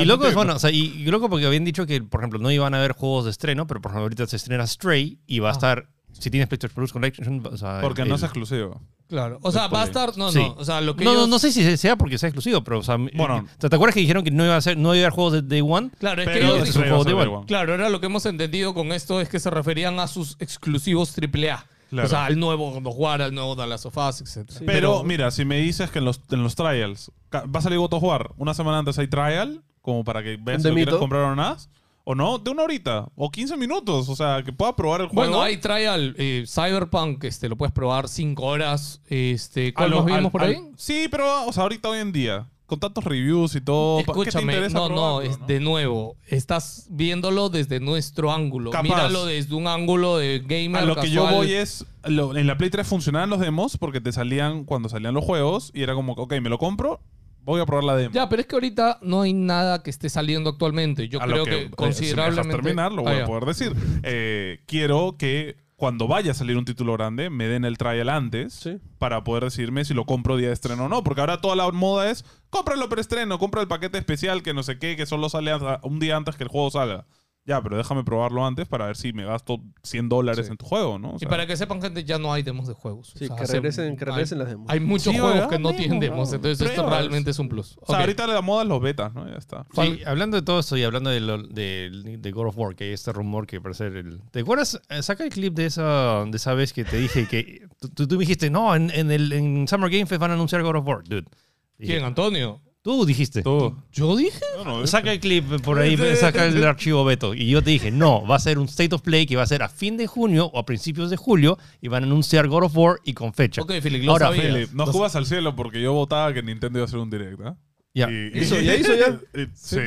[SPEAKER 4] Y loco es bueno, o sea, y, y loco porque habían dicho que, por ejemplo, no iban a haber juegos de estreno, pero por ejemplo, ahorita se estrena Stray y va a
[SPEAKER 3] Ah.
[SPEAKER 4] estar, si tienes PlayStation Plus Collection, o sea,
[SPEAKER 2] Porque
[SPEAKER 4] el-
[SPEAKER 2] no es exclusivo.
[SPEAKER 3] Claro. O sea,
[SPEAKER 2] Después
[SPEAKER 3] va a
[SPEAKER 2] de-
[SPEAKER 3] estar. No,
[SPEAKER 4] Sí.
[SPEAKER 3] no. O sea, lo que.
[SPEAKER 4] no, no,
[SPEAKER 3] ellos-
[SPEAKER 4] no sé si sea porque sea exclusivo, pero o sea,
[SPEAKER 2] Bueno.
[SPEAKER 4] eh, ¿te te acuerdas que dijeron que no iba a ser, no iba a haber juegos de Day One?
[SPEAKER 3] Claro, es que
[SPEAKER 2] Pero
[SPEAKER 3] ellos
[SPEAKER 4] es un
[SPEAKER 2] Stray
[SPEAKER 4] juego
[SPEAKER 2] va a ser
[SPEAKER 4] de
[SPEAKER 2] Day
[SPEAKER 4] igual.
[SPEAKER 2] One.
[SPEAKER 3] Claro, ahora lo que hemos entendido con esto es que se referían a sus exclusivos AAA.
[SPEAKER 2] Claro.
[SPEAKER 3] O sea, al nuevo God of War, al nuevo Dallas of Us, etc.
[SPEAKER 2] Pero, mira, si me dices que en los, en los trials ca- va a salir God of War, una semana antes hay trial, como para que veas
[SPEAKER 1] Un
[SPEAKER 2] si lo quieres
[SPEAKER 1] demito.
[SPEAKER 2] comprar o no, o no, de una horita o 15 minutos, o sea, que pueda probar el juego.
[SPEAKER 3] Bueno, ahí trae al eh, Cyberpunk, este, lo puedes probar 5 horas. Este,
[SPEAKER 2] A
[SPEAKER 3] ¿Cuál
[SPEAKER 2] lo-
[SPEAKER 3] más vimos
[SPEAKER 2] al-
[SPEAKER 3] por
[SPEAKER 2] al-
[SPEAKER 3] ahí?
[SPEAKER 2] Sí, pero o sea, ahorita hoy en día, con tantos reviews y todo, Oh, ¿pa- ¿qué te
[SPEAKER 3] Escúchame,
[SPEAKER 2] interesa
[SPEAKER 3] no, no,
[SPEAKER 2] probarlo,
[SPEAKER 3] es
[SPEAKER 2] no?
[SPEAKER 3] de nuevo, estás viéndolo desde nuestro ángulo.
[SPEAKER 2] Capaz.
[SPEAKER 3] Míralo desde un ángulo de gamer.
[SPEAKER 2] A lo que yo
[SPEAKER 3] casual.
[SPEAKER 2] voy es. lo- en la Play 3 funcionaban los demos porque te salían cuando salían los juegos y era como, ok, me lo compro, voy a probar la demo.
[SPEAKER 3] Ya, pero es que ahorita no hay nada que esté saliendo actualmente. Yo
[SPEAKER 2] a
[SPEAKER 3] creo
[SPEAKER 2] lo
[SPEAKER 3] que,
[SPEAKER 2] eh,
[SPEAKER 3] considerablemente.
[SPEAKER 2] Si me dejas terminar, lo
[SPEAKER 3] Ah,
[SPEAKER 2] voy a
[SPEAKER 3] ya.
[SPEAKER 2] poder decir. Eh, quiero que cuando vaya a salir un título grande, me den el trial antes
[SPEAKER 1] Sí.
[SPEAKER 2] para poder decirme si lo compro día de estreno o no. Porque ahora toda la moda es cómpralo preestreno, compra el paquete especial que no sé qué, que solo sale hasta un día antes que el juego salga. Ya, pero déjame probarlo antes para ver si me gasto 100 dólares
[SPEAKER 3] Sí.
[SPEAKER 2] en tu juego, ¿no? O
[SPEAKER 3] Y
[SPEAKER 2] sea,
[SPEAKER 3] para que sepan, gente, ya no hay demos de juegos.
[SPEAKER 1] Sí,
[SPEAKER 3] O sea,
[SPEAKER 1] que
[SPEAKER 3] hace-
[SPEAKER 1] regresen, que regresen
[SPEAKER 3] hay,
[SPEAKER 1] las demos.
[SPEAKER 3] hay muchos
[SPEAKER 2] Sí,
[SPEAKER 3] juegos
[SPEAKER 2] ¿verdad?
[SPEAKER 3] que no tienen
[SPEAKER 2] Demo,
[SPEAKER 3] demos,
[SPEAKER 2] ¿no?
[SPEAKER 3] entonces esto
[SPEAKER 2] Pruebas.
[SPEAKER 3] realmente es un plus.
[SPEAKER 2] O sea,
[SPEAKER 3] Ok.
[SPEAKER 2] ahorita la moda es los betas, ¿no? Ya está.
[SPEAKER 4] Sí, hablando de todo esto y hablando de, lo- de- de God of War, que hay este rumor que parece el... ¿Te acuerdas? Eh, Saca el clip de esa, de esa vez que te dije que... Tú, tú- tú me dijiste, no, en, en el, en Summer Game Fest van a anunciar God of War, dude. Dije,
[SPEAKER 3] ¿Quién, Antonio?
[SPEAKER 4] Tú dijiste.
[SPEAKER 3] ¿Yo dije?
[SPEAKER 2] Yo no, eh.
[SPEAKER 4] Saca el clip por ahí, saca el archivo Beto. Y yo te dije, no, va a ser un State of Play que va a ser a fin de junio o a principios de julio y van a anunciar God of War y con fecha.
[SPEAKER 3] Ok, Felic, lo
[SPEAKER 4] Ahora,
[SPEAKER 3] sabías.
[SPEAKER 2] Philip, no subas al cielo porque yo votaba que Nintendo iba a hacer un direct, ¿ah?
[SPEAKER 4] Ya.
[SPEAKER 2] Y-
[SPEAKER 1] Hizo ya, hizo ya. pues.
[SPEAKER 2] Y- Sí.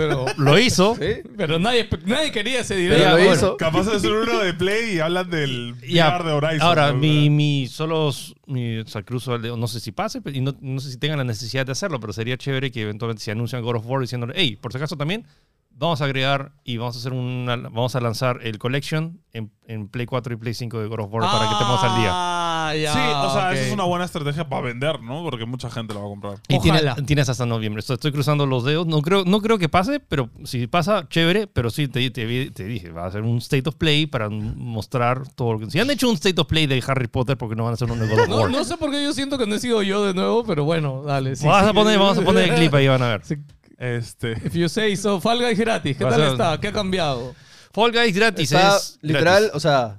[SPEAKER 3] Pero,
[SPEAKER 4] Lo hizo.
[SPEAKER 1] Sí.
[SPEAKER 3] pero nadie, nadie quería ese
[SPEAKER 1] Pero
[SPEAKER 3] video.
[SPEAKER 1] lo
[SPEAKER 4] bueno,
[SPEAKER 1] hizo.
[SPEAKER 2] Capaz de ser uno de Play y hablan del
[SPEAKER 4] Ya,
[SPEAKER 2] VR de Horizon.
[SPEAKER 4] Ahora,
[SPEAKER 2] ¿no?
[SPEAKER 4] mi, mi solo s- mi o sea, cruzo al dedo, no sé si pase pero- y no, no sé si tengan la necesidad de hacerlo, pero sería chévere que eventualmente si anuncian God of War diciéndole, hey, por si acaso también vamos a agregar y vamos a hacer una, vamos a lanzar el collection en, en Play 4 y Play 5 de God of War para que estemos al día.
[SPEAKER 3] Ah, ya.
[SPEAKER 2] Sí, o sea,
[SPEAKER 3] ok.
[SPEAKER 2] esa es una buena estrategia para vender, ¿no? Porque mucha gente la va a comprar.
[SPEAKER 4] Y tiene-
[SPEAKER 3] Ojalá.
[SPEAKER 4] tienes hasta noviembre. Estoy, estoy cruzando los dedos. No creo, no creo que pase, pero si pasa, chévere. Pero sí, te, te- te dije, va a ser un State of Play para mostrar todo lo que... Si han hecho un State of Play de Harry Potter, porque no van a hacer uno de God of
[SPEAKER 3] No,
[SPEAKER 4] War?
[SPEAKER 3] no sé por qué yo siento que no he sido yo de nuevo, pero bueno, dale. sí,
[SPEAKER 4] vamos,
[SPEAKER 3] sí.
[SPEAKER 4] a poner, vamos a poner el clip ahí, van a ver.
[SPEAKER 3] Sí.
[SPEAKER 2] Este.
[SPEAKER 3] If you say so, Fall Guys gratis. ¿Qué
[SPEAKER 4] Va a
[SPEAKER 3] tal
[SPEAKER 4] ser-
[SPEAKER 3] está? ¿Qué ha cambiado?
[SPEAKER 4] Fall Guys gratis
[SPEAKER 1] Está
[SPEAKER 4] es...
[SPEAKER 1] literal,
[SPEAKER 4] gratis.
[SPEAKER 1] o sea,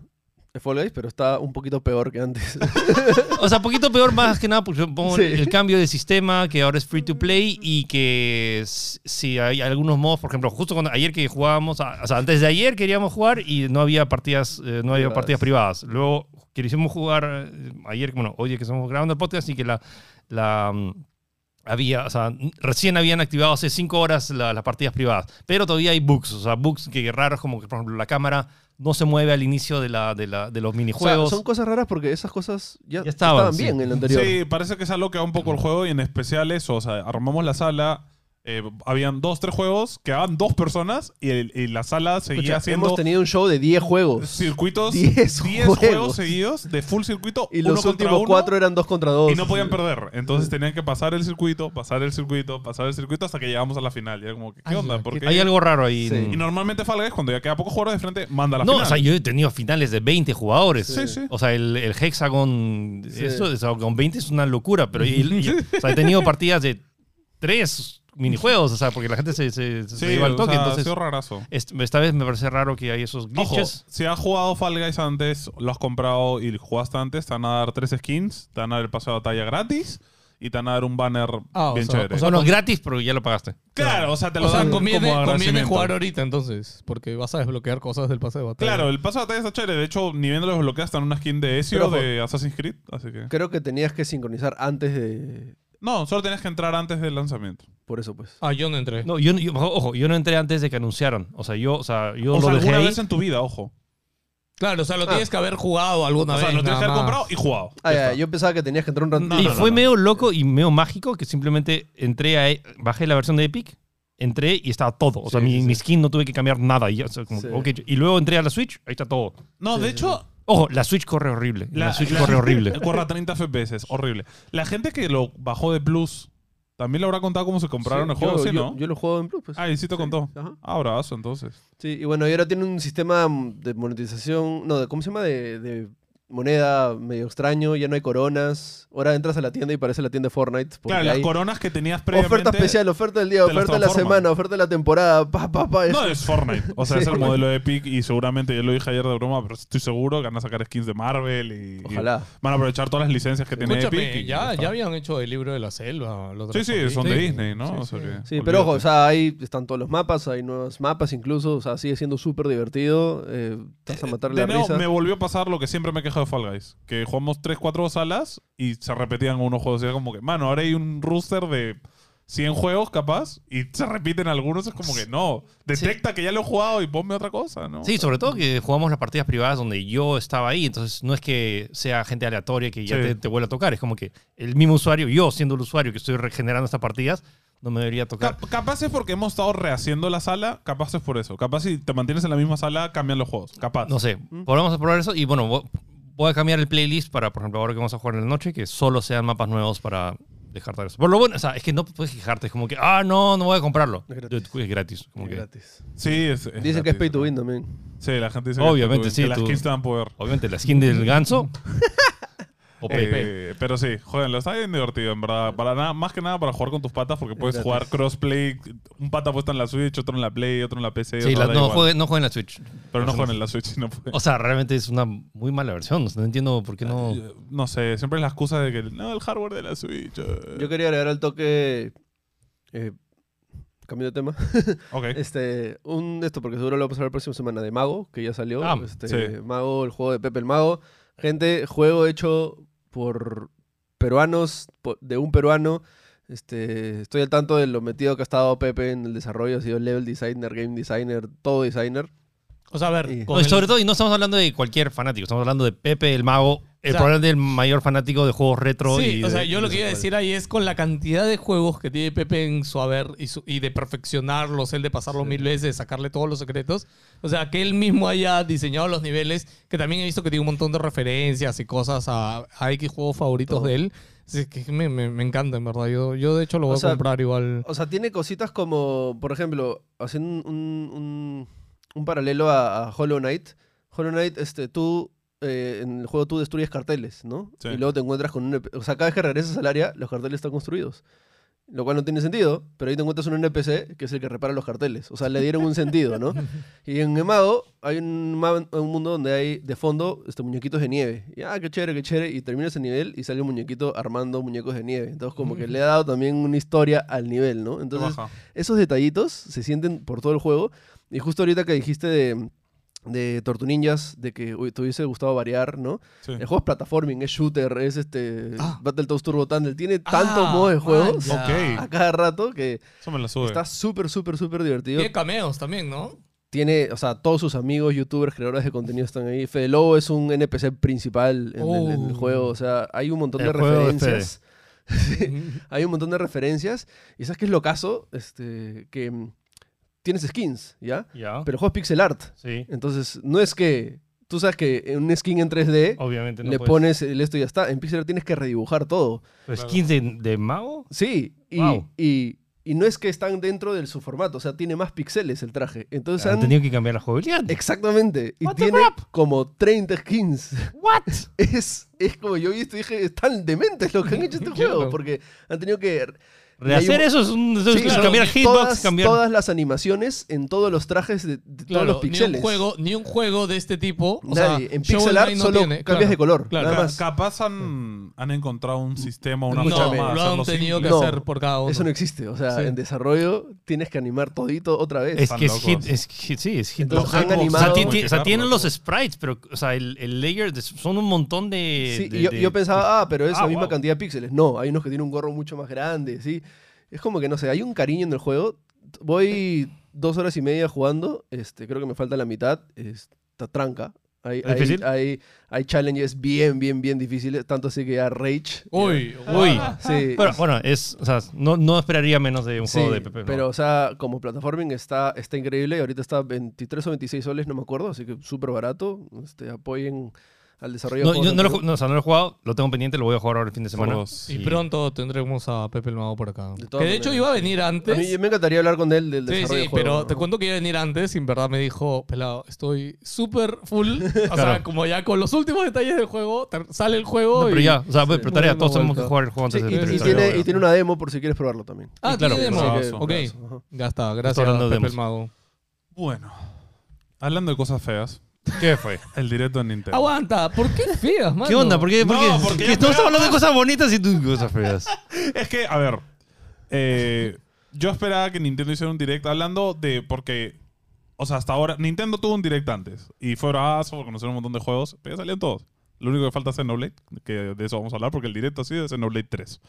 [SPEAKER 1] de Fall Guys, pero está un poquito peor que antes.
[SPEAKER 4] O sea, poquito peor más que nada porque supongo
[SPEAKER 1] Sí.
[SPEAKER 4] el cambio de sistema que ahora es free to play y que s- sí hay algunos modos, por ejemplo, justo cuando ayer que jugábamos, a- o sea, antes de ayer queríamos jugar y no había partidas, eh, no había
[SPEAKER 1] Privadas.
[SPEAKER 4] partidas privadas. Luego quisimos jugar eh, ayer, bueno, hoy es que estamos grabando el podcast y que la la mm, había, o sea, n- recién habían activado hace cinco horas la- las partidas privadas, pero todavía hay bugs, o sea, bugs que raros como que por ejemplo la cámara no se mueve al inicio de la de, la- de los
[SPEAKER 1] O sea,
[SPEAKER 4] minijuegos.
[SPEAKER 1] son cosas raras porque esas cosas ya,
[SPEAKER 4] Ya
[SPEAKER 1] estaban,
[SPEAKER 4] estaban, sí.
[SPEAKER 1] bien en el anterior.
[SPEAKER 2] Sí, parece que se ha loqueado un poco el juego y en especial eso. O sea, armamos la sala. eh, habían dos, tres juegos, quedaban dos personas y, el- y la sala seguía
[SPEAKER 1] Escucha,
[SPEAKER 2] haciendo
[SPEAKER 1] Hemos tenido un show de 10 juegos.
[SPEAKER 2] circuitos,
[SPEAKER 1] 10
[SPEAKER 2] 10
[SPEAKER 1] juegos.
[SPEAKER 2] juegos. seguidos de full circuito,
[SPEAKER 1] Y
[SPEAKER 2] uno
[SPEAKER 1] los
[SPEAKER 2] contra
[SPEAKER 1] últimos
[SPEAKER 2] uno,
[SPEAKER 1] cuatro eran dos contra dos.
[SPEAKER 2] y no podían perder. Entonces tenían que pasar el circuito, pasar el circuito, pasar el circuito hasta que llegamos a la final. Y era como, ¿qué, qué
[SPEAKER 3] Ay,
[SPEAKER 2] onda?
[SPEAKER 3] qué-
[SPEAKER 2] ¿Por qué?
[SPEAKER 4] Hay algo raro ahí. mm.
[SPEAKER 1] Sí.
[SPEAKER 4] en-
[SPEAKER 2] Y normalmente Fall Guys, cuando ya queda pocos jugadores de frente, manda a la
[SPEAKER 4] no,
[SPEAKER 2] final.
[SPEAKER 4] o sea, yo he tenido finales de 20 jugadores.
[SPEAKER 2] Sí, sí.
[SPEAKER 4] O sea, el, el Hexagon
[SPEAKER 1] Sí.
[SPEAKER 4] eso, o sea, con 20 es una locura, pero y- y- o sea, he tenido partidas de tres minijuegos, o sea, porque la gente se, se, se
[SPEAKER 2] sí,
[SPEAKER 4] iba al
[SPEAKER 2] o
[SPEAKER 4] toque,
[SPEAKER 2] sea, ha
[SPEAKER 4] entonces
[SPEAKER 2] sido rarazo.
[SPEAKER 4] est- esta vez me parece raro que hay esos
[SPEAKER 2] Ojo,
[SPEAKER 4] glitches.
[SPEAKER 2] si has jugado Fall Guys antes, lo has comprado y jugaste antes, te van a dar tres skins, te van a dar el paso de batalla gratis y te van a dar un banner
[SPEAKER 3] Ah, o
[SPEAKER 2] bien
[SPEAKER 3] sea,
[SPEAKER 2] chévere.
[SPEAKER 3] o sea,
[SPEAKER 4] No, no,
[SPEAKER 3] con-
[SPEAKER 4] es gratis, pero ya lo pagaste.
[SPEAKER 2] claro, o sea, te lo
[SPEAKER 3] O sea,
[SPEAKER 2] dan
[SPEAKER 3] conviene,
[SPEAKER 2] como
[SPEAKER 3] conviene
[SPEAKER 2] agradecimiento.
[SPEAKER 3] jugar ahorita entonces, porque vas a desbloquear cosas del pase de batalla.
[SPEAKER 2] Claro, el paso de batalla está chévere. De hecho, ni bien lo desbloqueas, está en una skin de Ezio
[SPEAKER 1] Pero, ojo.
[SPEAKER 2] de Assassin's Creed. Así que.
[SPEAKER 1] Creo que tenías que sincronizar antes de.
[SPEAKER 2] No, solo tenías que entrar antes del lanzamiento.
[SPEAKER 1] Por eso, pues.
[SPEAKER 3] Ah, yo no entré.
[SPEAKER 4] No, yo, no- yo- ojo, yo no entré antes de que anunciaran. O sea, yo, o sea, yo
[SPEAKER 2] O
[SPEAKER 4] lo
[SPEAKER 2] sea,
[SPEAKER 4] dejé
[SPEAKER 2] alguna
[SPEAKER 4] ahí.
[SPEAKER 2] vez en tu vida, ojo.
[SPEAKER 3] Claro, o sea, lo
[SPEAKER 1] Ah.
[SPEAKER 3] tienes que haber jugado alguna
[SPEAKER 2] O
[SPEAKER 3] vez.
[SPEAKER 2] sea, lo tienes
[SPEAKER 3] nada
[SPEAKER 2] que haber
[SPEAKER 3] más.
[SPEAKER 2] comprado y jugado.
[SPEAKER 1] Ah,
[SPEAKER 2] Ya
[SPEAKER 1] ya,
[SPEAKER 2] está.
[SPEAKER 1] yo pensaba que tenías que entrar un ratito.
[SPEAKER 2] No,
[SPEAKER 4] y
[SPEAKER 2] no,
[SPEAKER 4] fue
[SPEAKER 2] no.
[SPEAKER 4] medio loco y medio mágico que simplemente entré a. e, Bajé la versión de Epic, entré y estaba todo. O sea,
[SPEAKER 1] Sí, sí,
[SPEAKER 4] mi, mi
[SPEAKER 1] sí.
[SPEAKER 4] skin no tuve que cambiar nada. Y, ya, o sea, como,
[SPEAKER 1] Sí.
[SPEAKER 4] ok, y luego entré a la Switch, ahí está todo.
[SPEAKER 2] No, de hecho,
[SPEAKER 4] Ojo, la Switch corre horrible. La, Switch corre horrible.
[SPEAKER 2] Corre a 30 FPS, horrible. La gente que lo bajó de Plus, ¿también le habrá contado cómo se compraron
[SPEAKER 1] Sí,
[SPEAKER 2] el juego?
[SPEAKER 1] yo,
[SPEAKER 2] sí,
[SPEAKER 1] yo-
[SPEAKER 2] ¿no?
[SPEAKER 1] yo lo juego en Plus, pues.
[SPEAKER 2] ah, y sí te contó.
[SPEAKER 1] Ajá.
[SPEAKER 2] Ah, bravazo, entonces.
[SPEAKER 1] Sí, y bueno, y ahora tiene un sistema mm, de monetización, no, de, ¿cómo se llama? De, de moneda medio extraño, ya no hay coronas. Ahora entras a la tienda y parece la tienda de Fortnite. porque
[SPEAKER 2] Claro, las
[SPEAKER 1] hay
[SPEAKER 2] coronas que tenías previamente...
[SPEAKER 1] oferta especial, oferta del día,
[SPEAKER 2] te las
[SPEAKER 1] oferta de la
[SPEAKER 2] transforman.
[SPEAKER 1] semana, oferta de la temporada, pa, pa, pa.
[SPEAKER 2] No, es Fortnite. O sea, es el
[SPEAKER 1] Sí.
[SPEAKER 2] modelo de Epic y seguramente, yo lo dije ayer de broma, pero estoy seguro que van a sacar skins de Marvel y... y
[SPEAKER 1] Ojalá.
[SPEAKER 2] van a aprovechar todas las licencias que tiene
[SPEAKER 3] Escúchame,
[SPEAKER 2] Epic. y
[SPEAKER 3] ya,
[SPEAKER 2] está.
[SPEAKER 3] ya habían hecho el libro de la selva. lo
[SPEAKER 2] Sí, sí, son de
[SPEAKER 3] transformiste.
[SPEAKER 2] Disney, ¿no?
[SPEAKER 3] Sí,
[SPEAKER 2] O sea
[SPEAKER 3] sí.
[SPEAKER 2] que-
[SPEAKER 1] Sí, pero ojo, o
[SPEAKER 2] olvídate.
[SPEAKER 1] sea, ahí están todos los mapas, hay nuevos mapas incluso, o sea, sigue siendo súper divertido, eh, te vas a matar
[SPEAKER 2] De
[SPEAKER 1] la
[SPEAKER 2] nuevo,
[SPEAKER 1] risa.
[SPEAKER 2] me volvió a pasar lo que siempre me he quejado de Fall Guys. Que jugamos 3, 4 salas y se repetían unos juegos. Y era como que, mano, ahora hay un roster de 100 juegos, capaz, y se repiten algunos. Es como que, no, detecta que ya lo he jugado y ponme otra cosa, ¿no?
[SPEAKER 4] Sí, sobre todo que jugamos las partidas privadas donde yo estaba ahí, entonces no es que sea gente aleatoria que ya
[SPEAKER 2] Sí.
[SPEAKER 4] te, te vuelva a tocar, es como que el mismo usuario, yo siendo el usuario que estoy regenerando estas partidas, no me debería tocar.
[SPEAKER 2] Cap- capaz es porque hemos estado rehaciendo la sala, capaz es por eso. Capaz si te mantienes en la misma sala, cambian los juegos. Capaz.
[SPEAKER 4] No sé, vamos a probar eso y bueno, vo- voy a cambiar el playlist para, por ejemplo, ahora que vamos a jugar en la noche, que solo sean mapas nuevos para dejarte eso. Pero lo bueno, o sea, es que no puedes quejarte, es como que, ah, no, no voy a comprarlo.
[SPEAKER 1] Es
[SPEAKER 4] Es
[SPEAKER 1] gratis.
[SPEAKER 4] gratis. Es gratis, como que-
[SPEAKER 1] Gratis.
[SPEAKER 2] Sí, es,
[SPEAKER 1] Dicen que es pay to win
[SPEAKER 2] window
[SPEAKER 1] también.
[SPEAKER 2] Sí, la gente dice
[SPEAKER 4] Obviamente,
[SPEAKER 2] que es pay to win,
[SPEAKER 4] sí,
[SPEAKER 2] que las
[SPEAKER 4] tú-
[SPEAKER 2] skins te dan poder.
[SPEAKER 4] Obviamente, la skin del ganso. o
[SPEAKER 2] Eh,
[SPEAKER 4] PayPay.
[SPEAKER 2] pero sí, jodenlo, está bien divertido, en verdad. Para nada, más que nada para jugar con tus patas, porque puedes
[SPEAKER 1] gratis.
[SPEAKER 2] jugar crossplay, un pata puesto en la Switch, otro en la Play, otro en la
[SPEAKER 3] Eh,
[SPEAKER 2] PC.
[SPEAKER 4] Sí,
[SPEAKER 2] otro
[SPEAKER 4] la-
[SPEAKER 2] da
[SPEAKER 4] no,
[SPEAKER 2] igual.
[SPEAKER 4] jueguen, no jueguen la Switch.
[SPEAKER 2] Pero no juegan en la Switch, no pueden.
[SPEAKER 4] O sea, realmente es una muy mala versión. o sea, no entiendo por qué no.
[SPEAKER 2] No sé, siempre es la excusa de que no, el hardware de la Switch. eh.
[SPEAKER 1] Yo quería agregar al toque, eh, cambio de tema,
[SPEAKER 2] Ok.
[SPEAKER 1] Este, un esto, porque seguro lo vamos a ver la próxima semana, de Mago, que ya salió.
[SPEAKER 4] Ah,
[SPEAKER 1] este,
[SPEAKER 2] sí.
[SPEAKER 1] Mago, el juego de Pepe el Mago. Gente, juego hecho por peruanos, po- de un peruano. Este, estoy al tanto de lo metido que ha estado Pepe en el desarrollo. Ha sido level designer, game designer, todo designer.
[SPEAKER 3] O sea, a ver,
[SPEAKER 1] Sí.
[SPEAKER 3] con
[SPEAKER 4] No, y
[SPEAKER 3] el-
[SPEAKER 4] sobre todo, y no estamos hablando de cualquier fanático, estamos hablando de Pepe el Mago, el
[SPEAKER 3] O sea-
[SPEAKER 4] probablemente el mayor fanático de juegos retro.
[SPEAKER 3] Sí,
[SPEAKER 4] y
[SPEAKER 3] o
[SPEAKER 4] de-
[SPEAKER 3] sea, yo lo que iba a decir ahí es con la cantidad de juegos que tiene Pepe en su haber y, su- y de perfeccionarlos, el de pasarlos mil veces, de sacarle todos los secretos. O sea, que él mismo haya diseñado los niveles, que también he visto que tiene un montón de referencias y cosas a, a X juegos favoritos de él. Así que me, me- me encanta, en verdad. Yo, yo de hecho lo
[SPEAKER 1] O
[SPEAKER 3] voy
[SPEAKER 1] sea,
[SPEAKER 3] a comprar igual.
[SPEAKER 1] O sea, tiene cositas como, por ejemplo, haciendo un, un- un paralelo a, a Hollow Knight. Hollow Knight, este, tú, eh, en el juego tú destruyes carteles, ¿no?
[SPEAKER 2] Sí.
[SPEAKER 1] Y luego te encuentras con un... O sea, cada vez que regresas al área, los carteles están construidos. lo cual no tiene sentido, pero ahí te encuentras un NPC que es el que repara los carteles. O sea, le dieron un sentido, ¿no? Y en Emago hay un, ma- un mundo donde hay de fondo este, muñequitos de nieve. Y ah, qué chévere, qué chévere. Y terminas el nivel y sale un muñequito armando muñecos de nieve. Entonces, como que le ha dado también una historia al nivel, ¿no? Entonces,
[SPEAKER 2] Baja.
[SPEAKER 1] esos detallitos se sienten por todo el juego. Y justo ahorita que dijiste de, de Tortu Ninjas, de que uy, te hubiese gustado variar, ¿no?
[SPEAKER 2] Sí.
[SPEAKER 1] El juego es platforming, es shooter, es este
[SPEAKER 3] Ah.
[SPEAKER 1] Battletoads Turbo Thunder. Tiene
[SPEAKER 3] Ah,
[SPEAKER 1] tantos modos de juegos
[SPEAKER 3] man, ya.
[SPEAKER 1] a cada rato que
[SPEAKER 2] Eso me lo sube.
[SPEAKER 1] está súper, súper, súper divertido.
[SPEAKER 3] Tiene cameos también, ¿no?
[SPEAKER 1] Tiene, o sea, todos sus amigos, youtubers, creadores de contenido están ahí. Fede Lobo es un NPC principal en, el, en el
[SPEAKER 3] Oh.
[SPEAKER 1] juego. O sea, hay un montón
[SPEAKER 4] El
[SPEAKER 1] de
[SPEAKER 4] juego de
[SPEAKER 1] referencias. hay un montón de referencias. ¿Y sabes qué es lo caso? Este, que mm, tienes skins, ¿ya?
[SPEAKER 4] Ya.
[SPEAKER 1] Pero el juego es pixel art.
[SPEAKER 4] Sí,
[SPEAKER 1] Entonces, no es que. Tú sabes que un skin en 3D
[SPEAKER 4] obviamente. No
[SPEAKER 1] le
[SPEAKER 4] puedes-
[SPEAKER 1] pones el esto y ya está. En pixel art tienes que redibujar todo.
[SPEAKER 4] ¿Pero ¿Skins de, de mago?
[SPEAKER 1] Sí, y,
[SPEAKER 4] Wow.
[SPEAKER 1] y, y no es que están dentro de su formato. O sea, tiene más píxeles el traje. Entonces
[SPEAKER 4] Han
[SPEAKER 1] han-
[SPEAKER 4] tenido que cambiar la jugabilidad.
[SPEAKER 1] Exactamente. Y
[SPEAKER 4] What the
[SPEAKER 1] tiene
[SPEAKER 4] crap?
[SPEAKER 1] como 30 skins.
[SPEAKER 4] ¿What?
[SPEAKER 1] Es, es como yo vi esto y dije, están dementes lo que han hecho este juego.
[SPEAKER 3] Claro.
[SPEAKER 1] Porque han tenido que
[SPEAKER 4] Rehacer
[SPEAKER 1] Y hay un-
[SPEAKER 4] eso es, un, eso es
[SPEAKER 1] Sí, claro.
[SPEAKER 4] cambiar hitbox,
[SPEAKER 1] todas,
[SPEAKER 4] cambiar.
[SPEAKER 1] todas las animaciones en todos los trajes de, de
[SPEAKER 3] Claro,
[SPEAKER 1] todos los
[SPEAKER 3] Ni
[SPEAKER 1] píxeles.
[SPEAKER 3] un juego, ni un juego de este tipo. o sea,
[SPEAKER 1] Nadie. en
[SPEAKER 3] Shovel
[SPEAKER 1] pixel art
[SPEAKER 3] Knight no
[SPEAKER 1] solo
[SPEAKER 3] tiene,
[SPEAKER 1] cambias
[SPEAKER 3] claro.
[SPEAKER 1] de color.
[SPEAKER 3] Claro.
[SPEAKER 1] nada
[SPEAKER 2] Ca-
[SPEAKER 1] más.
[SPEAKER 2] Capaz han, han encontrado un sistema, una
[SPEAKER 3] No,
[SPEAKER 1] Escúchame,
[SPEAKER 2] forma de
[SPEAKER 3] lo han
[SPEAKER 2] hacerlo
[SPEAKER 3] tenido que
[SPEAKER 2] simple.
[SPEAKER 1] No,
[SPEAKER 3] hacer por cada uno.
[SPEAKER 1] Eso no existe. O sea,
[SPEAKER 3] Sí.
[SPEAKER 1] en desarrollo tienes que animar todito otra vez.
[SPEAKER 4] Es que es,
[SPEAKER 2] Están locos.
[SPEAKER 4] hit, es hit- sí, es
[SPEAKER 1] Entonces,
[SPEAKER 4] hitbox.
[SPEAKER 1] han
[SPEAKER 4] O sea,
[SPEAKER 1] animado-
[SPEAKER 4] ti- ti- o sea,
[SPEAKER 2] Modificarlo, ¿no?
[SPEAKER 4] tienen los sprites, pero o sea, el, el layer de- son un montón de.
[SPEAKER 1] Sí,
[SPEAKER 4] de-
[SPEAKER 1] y yo,
[SPEAKER 4] de-
[SPEAKER 1] yo pensaba, ah, pero es
[SPEAKER 4] Ah,
[SPEAKER 1] la misma
[SPEAKER 4] wow.
[SPEAKER 1] cantidad de píxeles. No, hay unos que tienen un gorro mucho más grande, sí. Es como que, no sé, hay un cariño en el juego. Voy dos horas y media jugando, este, creo que me falta la mitad. Está tranca. Hay,
[SPEAKER 4] ¿Es
[SPEAKER 1] hay,
[SPEAKER 4] difícil?
[SPEAKER 1] hay, hay challenges bien, bien, bien difíciles, tanto así que ya Rage.
[SPEAKER 3] Uy,
[SPEAKER 4] Uy.
[SPEAKER 1] ah, Sí,
[SPEAKER 4] Pero Ah, bueno, es, o sea, no, no esperaría menos de un
[SPEAKER 1] sí,
[SPEAKER 4] juego de PP. ¿no?
[SPEAKER 1] pero o sea, como platforming está, está increíble. Ahorita está 23 o 26 soles, no me acuerdo, así que súper barato. Este, apoyen al desarrollo. de
[SPEAKER 4] No,
[SPEAKER 1] juegos
[SPEAKER 4] yo
[SPEAKER 1] en
[SPEAKER 4] no lo,
[SPEAKER 1] Perú.
[SPEAKER 4] ju- no, o sea, no lo he jugado, lo tengo pendiente, lo voy a jugar ahora el fin de
[SPEAKER 2] Por
[SPEAKER 4] semana.
[SPEAKER 2] dos.
[SPEAKER 3] Y pronto tendremos a Pepe el Mago por acá.
[SPEAKER 1] De todas
[SPEAKER 3] que de hecho
[SPEAKER 1] maneras.
[SPEAKER 3] iba a venir
[SPEAKER 1] A mí
[SPEAKER 3] antes.
[SPEAKER 1] me encantaría hablar con él del
[SPEAKER 3] Sí,
[SPEAKER 1] desarrollo
[SPEAKER 3] sí,
[SPEAKER 1] del juego,
[SPEAKER 3] pero
[SPEAKER 1] ¿no?
[SPEAKER 3] te cuento que iba a venir antes y en verdad me dijo, pelado, estoy súper full. O sea,
[SPEAKER 4] Claro.
[SPEAKER 3] como ya con los últimos detalles del juego, ter- sale el juego
[SPEAKER 4] No, pero
[SPEAKER 3] y...
[SPEAKER 4] ya, o sea,
[SPEAKER 3] Sí.
[SPEAKER 4] pero tarea,
[SPEAKER 3] Bueno,
[SPEAKER 4] todos tenemos que
[SPEAKER 3] vuelta.
[SPEAKER 4] jugar el juego
[SPEAKER 1] Sí,
[SPEAKER 4] antes
[SPEAKER 1] y-
[SPEAKER 4] del
[SPEAKER 1] y,
[SPEAKER 4] episodio,
[SPEAKER 1] tiene,
[SPEAKER 4] obvio.
[SPEAKER 1] y tiene una demo por si quieres probarlo también.
[SPEAKER 3] Ah,
[SPEAKER 4] claro,
[SPEAKER 3] tiene demo.
[SPEAKER 2] sí,
[SPEAKER 3] ok,
[SPEAKER 2] que-
[SPEAKER 3] ya está. Gracias,
[SPEAKER 4] hablando de
[SPEAKER 3] Pepe el
[SPEAKER 4] demos.
[SPEAKER 3] Mago.
[SPEAKER 2] Bueno, hablando de cosas feas,
[SPEAKER 4] ¿Qué fue?
[SPEAKER 2] el directo en
[SPEAKER 1] Ah,
[SPEAKER 2] Nintendo.
[SPEAKER 3] Aguanta, ¿por qué feas, mano?
[SPEAKER 4] ¿Qué onda? ¿Por qué? ¿Por
[SPEAKER 2] No,
[SPEAKER 4] qué?
[SPEAKER 2] porque
[SPEAKER 4] que
[SPEAKER 2] yo
[SPEAKER 4] estamos
[SPEAKER 2] creo-
[SPEAKER 4] hablando de cosas bonitas y tú cosas feas.
[SPEAKER 2] Es que, a ver, eh, yo esperaba que Nintendo hiciera un direct hablando de. Porque, o sea, hasta ahora. Nintendo tuvo un direct antes y fue bravazo por conocer un montón de juegos, pero ya salieron todos. Lo único que falta es Xenoblade, que de eso vamos a hablar, porque el directo ha sido de Xenoblade 3.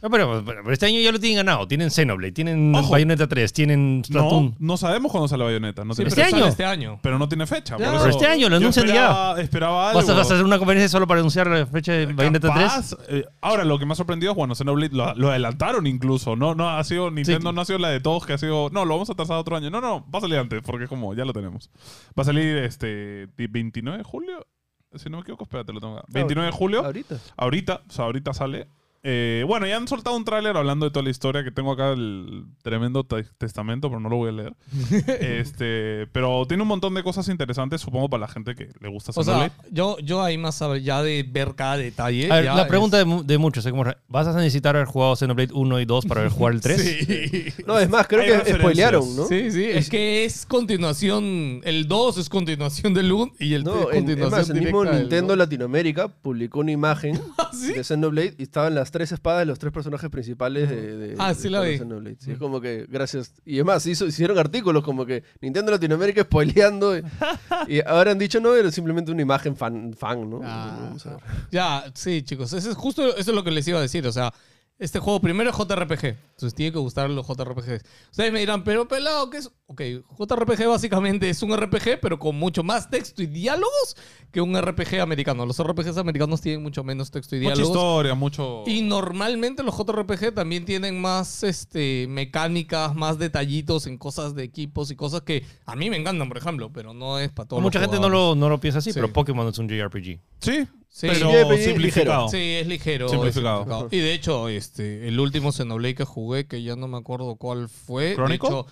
[SPEAKER 4] No, pero, pero- pero este año ya lo tienen ganado. Tienen Xenoblade, tienen
[SPEAKER 2] Ojo.
[SPEAKER 4] Bayonetta 3, tienen
[SPEAKER 2] No,
[SPEAKER 4] Splatoon.
[SPEAKER 2] no sabemos cuándo sale Bayonetta. No
[SPEAKER 3] Sí,
[SPEAKER 2] tiene
[SPEAKER 3] pero
[SPEAKER 4] ¿Este
[SPEAKER 2] fecha.
[SPEAKER 3] sale
[SPEAKER 4] año?
[SPEAKER 3] Este año.
[SPEAKER 2] Pero no tiene fecha. por
[SPEAKER 3] Pero
[SPEAKER 2] eso
[SPEAKER 4] este año
[SPEAKER 2] yo
[SPEAKER 4] lo anuncian ya.
[SPEAKER 2] esperaba, Esperaba algo.
[SPEAKER 4] ¿Vas, a, vas a hacer una conferencia solo para anunciar la fecha de Bayonetta 3?
[SPEAKER 2] Capaz, eh, ahora, lo que me ha sorprendido es, bueno, Xenoblade lo, lo adelantaron incluso. No, no ha sido Nintendo,
[SPEAKER 4] Sí.
[SPEAKER 2] no ha sido la de todos que ha sido. No, lo vamos a atrasar a otro año. No, no, va a salir antes, porque es como, ya lo tenemos. Va a salir este di- 29 de julio. Si no me equivoco, espérate, lo tengo acá. 29 de julio.
[SPEAKER 1] Ahorita.
[SPEAKER 2] Ahorita, o sea, ahorita sale. Eh, bueno, ya han soltado un tráiler hablando de toda la historia que tengo acá el tremendo te- testamento, pero no lo voy a leer. este, pero tiene un montón de cosas interesantes, supongo, para la gente que le gusta
[SPEAKER 3] O
[SPEAKER 2] Xenoblade.
[SPEAKER 3] sea, yo, yo ahí más sab- ya de ver cada detalle.
[SPEAKER 4] A ver,
[SPEAKER 3] ya
[SPEAKER 4] la
[SPEAKER 3] es-
[SPEAKER 4] pregunta de, mu- de muchos es como, ¿vas a necesitar haber jugado Xenoblade 1 y 2 para haber jugado el 3?
[SPEAKER 2] Sí.
[SPEAKER 1] No, es más, creo
[SPEAKER 2] Hay
[SPEAKER 1] que
[SPEAKER 2] referencias.
[SPEAKER 1] spoilearon, ¿no?
[SPEAKER 3] Sí, sí, es que es continuación. El 2 es continuación del 1 y el 3
[SPEAKER 1] No,
[SPEAKER 3] es
[SPEAKER 1] en-
[SPEAKER 3] continuación
[SPEAKER 1] es más, el mismo
[SPEAKER 3] directa del
[SPEAKER 1] Nintendo
[SPEAKER 3] dos.
[SPEAKER 1] Latinoamérica publicó una imagen
[SPEAKER 3] ¿Ah, sí?
[SPEAKER 1] de Xenoblade y estaban las tres espadas de los tres personajes principales de, de-
[SPEAKER 3] Ah,
[SPEAKER 1] de
[SPEAKER 3] sí la
[SPEAKER 1] todo
[SPEAKER 3] vi.
[SPEAKER 1] Xenoblade. Sí, es como que, gracias. Y es más, hizo- hicieron artículos como que Nintendo Latinoamérica spoileando. y, y ahora han dicho, no, era simplemente una imagen fan, fan ¿no?
[SPEAKER 3] Ah.
[SPEAKER 1] Vamos a ver.
[SPEAKER 3] Ya, sí, chicos. Eso es justo eso es lo que les iba a decir. O sea, este juego primero es JRPG. Entonces tiene que gustar los JRPGs. Ustedes me dirán, pero pelado, ¿qué es? Ok, JRPG básicamente es un RPG, pero con mucho más texto y diálogos que un RPG americano. Los RPGs americanos tienen mucho menos texto y
[SPEAKER 2] Mucha
[SPEAKER 3] diálogos.
[SPEAKER 2] historia, mucho.
[SPEAKER 3] Y normalmente los JRPG también tienen más este, mecánicas, más detallitos en cosas de equipos y cosas que a mí me encantan, por ejemplo, pero no es para todos.
[SPEAKER 4] Mucha
[SPEAKER 3] los
[SPEAKER 4] gente no
[SPEAKER 3] jugadores.
[SPEAKER 4] lo, no lo piensa así,
[SPEAKER 3] Sí.
[SPEAKER 4] pero Pokémon es un JRPG.
[SPEAKER 2] Sí,
[SPEAKER 3] Sí.
[SPEAKER 2] pero
[SPEAKER 1] Sí, sí,
[SPEAKER 2] simplificado.
[SPEAKER 3] Sí, es ligero. es
[SPEAKER 2] Simplificado.
[SPEAKER 3] simplificado. Y de hecho, este, el último Xenoblade que jugué, que ya no me acuerdo cuál fue.
[SPEAKER 2] ¿Chronicle?
[SPEAKER 3] De hecho,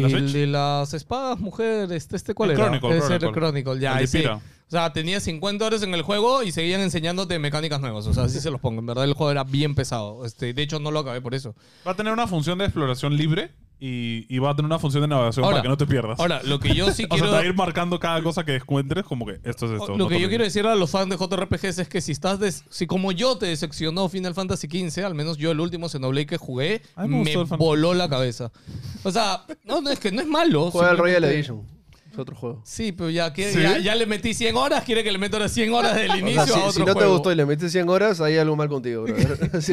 [SPEAKER 2] la
[SPEAKER 3] el
[SPEAKER 2] Switch?
[SPEAKER 3] de las espadas mujeres, este, este cuál
[SPEAKER 2] El
[SPEAKER 3] era?
[SPEAKER 2] Chronicle,
[SPEAKER 3] Ese era el
[SPEAKER 2] Chronicle.
[SPEAKER 3] Chronicle, ya.
[SPEAKER 2] El de
[SPEAKER 3] ese.
[SPEAKER 2] Pira.
[SPEAKER 3] O sea, tenía 50 horas en el juego y seguían enseñándote mecánicas nuevas. O sea, así se los pongo. En verdad, el juego era bien pesado. Este, de hecho, no lo acabé por eso.
[SPEAKER 2] Va a tener una función de exploración libre y, y va a tener una función de navegación
[SPEAKER 3] Ahora-
[SPEAKER 2] para que no te pierdas.
[SPEAKER 3] Ahora, lo que yo sí
[SPEAKER 2] o sea,
[SPEAKER 3] quiero...
[SPEAKER 2] te va a ir marcando cada cosa que encuentres como que esto es esto. no
[SPEAKER 3] Lo que
[SPEAKER 2] te
[SPEAKER 3] yo
[SPEAKER 2] olvides.
[SPEAKER 3] quiero decir a los fans de JRPGs es que si estás... des- si como yo te decepcionó Final Fantasy XV, al menos yo el último Xenoblade que jugué,
[SPEAKER 2] A mí me
[SPEAKER 3] me
[SPEAKER 2] gustó el fan-
[SPEAKER 3] voló la cabeza. O sea, no, no, es que no es malo.
[SPEAKER 1] Juega el Royal
[SPEAKER 3] simplemente-
[SPEAKER 1] Edition. Es otro juego.
[SPEAKER 3] Sí, pero ya, quiere-
[SPEAKER 2] ¿Sí?
[SPEAKER 3] ya, ya le metí 100 horas, quiere que le meta ahora 100 horas del
[SPEAKER 1] O sea,
[SPEAKER 3] inicio
[SPEAKER 1] si,
[SPEAKER 3] a otro
[SPEAKER 1] si no te
[SPEAKER 3] juego.
[SPEAKER 1] gustó y le metes 100 horas, hay algo mal contigo, bro. sí,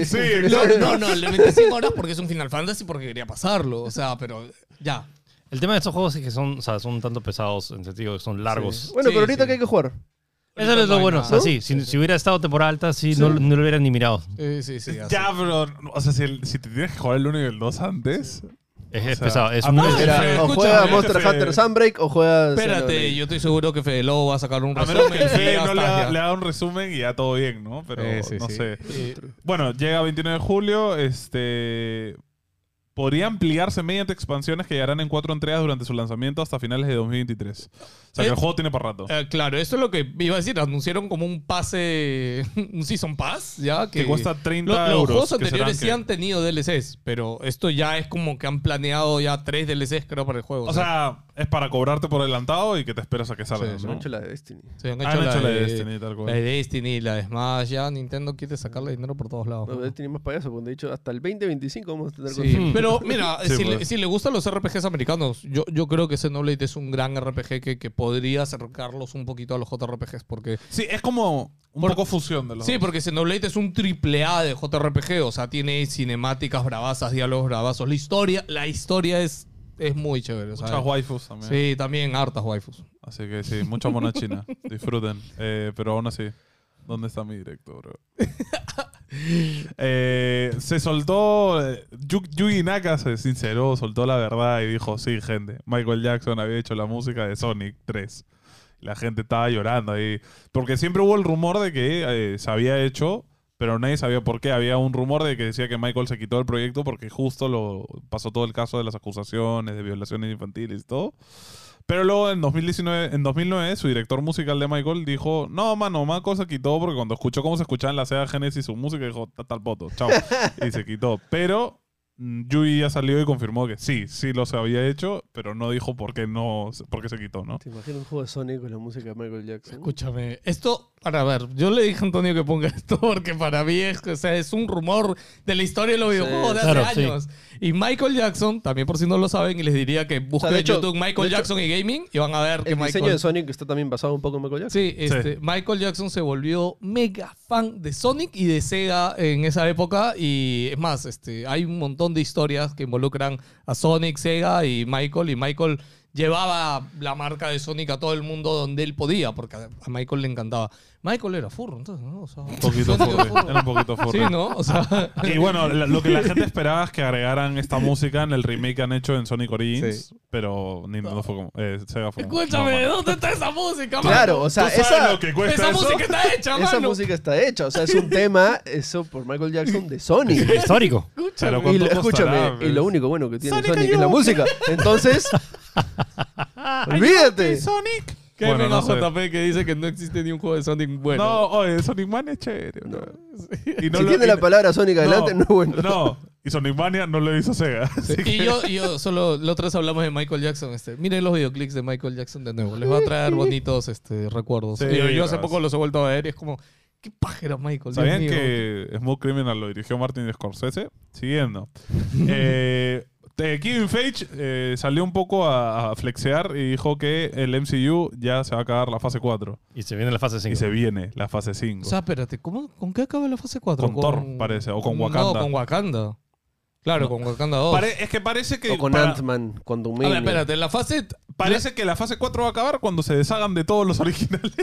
[SPEAKER 3] No, no, no, le metí 100 horas porque es un Final Fantasy porque quería pasarlo. O sea, pero ya.
[SPEAKER 4] El tema de estos juegos es que son, o sea, son tanto pesados en el sentido que son largos.
[SPEAKER 1] Bueno,
[SPEAKER 3] Sí,
[SPEAKER 1] pero ahorita
[SPEAKER 3] sí.
[SPEAKER 1] que hay que jugar.
[SPEAKER 4] Eso es
[SPEAKER 3] no
[SPEAKER 4] lo
[SPEAKER 3] hay
[SPEAKER 4] bueno. O
[SPEAKER 3] nada.
[SPEAKER 4] sea, sí, si, si hubiera estado temporada alta, sí, No, no lo hubieran ni mirado.
[SPEAKER 3] Eh, sí, sí. así.
[SPEAKER 2] Ya, pero. O sea, si, el- si te tienes que jugar el 1 y el 2 antes.
[SPEAKER 4] Es, es
[SPEAKER 2] sea,
[SPEAKER 4] pesado. Es
[SPEAKER 2] ah,
[SPEAKER 4] muy-
[SPEAKER 2] no,
[SPEAKER 1] Era,
[SPEAKER 3] Fede,
[SPEAKER 1] o
[SPEAKER 3] escúchame,
[SPEAKER 1] juega Monster
[SPEAKER 2] Fede.
[SPEAKER 1] Hunter Sunbreak o juega.
[SPEAKER 3] Espérate,
[SPEAKER 1] Xenoblade.
[SPEAKER 3] yo estoy seguro que Fede Lobo va a sacar un
[SPEAKER 2] A menos que el
[SPEAKER 3] resumen. y
[SPEAKER 2] Fede
[SPEAKER 3] llega
[SPEAKER 2] no le,
[SPEAKER 3] hasta
[SPEAKER 2] ha-
[SPEAKER 3] allá.
[SPEAKER 2] le haga un resumen y ya todo bien, ¿no? Pero
[SPEAKER 3] Eh, sí,
[SPEAKER 2] no
[SPEAKER 3] sí.
[SPEAKER 2] sé.
[SPEAKER 3] Eh,
[SPEAKER 2] Bueno, llega 29 de julio. Este. Podría ampliarse mediante expansiones que llegarán en cuatro entregas durante su lanzamiento hasta finales de 2023. O sea, que
[SPEAKER 3] Eh,
[SPEAKER 2] el juego tiene para rato.
[SPEAKER 3] eh, claro, eso es lo que iba a decir. Anunciaron como un pase, un Season Pass, ya que,
[SPEAKER 2] que cuesta
[SPEAKER 3] Lo-
[SPEAKER 2] 30
[SPEAKER 3] Los,
[SPEAKER 2] euros.
[SPEAKER 3] juegos
[SPEAKER 2] que serán
[SPEAKER 3] anteriores sí
[SPEAKER 2] que-
[SPEAKER 3] han tenido DLCs, pero esto ya es como que han planeado ya tres DLCs, creo, para el juego.
[SPEAKER 2] O sea, es para cobrarte por adelantado y que te esperas a que salga.
[SPEAKER 3] Sí,
[SPEAKER 2] ¿no?
[SPEAKER 1] No, chula de Destiny.
[SPEAKER 3] se han hecho,
[SPEAKER 2] Han
[SPEAKER 3] la,
[SPEAKER 2] hecho la
[SPEAKER 3] de
[SPEAKER 2] de Destiny y tal
[SPEAKER 3] La de
[SPEAKER 2] cual.
[SPEAKER 3] Destiny, la de Smash, ya Nintendo quiere sacarle dinero por todos lados.
[SPEAKER 1] No, Destiny más payaso, porque de hecho hasta el 2025 vamos a tener
[SPEAKER 3] Sí,
[SPEAKER 1] cosas.
[SPEAKER 3] pero mira,
[SPEAKER 2] Sí,
[SPEAKER 3] si,
[SPEAKER 2] pues.
[SPEAKER 3] le, si le gustan los RPGs americanos, yo, yo creo que Xenoblade es un gran RPG que, que podría acercarlos un poquito a los JRPGs. Porque,
[SPEAKER 2] Sí, es como un
[SPEAKER 3] Por-
[SPEAKER 2] poco fusión de los
[SPEAKER 3] sí,
[SPEAKER 2] dos.
[SPEAKER 3] porque Xenoblade es un triple A de JRPG, o sea, tiene cinemáticas bravazas, diálogos bravazos. La historia, la historia es, es muy chévere. o sea,
[SPEAKER 2] Muchas waifus también.
[SPEAKER 3] sí, también hartas waifus.
[SPEAKER 2] Así que sí, mucha mona china. Disfruten. Eh, pero aún así, ¿dónde está mi director? bro? Eh, se soltó. eh, Yu- Yuji Naka se sinceró, soltó la verdad y dijo: Sí, gente, Michael Jackson había hecho la música de Sonic 3. La gente estaba llorando ahí. Porque siempre hubo el rumor de que eh, se había hecho, pero nadie sabía por qué. Había un rumor de que decía que Michael se quitó del proyecto porque justo lo pasó todo el caso de las acusaciones de violaciones infantiles y todo. Pero luego en 2019, en 2009, su director musical de Michael dijo, no, mano, Michael se quitó porque cuando escuchó cómo se escuchaba en la Sega Genesis su música, dijo, tal, tal, poto, chao. y se quitó. Pero mm, Yui ya salió y confirmó que sí, sí los había hecho, pero no dijo por qué, no, por qué se quitó, ¿no?
[SPEAKER 1] ¿Te imaginas un juego de Sonic con la música de Michael Jackson?
[SPEAKER 3] Escúchame, esto, ahora a ver, yo le dije a Antonio que ponga esto porque para mí es, o sea, es un rumor de la historia de los videojuegos de hace
[SPEAKER 4] claro, sí.
[SPEAKER 3] años. Y Michael Jackson, también por si no lo saben, y les diría que busquen
[SPEAKER 1] de
[SPEAKER 3] en
[SPEAKER 1] hecho-
[SPEAKER 3] YouTube Michael
[SPEAKER 1] de hecho,
[SPEAKER 3] Jackson y gaming y van a ver que
[SPEAKER 1] El diseño
[SPEAKER 3] Michael...
[SPEAKER 1] de Sonic está también basado un poco en Michael Jackson.
[SPEAKER 3] Sí, este, Michael Jackson se volvió mega fan de Sonic y de Sega en esa época y es más, este, hay un montón de historias que involucran a Sonic, Sega y Michael y Michael llevaba la marca de Sonic a todo el mundo donde él podía porque a a Michael le encantaba. Michael era furro, entonces, ¿no? O sea,
[SPEAKER 2] Un poquito
[SPEAKER 3] Sonic era
[SPEAKER 2] furry, era un poquito furry.
[SPEAKER 3] Sí, ¿no? O sea,
[SPEAKER 2] Y bueno, la- lo que la gente esperaba es que agregaran esta música en el remake que han hecho en Sonic Origins, pero Nintendo fue como, eh, Sega fue como, "No,
[SPEAKER 3] escúchame,
[SPEAKER 2] mano".
[SPEAKER 3] ¿dónde está esa música? mano?
[SPEAKER 1] Claro, o
[SPEAKER 2] ¿Tú
[SPEAKER 1] sea,
[SPEAKER 2] sabes
[SPEAKER 1] esa,
[SPEAKER 2] lo que cuesta
[SPEAKER 3] Esa
[SPEAKER 2] eso?
[SPEAKER 3] música está hecha,
[SPEAKER 1] esa
[SPEAKER 3] mano.
[SPEAKER 1] música está hecha. O sea, es un tema, eso por Michael Jackson, de Sonic.
[SPEAKER 4] Histórico.
[SPEAKER 2] Pero
[SPEAKER 1] Y
[SPEAKER 2] ¿cuánto
[SPEAKER 1] lo- escúchame,
[SPEAKER 2] costará,
[SPEAKER 1] y lo
[SPEAKER 2] ves?
[SPEAKER 1] único bueno que tiene
[SPEAKER 2] Sonic
[SPEAKER 1] Sonic, es la
[SPEAKER 2] ayuda.
[SPEAKER 1] música. Entonces, olvídate.
[SPEAKER 2] Sonic.
[SPEAKER 3] Qué
[SPEAKER 2] Bueno,
[SPEAKER 3] venga
[SPEAKER 2] no sé.
[SPEAKER 3] JP que dice que no existe ni un juego de Sonic bueno.
[SPEAKER 2] No, oye, Sonic Mania es chévere. bro. Y
[SPEAKER 1] si
[SPEAKER 2] lo-
[SPEAKER 1] tiene
[SPEAKER 2] y-
[SPEAKER 1] la palabra Sonic adelante, no, es bueno.
[SPEAKER 2] No, y Sonic Mania no lo hizo Sega. así que-
[SPEAKER 3] Y yo, y yo solo, la otra vez hablamos de Michael Jackson. Este. Miren los videoclips de Michael Jackson de nuevo. Les va a traer bonitos este, recuerdos.
[SPEAKER 2] Sí,
[SPEAKER 3] Y yo, yo hace
[SPEAKER 2] vas.
[SPEAKER 3] poco los he vuelto a ver y es como, qué pájaro Michael. Dios
[SPEAKER 2] ¿Sabían
[SPEAKER 3] mío.
[SPEAKER 2] que Smooth Criminal lo dirigió Martin Scorsese? Siguiendo. eh, eh, Kevin Feige eh, salió un poco a, a flexear y dijo que el MCU ya se va a acabar la fase 4.
[SPEAKER 4] Y se viene la fase 5.
[SPEAKER 2] Y se viene la fase
[SPEAKER 3] O
[SPEAKER 2] 5.
[SPEAKER 3] sea, espérate, ¿cómo, ¿con qué acaba la fase 4?
[SPEAKER 2] Con Thor, parece, o con Wakanda.
[SPEAKER 3] No, con Wakanda. Claro, con Wakanda 2.
[SPEAKER 2] Pare- es que parece que...
[SPEAKER 1] O con
[SPEAKER 2] para-
[SPEAKER 1] Ant-Man, cuando
[SPEAKER 3] a ver, espérate, la fase...
[SPEAKER 2] Parece que la fase 4 va a acabar cuando se deshagan de todos los originales.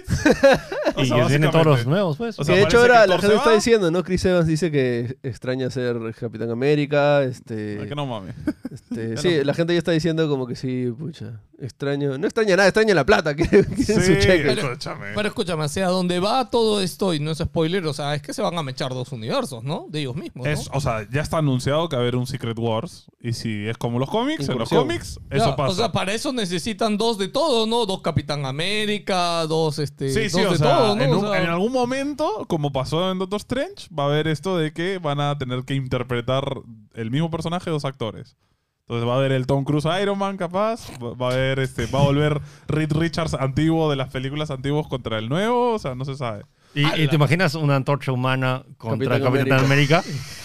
[SPEAKER 2] O
[SPEAKER 4] Y
[SPEAKER 2] sea,
[SPEAKER 4] que vienen todos los
[SPEAKER 2] básicamente.
[SPEAKER 4] nuevos, pues.
[SPEAKER 2] O sea,
[SPEAKER 1] de hecho,
[SPEAKER 2] parece
[SPEAKER 1] ahora
[SPEAKER 2] que
[SPEAKER 1] la
[SPEAKER 2] Thor
[SPEAKER 1] gente
[SPEAKER 2] se
[SPEAKER 1] está
[SPEAKER 2] va.
[SPEAKER 1] diciendo, ¿no? Chris Evans dice que extraña ser Capitán América. Este,
[SPEAKER 2] Ay, que no mames.
[SPEAKER 1] este,
[SPEAKER 2] ya
[SPEAKER 1] sí,
[SPEAKER 2] no.
[SPEAKER 1] la gente ya está diciendo como que sí, pucha. Extraño. No extraña nada, extraña la plata que que en su cheque.
[SPEAKER 3] Pero-
[SPEAKER 2] escúchame.
[SPEAKER 3] Pero escúchame, hacia dónde va todo esto, y no es spoiler, o sea, es que se van a mechar dos universos, ¿no? De ellos mismos, ¿no?
[SPEAKER 2] Es- o sea, ya está anunciado que va a haber un Secret Wars. Y si es como los cómics, en los
[SPEAKER 1] Incursión.
[SPEAKER 2] cómics, eso
[SPEAKER 3] Ya,
[SPEAKER 2] pasa.
[SPEAKER 3] O sea, para eso necesitan dos de todo, ¿no? Dos Capitán América, dos este.
[SPEAKER 2] Sí,
[SPEAKER 3] dos
[SPEAKER 2] sí,
[SPEAKER 3] de
[SPEAKER 2] o sea,
[SPEAKER 3] todo, ¿no?
[SPEAKER 2] en,
[SPEAKER 3] O
[SPEAKER 2] un-
[SPEAKER 3] sea,
[SPEAKER 2] en algún momento, como pasó en Doctor Strange, va a haber esto de que van a tener que interpretar el mismo personaje dos actores. Entonces va a haber el Tom Cruise Iron Man, capaz, va va a haber este, va a volver Reed Richards antiguo de las películas antiguos contra el nuevo, o sea, no se sabe.
[SPEAKER 4] Y, y te imaginas una antorcha humana contra
[SPEAKER 1] Capitán
[SPEAKER 4] Capitán América.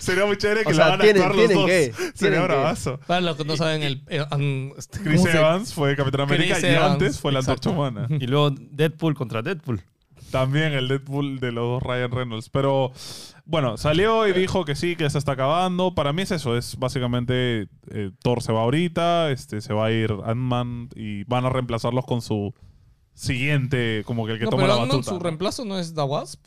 [SPEAKER 2] Sería muy chévere que
[SPEAKER 1] O sea,
[SPEAKER 2] la van a
[SPEAKER 1] tienen-
[SPEAKER 2] actuar los
[SPEAKER 1] tienen
[SPEAKER 2] dos.
[SPEAKER 1] que,
[SPEAKER 2] Sería
[SPEAKER 1] tienen que.
[SPEAKER 2] bravazo.
[SPEAKER 3] Para los que no saben, el. eh, an- este, ¿cómo
[SPEAKER 2] Chris
[SPEAKER 3] se-
[SPEAKER 2] Evans fue Capitán América
[SPEAKER 3] Chris
[SPEAKER 2] y
[SPEAKER 3] Evans,
[SPEAKER 2] antes fue la
[SPEAKER 3] exacto.
[SPEAKER 2] antorcha humana.
[SPEAKER 4] Y luego Deadpool contra Deadpool.
[SPEAKER 2] También el Deadpool de los dos Ryan Reynolds. Pero bueno, salió y dijo que sí, que se está acabando. Para mí es eso, es básicamente eh, Thor se va ahorita, este, se va a ir Ant-Man y van a reemplazarlos con su siguiente, como que el que
[SPEAKER 3] No,
[SPEAKER 2] toma la
[SPEAKER 3] pero Ant-Man,
[SPEAKER 2] batuta.
[SPEAKER 3] su reemplazo no es The Wasp.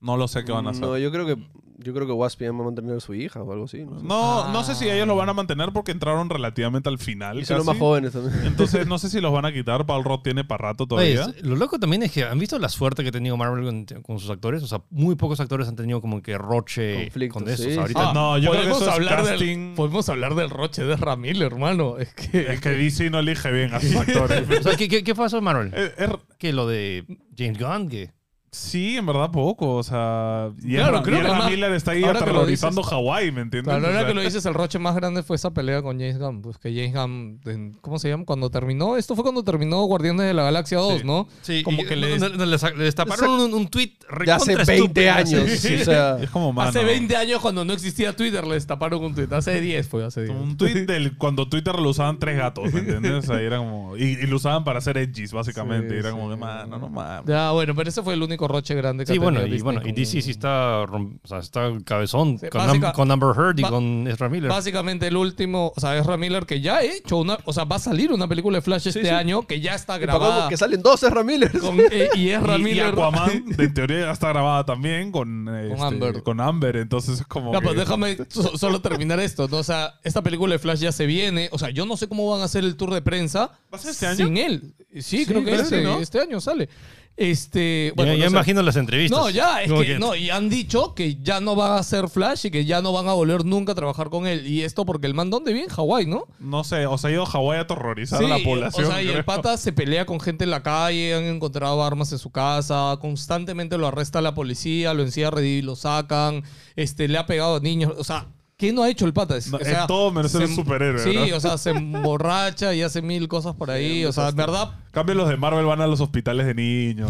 [SPEAKER 2] No lo sé qué van a hacer.
[SPEAKER 1] No, yo creo que, yo creo que Wasp ya va a mantener a su hija o algo así. No, sé.
[SPEAKER 2] No,
[SPEAKER 3] Ah.
[SPEAKER 2] no sé si ellos lo van a mantener porque entraron relativamente al final.
[SPEAKER 1] Y son los
[SPEAKER 2] casi.
[SPEAKER 1] más jóvenes también.
[SPEAKER 2] Entonces no sé si los van a quitar. Paul Roth tiene para rato
[SPEAKER 4] Oye,
[SPEAKER 2] todavía.
[SPEAKER 4] es- lo loco también es que han visto la suerte que ha tenido Marvel con, con sus actores. O sea, muy pocos actores han tenido como que roche
[SPEAKER 1] Conflictos,
[SPEAKER 4] con eso.
[SPEAKER 1] sí,
[SPEAKER 4] O sea, ahorita
[SPEAKER 2] Ah, no, yo creo que
[SPEAKER 3] podemos
[SPEAKER 2] eso es
[SPEAKER 3] hablar del,
[SPEAKER 2] casting.
[SPEAKER 3] Podemos hablar del roche de Ramil, hermano. Es que.
[SPEAKER 2] Es que DC no elige bien a sus actores.
[SPEAKER 4] O sea, ¿qué, qué, qué pasó en Marvel?
[SPEAKER 2] Es- es-
[SPEAKER 4] Que lo de James Gunn, que
[SPEAKER 2] Sí, en verdad poco. O sea, y
[SPEAKER 3] Claro,
[SPEAKER 2] Ezra-
[SPEAKER 3] creo
[SPEAKER 2] y
[SPEAKER 3] que
[SPEAKER 2] Ezra
[SPEAKER 3] además-
[SPEAKER 2] Miller está ahí
[SPEAKER 3] ahora que lo
[SPEAKER 2] aterrorizando
[SPEAKER 3] dices-
[SPEAKER 2] Hawái, ¿me entiendes?
[SPEAKER 3] Claro,
[SPEAKER 2] O
[SPEAKER 3] ahora
[SPEAKER 2] sea,
[SPEAKER 3] que lo dices, el roche más grande fue esa pelea con James Gunn. Pues que James Gunn, en- ¿cómo se llama? Cuando terminó, esto fue cuando terminó Guardianes de la Galaxia 2,
[SPEAKER 2] Sí.
[SPEAKER 3] ¿no?
[SPEAKER 4] Sí,
[SPEAKER 3] Como que les-
[SPEAKER 4] le destaparon un, un tweet
[SPEAKER 1] Ya hace
[SPEAKER 4] recontra
[SPEAKER 1] 20
[SPEAKER 4] estúpido, así.
[SPEAKER 1] años. O sea,
[SPEAKER 2] Es como mano.
[SPEAKER 3] hace 20 años, cuando no existía Twitter, les taparon un tweet. Hace 10 fue, hace 10.
[SPEAKER 2] Un tweet del cuando Twitter lo usaban tres gatos, ¿me entiendes? O sea, era como. Y, y lo usaban para hacer edgys, básicamente.
[SPEAKER 3] Sí,
[SPEAKER 2] y era como
[SPEAKER 3] sí.
[SPEAKER 2] que, mano, no mames.
[SPEAKER 3] Ya, Ah, bueno, pero ese fue el único roche grande que
[SPEAKER 4] Sí,
[SPEAKER 3] ha
[SPEAKER 4] bueno,
[SPEAKER 3] tenido
[SPEAKER 4] y bueno, y
[SPEAKER 3] con-
[SPEAKER 4] DC sí está, rom- o sea, está cabezón
[SPEAKER 3] Sí,
[SPEAKER 4] con,
[SPEAKER 3] básica-
[SPEAKER 4] Am- con Amber Heard y
[SPEAKER 3] ba-
[SPEAKER 4] con Ezra Miller.
[SPEAKER 3] Básicamente el último, o sea, Ezra Miller que ya ha hecho una, o sea, va a salir una película de Flash este
[SPEAKER 1] sí.
[SPEAKER 3] año que ya está
[SPEAKER 1] Y para colmo
[SPEAKER 3] grabada.
[SPEAKER 1] que salen dos Ezra Miller.
[SPEAKER 3] con, eh, y
[SPEAKER 2] Y-
[SPEAKER 3] Ezra
[SPEAKER 2] Y,
[SPEAKER 3] Miller.
[SPEAKER 2] Aquaman, en teoría, ya está grabada también con, eh, este,
[SPEAKER 3] Amber.
[SPEAKER 2] con Amber, Entonces es como.
[SPEAKER 3] No,
[SPEAKER 2] que-
[SPEAKER 3] pues déjame so- solo terminar esto. ¿no? O sea, esta película de Flash ya se viene. O sea, yo no sé cómo van a hacer el tour de prensa
[SPEAKER 2] ¿Va a ser este año?
[SPEAKER 3] sin él. Sí,
[SPEAKER 2] Sí,
[SPEAKER 3] creo que
[SPEAKER 2] creo que
[SPEAKER 3] este,
[SPEAKER 2] sí, ¿no?
[SPEAKER 3] este año sale. Este,
[SPEAKER 4] Ya-
[SPEAKER 3] bueno,
[SPEAKER 4] ya
[SPEAKER 3] no sé.
[SPEAKER 4] imagino las entrevistas.
[SPEAKER 3] No, ya, es
[SPEAKER 4] Como
[SPEAKER 3] que, no, y han dicho que ya no va a ser Flash y que ya no van a volver nunca a trabajar con él. Y esto porque el man, ¿dónde viene? Hawái, ¿no?
[SPEAKER 2] No sé, o sea, ha ido a Hawái a aterrorizar
[SPEAKER 3] Sí,
[SPEAKER 2] a la población.
[SPEAKER 3] O sea, y el
[SPEAKER 2] creo.
[SPEAKER 3] pata se pelea con gente en la calle, han encontrado armas en su casa, constantemente lo arresta la policía, lo encierra y lo sacan, este, le ha pegado a niños, o sea, ¿qué no ha hecho el pata? Es,
[SPEAKER 2] No,
[SPEAKER 3] o sea,
[SPEAKER 2] es todo menos ser
[SPEAKER 3] se- em
[SPEAKER 2] un superhéroe,
[SPEAKER 3] Sí,
[SPEAKER 2] ¿no?
[SPEAKER 3] o sea, se emborracha y hace mil cosas por ahí, o sea, en verdad...
[SPEAKER 2] Cambio los de Marvel van a los hospitales de niños,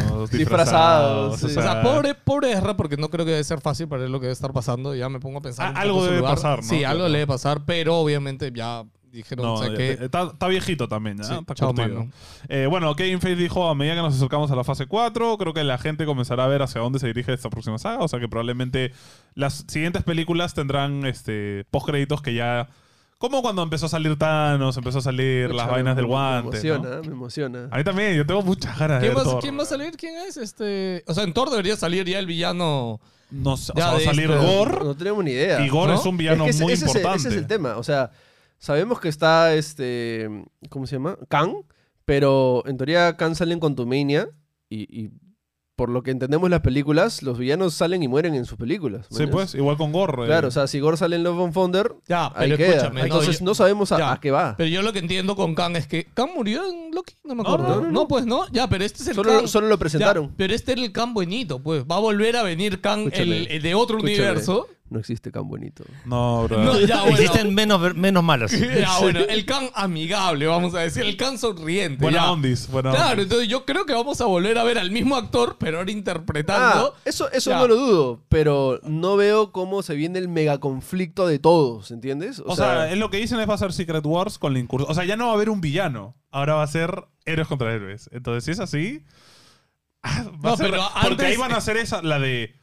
[SPEAKER 1] Disfrazados,
[SPEAKER 2] disfrazados.
[SPEAKER 1] sí.
[SPEAKER 3] O sea, pobre, pobre Ezra, porque no creo que debe ser fácil para él lo que debe estar pasando. Ya me pongo a
[SPEAKER 2] Ah,
[SPEAKER 3] pensar. un poco
[SPEAKER 2] algo
[SPEAKER 3] en su
[SPEAKER 2] debe pasar, ¿no?
[SPEAKER 3] Sí, algo
[SPEAKER 2] Claro.
[SPEAKER 3] le debe pasar, pero obviamente ya dijeron,
[SPEAKER 2] No,
[SPEAKER 3] o sea,
[SPEAKER 2] ya-
[SPEAKER 3] que.
[SPEAKER 2] está, está viejito también, ya.
[SPEAKER 3] Sí,
[SPEAKER 2] está
[SPEAKER 3] chao,
[SPEAKER 2] curtido.
[SPEAKER 3] mano.
[SPEAKER 2] Eh, bueno, Kevin Feige dijo, a medida que nos acercamos a la fase 4, creo que la gente comenzará a ver hacia dónde se dirige esta próxima saga. O sea que probablemente las siguientes películas tendrán este postcréditos que ya... Como cuando empezó a salir Thanos, empezó a salir las
[SPEAKER 1] Pucha,
[SPEAKER 2] vainas del
[SPEAKER 1] me- Me
[SPEAKER 2] guante.
[SPEAKER 1] emociona, ¿eh?
[SPEAKER 2] ¿no?
[SPEAKER 1] me emociona.
[SPEAKER 2] A mí también, yo tengo muchas ganas de
[SPEAKER 3] ¿Quién
[SPEAKER 2] ver
[SPEAKER 3] va,
[SPEAKER 2] Thor.
[SPEAKER 3] quién va a salir? ¿Quién es? Este, o sea, en Thor debería salir ya el villano.
[SPEAKER 2] No sé, o
[SPEAKER 3] Ya
[SPEAKER 2] sea, va a
[SPEAKER 3] de
[SPEAKER 2] salir
[SPEAKER 3] este-
[SPEAKER 2] Gore.
[SPEAKER 1] No tenemos ni idea.
[SPEAKER 2] Y Gore
[SPEAKER 3] ¿No?
[SPEAKER 2] es un villano
[SPEAKER 1] Es que ese-
[SPEAKER 2] muy
[SPEAKER 1] ese es el-
[SPEAKER 2] importante.
[SPEAKER 1] ese es el tema. O sea, sabemos que está este. ¿Cómo se llama? Kang. Pero en teoría, Kang sale en Contumania. Y, y por lo que entendemos en las películas, los villanos salen y mueren en sus películas.
[SPEAKER 2] Sí,
[SPEAKER 1] ¿mañas?
[SPEAKER 2] pues, igual con Gore. eh.
[SPEAKER 1] Claro, o sea, si Gore sale en Love on Founder,
[SPEAKER 3] Ya,
[SPEAKER 1] ahí
[SPEAKER 3] pero
[SPEAKER 1] queda.
[SPEAKER 3] escúchame. no,
[SPEAKER 1] Entonces
[SPEAKER 3] yo-
[SPEAKER 1] no, sabemos a,
[SPEAKER 3] ya.
[SPEAKER 1] a qué va.
[SPEAKER 3] pero yo lo que entiendo con Kang es que. ¿Kang murió en Loki? No me
[SPEAKER 2] Ah. No,
[SPEAKER 3] acuerdo. No,
[SPEAKER 2] no,
[SPEAKER 1] no, no.
[SPEAKER 3] pues no. Ya, pero este es el
[SPEAKER 1] Solo,
[SPEAKER 3] Kang-
[SPEAKER 1] solo lo
[SPEAKER 3] ya,
[SPEAKER 1] presentaron.
[SPEAKER 3] pero este era el Kang buenito, pues. Va a volver a venir Kang
[SPEAKER 1] Escúchame,
[SPEAKER 3] el, el de otro
[SPEAKER 1] escúchame.
[SPEAKER 3] universo.
[SPEAKER 1] No existe Kang bonito.
[SPEAKER 2] No, bro.
[SPEAKER 3] No, ya, bueno.
[SPEAKER 4] Existen menos, ver- menos malas.
[SPEAKER 3] Ya, bueno, el Kang amigable, vamos a decir. El Kang sonriente.
[SPEAKER 2] Buena
[SPEAKER 3] ya.
[SPEAKER 2] ondis, buena
[SPEAKER 3] Claro,
[SPEAKER 2] ondis.
[SPEAKER 3] entonces yo creo que vamos a volver a ver al mismo actor, pero ahora
[SPEAKER 1] Ah,
[SPEAKER 3] interpretando.
[SPEAKER 1] eso, eso
[SPEAKER 3] Ya.
[SPEAKER 1] no lo dudo, pero no veo cómo se viene el megaconflicto de todos, ¿entiendes?
[SPEAKER 2] O, sea, es lo que dicen es va a ser Secret Wars con la incursión. O sea, ya no va a haber un villano. Ahora va a ser héroes contra héroes. Entonces, si es así. ah, va
[SPEAKER 3] No,
[SPEAKER 2] a ser-
[SPEAKER 3] pero
[SPEAKER 2] Porque ahí
[SPEAKER 3] antes-
[SPEAKER 2] van a hacer esa, la de.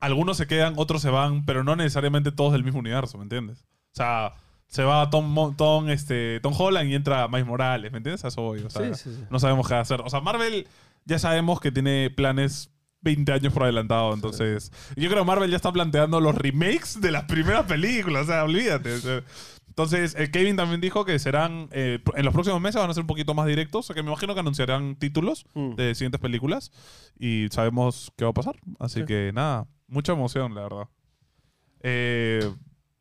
[SPEAKER 2] Algunos se quedan, otros se van, pero no necesariamente todos del mismo universo, ¿me entiendes? O sea, se va Tom, Mo- Tom, este, Tom Holland y entra Miles Morales, ¿me entiendes? A eso voy. O sea,
[SPEAKER 1] Sí, sí, sí.
[SPEAKER 2] no sabemos qué hacer. O sea, Marvel ya sabemos que tiene planes 20 años por adelantado, entonces yo creo que Marvel ya está planteando los remakes de las primeras películas, o sea, olvídate. O sea, Entonces, eh, Kevin también dijo que serán, eh, pr- en los próximos meses van a ser un poquito más directos, o sea, que me imagino que anunciarán títulos
[SPEAKER 1] Mm.
[SPEAKER 2] de siguientes películas y sabemos qué va a pasar. Así que nada, mucha emoción, la verdad. Eh,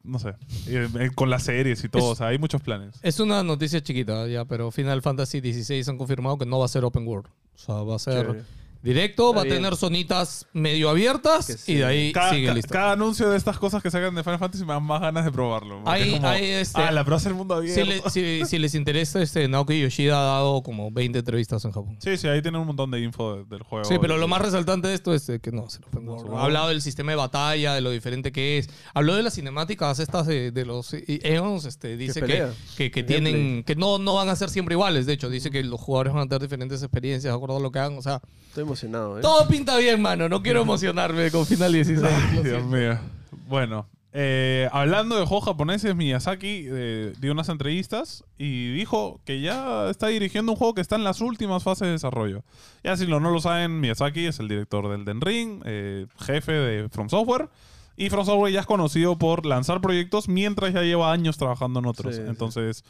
[SPEAKER 2] no sé, eh, eh, con las series y todo.
[SPEAKER 3] Es-
[SPEAKER 2] o sea, hay muchos planes.
[SPEAKER 3] Es una noticia chiquita, ¿eh? ya, pero Final Fantasy XVI han confirmado que no va a ser open world. O sea, va a ser
[SPEAKER 1] Chévere.
[SPEAKER 3] directo,
[SPEAKER 1] Está
[SPEAKER 3] va a
[SPEAKER 1] bien.
[SPEAKER 3] tener zonitas medio abiertas
[SPEAKER 1] Que sí.
[SPEAKER 3] y de ahí
[SPEAKER 2] Cada,
[SPEAKER 3] sigue
[SPEAKER 2] ca-
[SPEAKER 3] listo.
[SPEAKER 2] cada anuncio de estas cosas que sacan de Final Fantasy me dan más ganas de probarlo. porque
[SPEAKER 3] Hay-
[SPEAKER 2] es como,
[SPEAKER 3] hay, este-
[SPEAKER 2] Ah, la prueba el mundo abierto.
[SPEAKER 3] Si, le- si- si les interesa, este Naoki Yoshida ha dado como 20 entrevistas en Japón.
[SPEAKER 2] Sí, sí, ahí tienen un montón de info de- del juego.
[SPEAKER 3] Sí, pero
[SPEAKER 2] Y-
[SPEAKER 3] lo más resaltante de esto es eh, que no, se lo fue
[SPEAKER 2] No,
[SPEAKER 3] gordo.
[SPEAKER 2] supongo.
[SPEAKER 3] Ha hablado del sistema de batalla, de lo diferente que es. Habló de las cinemáticas estas de, de los eh, Eons. Este, dice que,
[SPEAKER 1] pelea.
[SPEAKER 3] que, que
[SPEAKER 1] El
[SPEAKER 3] tienen
[SPEAKER 1] gameplay.
[SPEAKER 3] que no, no van a ser siempre iguales. De hecho, dice que los jugadores van a tener diferentes experiencias de acuerdo a lo que hagan. O sea,
[SPEAKER 1] Estoy emocionado, ¿eh?
[SPEAKER 3] todo pinta bien, mano. No quiero emocionarme con Final 16.
[SPEAKER 2] Ay, Dios mío. Bueno, eh, hablando de juegos japoneses, Miyazaki eh, dio unas entrevistas y dijo que ya está dirigiendo un juego que está en las últimas fases de desarrollo. Ya si lo, no lo saben, Miyazaki es el director del Den Ring, eh, jefe de From Software. Y From Software ya es conocido por lanzar proyectos mientras ya lleva años trabajando en otros.
[SPEAKER 1] Sí, sí.
[SPEAKER 2] Entonces.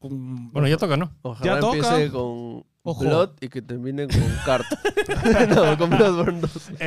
[SPEAKER 2] mm,
[SPEAKER 4] Bueno, ya toca, ¿no?
[SPEAKER 1] Ojalá
[SPEAKER 2] Ya toca.
[SPEAKER 1] empiece con
[SPEAKER 3] Ojo.
[SPEAKER 1] Blood y que termine con Cart. no, con Bloodborne 2.
[SPEAKER 2] Eh,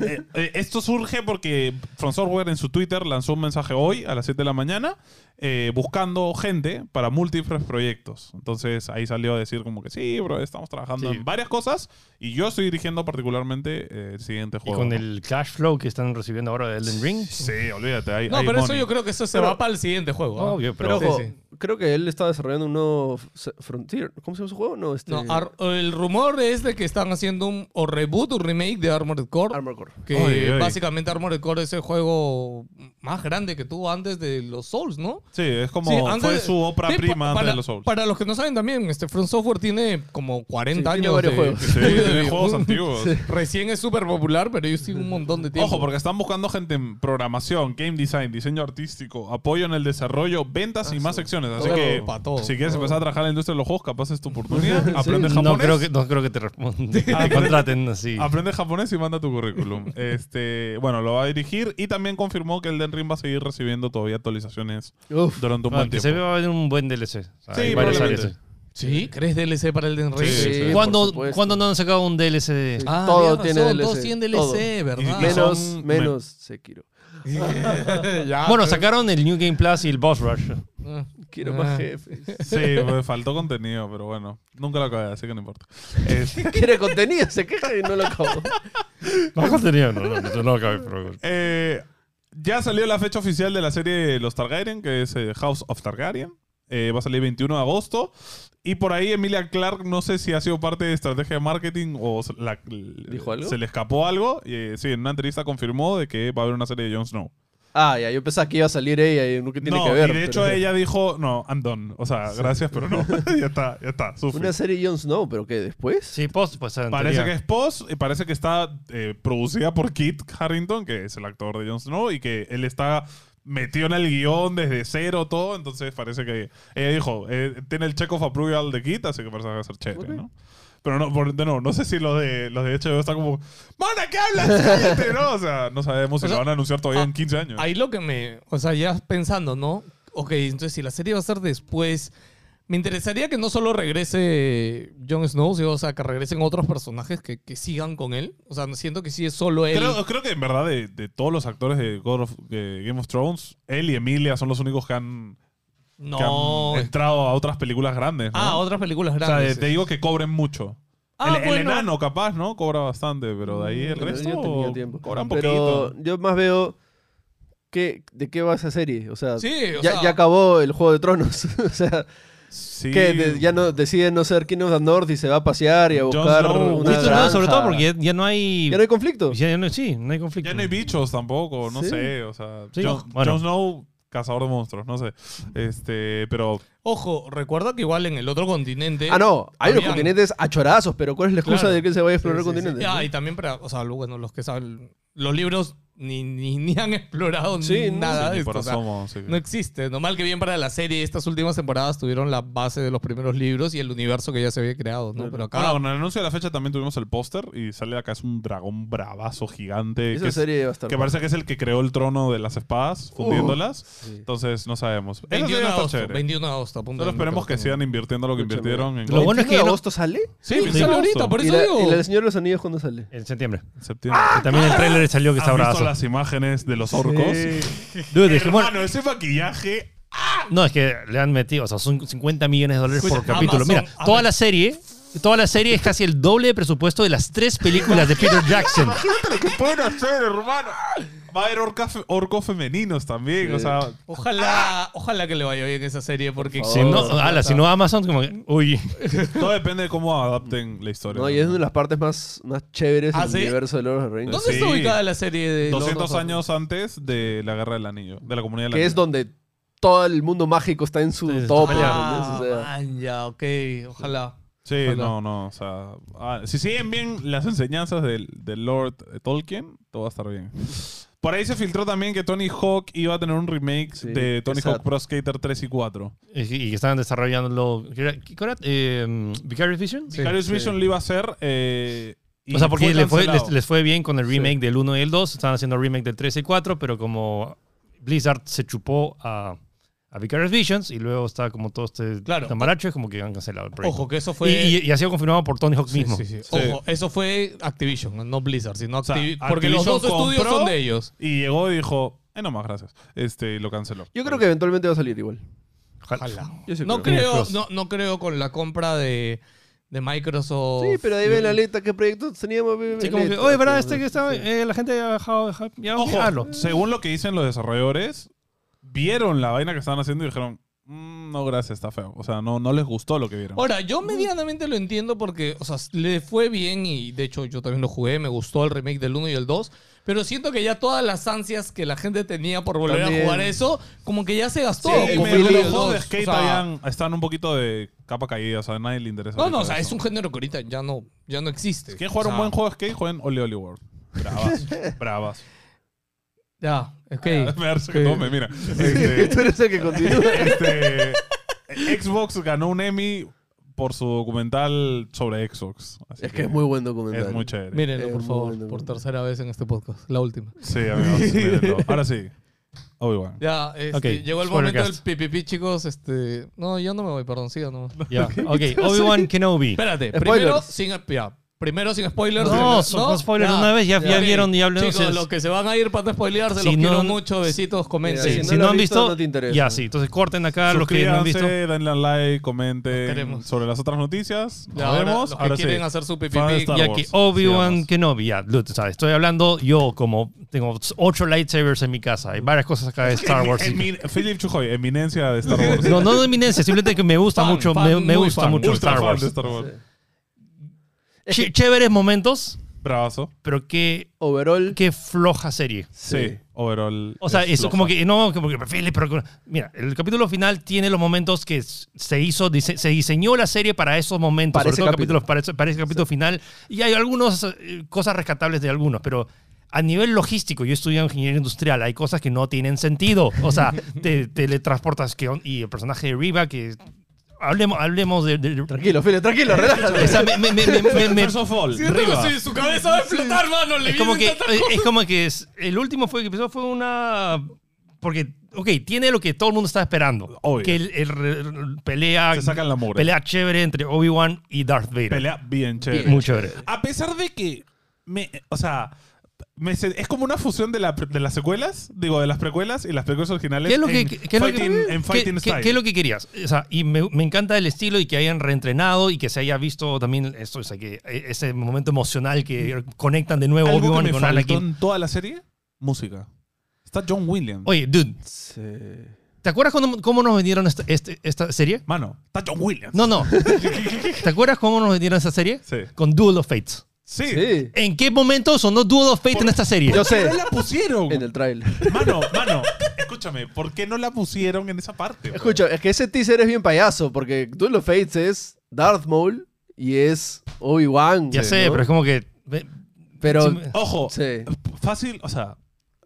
[SPEAKER 2] eh, eh, esto surge porque From Software en su Twitter lanzó un mensaje hoy a las 7 de la mañana eh, buscando gente para múltiples proyectos. Entonces ahí salió a decir como que sí, bro, estamos trabajando
[SPEAKER 4] Sí.
[SPEAKER 2] en varias cosas y yo estoy dirigiendo particularmente eh, el siguiente
[SPEAKER 4] Y
[SPEAKER 2] juego.
[SPEAKER 4] con
[SPEAKER 2] ¿no?
[SPEAKER 4] el cash flow que están recibiendo ahora de Elden Ring.
[SPEAKER 2] Sí, olvídate. Hay,
[SPEAKER 3] No,
[SPEAKER 2] hay
[SPEAKER 3] pero eso
[SPEAKER 2] money.
[SPEAKER 3] yo creo que eso se
[SPEAKER 1] Pero-
[SPEAKER 3] va para el siguiente juego. ¿ah?
[SPEAKER 4] Obvio,
[SPEAKER 1] Pero
[SPEAKER 4] pero.
[SPEAKER 1] ojo,
[SPEAKER 3] Sí, sí.
[SPEAKER 1] creo que él está desarrollando un nuevo F- Frontier. ¿Cómo se llama su juego? No, este.
[SPEAKER 3] No, ar- el rumor es de que están haciendo un o reboot o remake de Armored Core.
[SPEAKER 1] Armor Core.
[SPEAKER 3] Que
[SPEAKER 2] Oye, oye.
[SPEAKER 3] básicamente Armored Core es el juego más grande que tuvo antes de los Souls, ¿no?
[SPEAKER 2] Sí, es como
[SPEAKER 3] Sí, antes
[SPEAKER 2] fue
[SPEAKER 3] de-
[SPEAKER 2] su obra
[SPEAKER 3] Sí, pa-
[SPEAKER 2] prima antes
[SPEAKER 3] para,
[SPEAKER 2] de los Souls.
[SPEAKER 3] Para los que no saben también, este Front Software tiene como 40
[SPEAKER 1] Sí, tiene
[SPEAKER 3] años
[SPEAKER 1] varios
[SPEAKER 3] de-
[SPEAKER 1] juegos.
[SPEAKER 2] Sí,
[SPEAKER 3] de- de-
[SPEAKER 2] tiene
[SPEAKER 3] de-
[SPEAKER 2] juegos antiguos.
[SPEAKER 3] Recién es súper popular, pero ellos tienen un montón de tiempo.
[SPEAKER 2] Ojo, porque están buscando gente en programación, game design, diseño artístico, apoyo en el desarrollo, ventas y más secciones. Así
[SPEAKER 3] Todo,
[SPEAKER 2] que
[SPEAKER 3] pa' todo.
[SPEAKER 2] si quieres empezar a trabajar en la industria de los juegos, capaz es tu oportunidad. Aprende
[SPEAKER 4] no,
[SPEAKER 2] japonés.
[SPEAKER 4] creo que, no creo que te, respondan- te contraten así.
[SPEAKER 2] Aprende japonés y manda tu currículum. este, bueno, lo va a dirigir y también confirmó que el Den Ring va a seguir recibiendo todavía actualizaciones
[SPEAKER 1] Uf.
[SPEAKER 2] durante un
[SPEAKER 4] Ah,
[SPEAKER 2] buen
[SPEAKER 4] que se ve
[SPEAKER 2] tiempo.
[SPEAKER 4] va a haber un buen DLC. O sea,
[SPEAKER 2] Sí,
[SPEAKER 4] hay varios
[SPEAKER 2] probablemente.
[SPEAKER 4] áreas.
[SPEAKER 3] ¿Sí? ¿Crees DLC para Elden Ring?
[SPEAKER 2] Sí, sí.
[SPEAKER 4] ¿Cuándo,
[SPEAKER 1] supuesto.
[SPEAKER 4] cuándo no han sacado un DLC? de-
[SPEAKER 1] Sí.
[SPEAKER 3] Ah,
[SPEAKER 1] Todo
[SPEAKER 3] tienes
[SPEAKER 1] tiene
[SPEAKER 3] razón,
[SPEAKER 1] DLC,
[SPEAKER 3] Todos tienen
[SPEAKER 1] todo.
[SPEAKER 3] DLC, ¿verdad?
[SPEAKER 2] Y-
[SPEAKER 1] Menos,
[SPEAKER 2] son-
[SPEAKER 1] menos Sekiro.
[SPEAKER 3] Ya,
[SPEAKER 4] Bueno,
[SPEAKER 3] pero-
[SPEAKER 4] sacaron el New Game Plus y el Boss Rush.
[SPEAKER 3] Ah.
[SPEAKER 1] Quiero
[SPEAKER 3] Ah.
[SPEAKER 1] más jefes.
[SPEAKER 2] Sí, pues, faltó contenido, pero bueno, nunca lo acabé, así que no importa. Este,
[SPEAKER 1] Quiere contenido, se queja y no lo acabó.
[SPEAKER 4] Más contenido, no, no, no, no acabé, pero-
[SPEAKER 2] Eh, ya salió la fecha oficial de la serie de los Targaryen, que es eh, House of Targaryen. Eh, va a salir 21 de agosto. Y por ahí Emilia Clark, no sé si ha sido parte de estrategia de marketing o se- la-
[SPEAKER 1] ¿Dijo algo?
[SPEAKER 2] se le escapó algo. Y, eh, sí, en una entrevista confirmó de que va a haber una serie de Jon Snow.
[SPEAKER 1] Ah, ya, yo pensaba que iba a salir ella y nunca tiene
[SPEAKER 2] no,
[SPEAKER 1] que ver.
[SPEAKER 2] y de hecho
[SPEAKER 1] pero-
[SPEAKER 2] ella dijo, no, I'm done. O sea, gracias, pero no. ya está, ya está, sufre.
[SPEAKER 1] Una serie Jon Snow, pero ¿qué? ¿Después?
[SPEAKER 4] Sí, post, pues.
[SPEAKER 2] Parece que es post y parece que está eh, producida por Kit Harrington, que es el actor de Jon Snow, y que él está metido en el guión desde cero, todo. Entonces parece que ella dijo, eh, tiene el check of approval de Kit, así que parece que va a ser chévere, ¿no? Pero no, por- de nuevo, no sé si los de los de HBO están como, ¡Mana, qué hablas! ¡Cállate! ¿no? O sea, no sabemos si
[SPEAKER 3] O sea,
[SPEAKER 2] lo van a anunciar todavía
[SPEAKER 3] ah,
[SPEAKER 2] en 15 años.
[SPEAKER 3] Ahí lo que me. O sea, ya pensando, ¿no? Ok, entonces si la serie va a ser después. Me interesaría que no solo regrese Jon Snow, sino, o sea, que regresen otros personajes que, que sigan con él. O sea, siento que sí es solo él.
[SPEAKER 2] Creo, creo que en verdad de, de todos los actores de, God of- de Game of Thrones, él y Emilia son los únicos que han, que
[SPEAKER 3] no.
[SPEAKER 2] han entrado a otras películas grandes. ¿no?
[SPEAKER 3] Ah, otras películas
[SPEAKER 2] O sea, eh,
[SPEAKER 3] grandes.
[SPEAKER 2] te digo que cobren mucho.
[SPEAKER 3] Ah,
[SPEAKER 2] el, el
[SPEAKER 3] bueno.
[SPEAKER 2] enano, capaz, ¿no? Cobra bastante, pero de ahí el
[SPEAKER 1] Pero
[SPEAKER 2] resto
[SPEAKER 1] yo tenía tiempo.
[SPEAKER 2] cobra un
[SPEAKER 1] Pero
[SPEAKER 2] poquito.
[SPEAKER 1] yo más veo que, de qué va esa serie. O sea,
[SPEAKER 3] Sí, o
[SPEAKER 1] ya,
[SPEAKER 3] sea-
[SPEAKER 1] ya acabó el Juego de Tronos. o sea,
[SPEAKER 2] Sí.
[SPEAKER 1] que de- ya no, decide no ser King of the North y se va a pasear y a
[SPEAKER 2] Jon
[SPEAKER 1] buscar
[SPEAKER 2] Snow,
[SPEAKER 1] una
[SPEAKER 2] Winston,
[SPEAKER 1] granja.
[SPEAKER 4] sobre todo porque ya, ya no hay.
[SPEAKER 1] Ya no hay conflicto.
[SPEAKER 4] ya no- sí, no hay conflicto.
[SPEAKER 2] Ya no hay bichos tampoco, no
[SPEAKER 1] Sí.
[SPEAKER 2] sé. O sea,
[SPEAKER 4] Sí,
[SPEAKER 2] Jon,
[SPEAKER 4] bueno.
[SPEAKER 2] Jon Snow, cazador de monstruos, no sé. Este, pero
[SPEAKER 3] Ojo, recuerda que igual en el otro continente.
[SPEAKER 1] Ah, no, hay los
[SPEAKER 3] Habían-
[SPEAKER 1] continentes a chorazos, pero ¿cuál es la excusa
[SPEAKER 3] Claro.
[SPEAKER 1] de que se vaya a explorar
[SPEAKER 3] Sí, sí, sí.
[SPEAKER 1] continentes?
[SPEAKER 3] Ah, y también para. O sea, lo- bueno, los que saben. Los libros ni, ni, ni han explorado
[SPEAKER 1] Sí, no,
[SPEAKER 3] nada
[SPEAKER 2] sí,
[SPEAKER 3] de
[SPEAKER 2] ni
[SPEAKER 3] Ah, esto.
[SPEAKER 2] por
[SPEAKER 3] o sea,
[SPEAKER 2] asomo, sí.
[SPEAKER 3] No existe. No mal que bien para la serie, estas últimas temporadas tuvieron la base de los primeros libros y el universo que ya se había creado, ¿no? Pero acá.
[SPEAKER 2] Bueno, con el anuncio de la fecha también tuvimos el póster y sale acá es un dragón bravazo gigante.
[SPEAKER 1] Esa
[SPEAKER 2] que es-
[SPEAKER 1] serie va a estar.
[SPEAKER 2] que parece que es el que creó el trono de las espadas, fundiéndolas.
[SPEAKER 1] Sí.
[SPEAKER 2] Entonces, no sabemos. Esa serie
[SPEAKER 3] 21 de
[SPEAKER 2] va a estar
[SPEAKER 3] agosto.
[SPEAKER 2] chévere.
[SPEAKER 3] 21 de agosto. apunta
[SPEAKER 2] Solo
[SPEAKER 3] en el
[SPEAKER 2] esperemos que
[SPEAKER 3] cartón.
[SPEAKER 2] sigan invirtiendo lo que
[SPEAKER 1] Escúchame.
[SPEAKER 2] invirtieron en
[SPEAKER 4] Lo
[SPEAKER 2] God-
[SPEAKER 4] bueno es
[SPEAKER 1] 21
[SPEAKER 4] que
[SPEAKER 1] de
[SPEAKER 4] ya no-
[SPEAKER 1] agosto sale?
[SPEAKER 3] Sí, pues,
[SPEAKER 4] Sí,
[SPEAKER 3] sale
[SPEAKER 2] justo.
[SPEAKER 3] ahorita, por
[SPEAKER 1] ¿Y
[SPEAKER 3] eso
[SPEAKER 1] la,
[SPEAKER 3] digo.
[SPEAKER 1] y la del Señor de los Anillos cuándo sale?
[SPEAKER 4] En septiembre.
[SPEAKER 2] en septiembre.
[SPEAKER 4] Que también el trailer salió que está
[SPEAKER 2] ¿Has visto
[SPEAKER 4] bravazo.
[SPEAKER 2] las imágenes de los orcos.
[SPEAKER 4] Dude, dije,
[SPEAKER 2] Hermano,
[SPEAKER 4] bueno,
[SPEAKER 2] ese maquillaje.
[SPEAKER 4] no, es que le han metido, o sea, son 50 millones de dólares por
[SPEAKER 3] Escucha,
[SPEAKER 4] capítulo. Mira,
[SPEAKER 3] Amazon-
[SPEAKER 4] toda
[SPEAKER 3] Amazon-
[SPEAKER 4] la serie, toda la serie es casi el doble de presupuesto de las tres películas de Peter Jackson.
[SPEAKER 1] Oh,
[SPEAKER 2] Fíjate lo que pueden hacer, hermano. Va a haber orca fe- orcos femeninos también. O sea,
[SPEAKER 3] Ojalá, ojalá que le vaya bien esa serie porque...
[SPEAKER 1] Por
[SPEAKER 4] Si no, ala, si no Amazon, como que, uy,
[SPEAKER 2] todo depende de cómo adapten la historia.
[SPEAKER 1] No, y es una de las partes más, más chéveres
[SPEAKER 3] Ah,
[SPEAKER 1] del
[SPEAKER 3] ¿sí?
[SPEAKER 1] universo de Lord of the Rings.
[SPEAKER 3] ¿Dónde está
[SPEAKER 2] Sí.
[SPEAKER 3] ubicada la serie de... los
[SPEAKER 2] 200
[SPEAKER 3] dos?
[SPEAKER 2] años antes de la Guerra del Anillo, de la Comunidad del
[SPEAKER 1] Que
[SPEAKER 2] Anillo.
[SPEAKER 1] es donde todo el mundo mágico está en su
[SPEAKER 4] Sí, está
[SPEAKER 1] tope.
[SPEAKER 3] Ah,
[SPEAKER 1] ¿no? O sea,
[SPEAKER 3] man, ya, ok, ojalá.
[SPEAKER 2] Sí,
[SPEAKER 3] Ojalá.
[SPEAKER 2] no, no, o sea, ah, si siguen bien las enseñanzas del, del Lord Tolkien, todo va a estar bien. Por ahí se filtró también que Tony Hawk iba a tener un remake
[SPEAKER 1] Sí,
[SPEAKER 2] de Tony
[SPEAKER 1] qué sad.
[SPEAKER 2] Hawk Pro Skater 3 y 4.
[SPEAKER 4] y que estaban desarrollando ¿qué era? ¿Qué era? Eh, Vicarious Vision.
[SPEAKER 2] Vicarious Vision lo iba a hacer. eh, y
[SPEAKER 4] O sea, porque le fue- les,
[SPEAKER 2] cancelado.
[SPEAKER 4] les fue bien con el remake del 1 y el 2. Estaban haciendo remake del 3 y 4, pero como Blizzard se chupó a, a Vicarious Visions y luego está como todo este
[SPEAKER 3] Claro.
[SPEAKER 4] tamaracho, es como que han cancelado el proyecto.
[SPEAKER 3] Ojo, que eso fue...
[SPEAKER 4] y, y- y ha sido confirmado por Tony Hawk
[SPEAKER 3] Sí,
[SPEAKER 4] mismo.
[SPEAKER 3] sí, sí.
[SPEAKER 2] Sí.
[SPEAKER 3] Ojo, eso fue Activision, no Blizzard, sino
[SPEAKER 2] sea,
[SPEAKER 3] Activi- Porque los
[SPEAKER 2] Activision
[SPEAKER 3] dos estudios
[SPEAKER 2] compró-
[SPEAKER 3] son de ellos.
[SPEAKER 2] Y llegó y dijo, eh, no más, gracias. Este, y lo canceló.
[SPEAKER 1] yo creo que eventualmente va a salir igual.
[SPEAKER 3] Ojalá.
[SPEAKER 1] Yo sí
[SPEAKER 3] No
[SPEAKER 1] creo.
[SPEAKER 3] creo,
[SPEAKER 4] Cross.
[SPEAKER 3] no, no creo con la compra de, de Microsoft.
[SPEAKER 1] Sí, pero ahí ven la letra, qué proyectos teníamos. ve- ve
[SPEAKER 4] Sí, como que,
[SPEAKER 1] letra,
[SPEAKER 4] oye, ¿verdad?
[SPEAKER 1] tío,
[SPEAKER 4] Este que
[SPEAKER 1] sí.
[SPEAKER 4] está, eh, la gente ha bajado, ja- ya
[SPEAKER 2] Ojo,
[SPEAKER 4] hazlo".
[SPEAKER 2] según lo que dicen los desarrolladores, vieron la vaina que estaban haciendo y dijeron, "Mm, no, gracias, está feo. O sea, no, no les gustó lo que vieron.
[SPEAKER 3] Ahora, yo medianamente lo entiendo porque, o sea, le fue bien y de hecho yo también lo jugué, me gustó el remake del 1 y el 2, pero siento que ya todas las ansias que la gente tenía por volver
[SPEAKER 1] También.
[SPEAKER 3] a jugar eso, como que ya se gastó.
[SPEAKER 1] Sí,
[SPEAKER 3] con
[SPEAKER 1] me-
[SPEAKER 3] el
[SPEAKER 1] los
[SPEAKER 3] uno y el
[SPEAKER 2] los juegos de
[SPEAKER 3] dos.
[SPEAKER 2] skate
[SPEAKER 3] O sea,
[SPEAKER 2] habían- están un poquito de capa caída, o sea, a nadie le interesa.
[SPEAKER 3] No,
[SPEAKER 2] ahorita
[SPEAKER 3] no, o sea,
[SPEAKER 2] eso.
[SPEAKER 3] es un género que ahorita ya no, ya no existe.
[SPEAKER 2] ¿Quieren jugar
[SPEAKER 3] O
[SPEAKER 2] un
[SPEAKER 3] sea,
[SPEAKER 2] buen juego de skate? Jueguen Oli Oli World. Bravas, bravas.
[SPEAKER 3] Ya, ok.
[SPEAKER 2] Me hace que
[SPEAKER 3] Sí.
[SPEAKER 2] tome, mira. Este,
[SPEAKER 1] Tú eres el que continúa.
[SPEAKER 2] este, Xbox ganó un Emmy por su documental sobre Xbox. Así
[SPEAKER 1] Es que es muy buen documental.
[SPEAKER 2] es muy chévere.
[SPEAKER 3] Mírenlo,
[SPEAKER 1] Eh,
[SPEAKER 3] por
[SPEAKER 1] muy bueno,
[SPEAKER 3] favor, por
[SPEAKER 1] bueno.
[SPEAKER 3] tercera vez en este podcast, la última.
[SPEAKER 2] Sí, amigos. mírenlo. Ahora sí. Obi-Wan.
[SPEAKER 3] Ya, este,
[SPEAKER 4] Ok,
[SPEAKER 3] llegó el
[SPEAKER 4] spoiler
[SPEAKER 3] momento del
[SPEAKER 4] cast.
[SPEAKER 3] pipipi, chicos. Este, no, yo no me voy, perdón, siga nomás.
[SPEAKER 4] Ya, ok, Obi-Wan Kenobi.
[SPEAKER 3] Espérate,
[SPEAKER 1] Spoilers.
[SPEAKER 3] primero sin, ya, primero sin spoilers.
[SPEAKER 4] No,
[SPEAKER 3] primero-
[SPEAKER 4] son con spoilers una vez, ya- ya
[SPEAKER 3] ok.
[SPEAKER 4] vieron y hablaron,
[SPEAKER 3] Chicos,
[SPEAKER 4] se-
[SPEAKER 3] los que se van a ir para no spoilear, se
[SPEAKER 4] Si
[SPEAKER 3] los
[SPEAKER 4] no-
[SPEAKER 3] quiero mucho. Besitos, comenten.
[SPEAKER 1] Sí,
[SPEAKER 4] Sí,
[SPEAKER 1] no
[SPEAKER 4] si
[SPEAKER 1] lo
[SPEAKER 4] no
[SPEAKER 1] has
[SPEAKER 4] han
[SPEAKER 1] visto,
[SPEAKER 4] visto,
[SPEAKER 1] no te interesa.
[SPEAKER 4] ya sí. Entonces corten acá los que no han visto.
[SPEAKER 2] Suscríbanse, denle al like, comenten
[SPEAKER 3] queremos.
[SPEAKER 2] sobre las otras noticias. Nos
[SPEAKER 3] Ya, ahora,
[SPEAKER 2] vemos.
[SPEAKER 3] los que
[SPEAKER 2] Ahora sí.
[SPEAKER 3] quieren hacer su pipipi.
[SPEAKER 2] Fan de Star
[SPEAKER 4] Y
[SPEAKER 3] Ya,
[SPEAKER 2] Wars.
[SPEAKER 4] aquí Obi-Wan
[SPEAKER 2] Sigamos.
[SPEAKER 4] Kenobi, ya, lo- o sea, estoy hablando yo como tengo ocho lightsabers en mi casa, hay varias cosas acá de Star Wars. y-
[SPEAKER 2] Emi- Philip Chujoy, eminencia de Star Wars.
[SPEAKER 4] No, no de eminencia, simplemente que me gusta
[SPEAKER 3] Fan,
[SPEAKER 4] mucho,
[SPEAKER 3] fan,
[SPEAKER 4] me, me
[SPEAKER 3] muy
[SPEAKER 4] gusta
[SPEAKER 3] fan.
[SPEAKER 4] mucho
[SPEAKER 2] Ultra
[SPEAKER 4] Star
[SPEAKER 2] fan
[SPEAKER 4] Wars.
[SPEAKER 2] de Star Wars.
[SPEAKER 4] Ch- chéveres momentos,
[SPEAKER 2] Bravazo.
[SPEAKER 4] pero qué,
[SPEAKER 1] Overall.
[SPEAKER 4] qué floja serie.
[SPEAKER 2] Sí. overall.
[SPEAKER 4] O sea, eso
[SPEAKER 2] floja.
[SPEAKER 4] como que no, como que Philip, pero mira, el capítulo final tiene los momentos que s- se hizo, dise- se diseñó la serie para esos momentos,
[SPEAKER 1] Para
[SPEAKER 4] para
[SPEAKER 1] ese
[SPEAKER 4] sobre todo
[SPEAKER 1] capítulo.
[SPEAKER 4] capítulos, para ese, para ese capítulo final, y hay algunas eh, cosas rescatables de algunos, pero a nivel logístico, yo estudio ingeniería industrial, hay cosas que no tienen sentido, o sea, te teletransportas que, y el personaje de Riva que hablemos, hablemos de, de-
[SPEAKER 1] Tranquilo, Felipe, tranquilo, relájate.
[SPEAKER 4] o sea, me- me- me- me- me- me-
[SPEAKER 2] First of all,
[SPEAKER 3] Siento que
[SPEAKER 2] Riva.
[SPEAKER 3] sí, su cabeza va a explotar, mano. Le
[SPEAKER 4] es
[SPEAKER 3] vienen
[SPEAKER 4] como que
[SPEAKER 3] tantas
[SPEAKER 4] es- es como que es- el último fue que empezó fue una porque ok, tiene lo que todo el mundo está esperando
[SPEAKER 2] Obvio.
[SPEAKER 4] que el, el- el- pelea
[SPEAKER 2] Se sacan la mugre.
[SPEAKER 4] pelea chévere entre Obi Wan y Darth Vader
[SPEAKER 2] Pelea bien chévere.
[SPEAKER 4] muy chévere
[SPEAKER 2] A pesar de que me, o sea, me se- es como una fusión de, la, pre- de las secuelas, digo, de las precuelas y las precuelas originales.
[SPEAKER 4] ¿Qué es lo que,
[SPEAKER 2] en
[SPEAKER 4] qué- qué es lo que-
[SPEAKER 2] fighting- en
[SPEAKER 4] qué-
[SPEAKER 2] fighting
[SPEAKER 4] qué-
[SPEAKER 2] style.
[SPEAKER 4] qué es lo que querías? O sea, y me, me encanta el estilo y que hayan reentrenado y que se haya visto también esto, o sea, que e- ese momento emocional que conectan de nuevo
[SPEAKER 2] Algo que
[SPEAKER 4] Obi-Wan
[SPEAKER 2] me
[SPEAKER 4] con
[SPEAKER 2] faltó
[SPEAKER 4] Anakin.
[SPEAKER 2] en toda la serie, música. Está John Williams.
[SPEAKER 4] Oye, dude,
[SPEAKER 1] Sí.
[SPEAKER 4] ¿te acuerdas cuando- cómo nos vendieron esta, este- esta serie?
[SPEAKER 2] Mano, está John Williams.
[SPEAKER 4] No, no. ¿Te acuerdas cómo nos vendieron esa serie?
[SPEAKER 2] Sí.
[SPEAKER 4] Con Duel of Fates.
[SPEAKER 2] Sí.
[SPEAKER 1] Sí.
[SPEAKER 4] ¿En qué momento sonó Duel of Fate en esta serie?
[SPEAKER 1] Yo sé,
[SPEAKER 2] No la pusieron.
[SPEAKER 1] en el trailer.
[SPEAKER 2] Mano, mano, escúchame, ¿por qué no la pusieron en esa parte? bro?
[SPEAKER 1] Escucha, es que ese teaser es bien payaso, porque Duel of Fates es Darth Maul y es Obi-Wan.
[SPEAKER 4] ya
[SPEAKER 1] güey,
[SPEAKER 4] sé,
[SPEAKER 1] ¿no?
[SPEAKER 4] pero es como que... ve-
[SPEAKER 1] Pero-
[SPEAKER 4] sí me-
[SPEAKER 2] Ojo,
[SPEAKER 1] Sí.
[SPEAKER 2] fácil, o sea,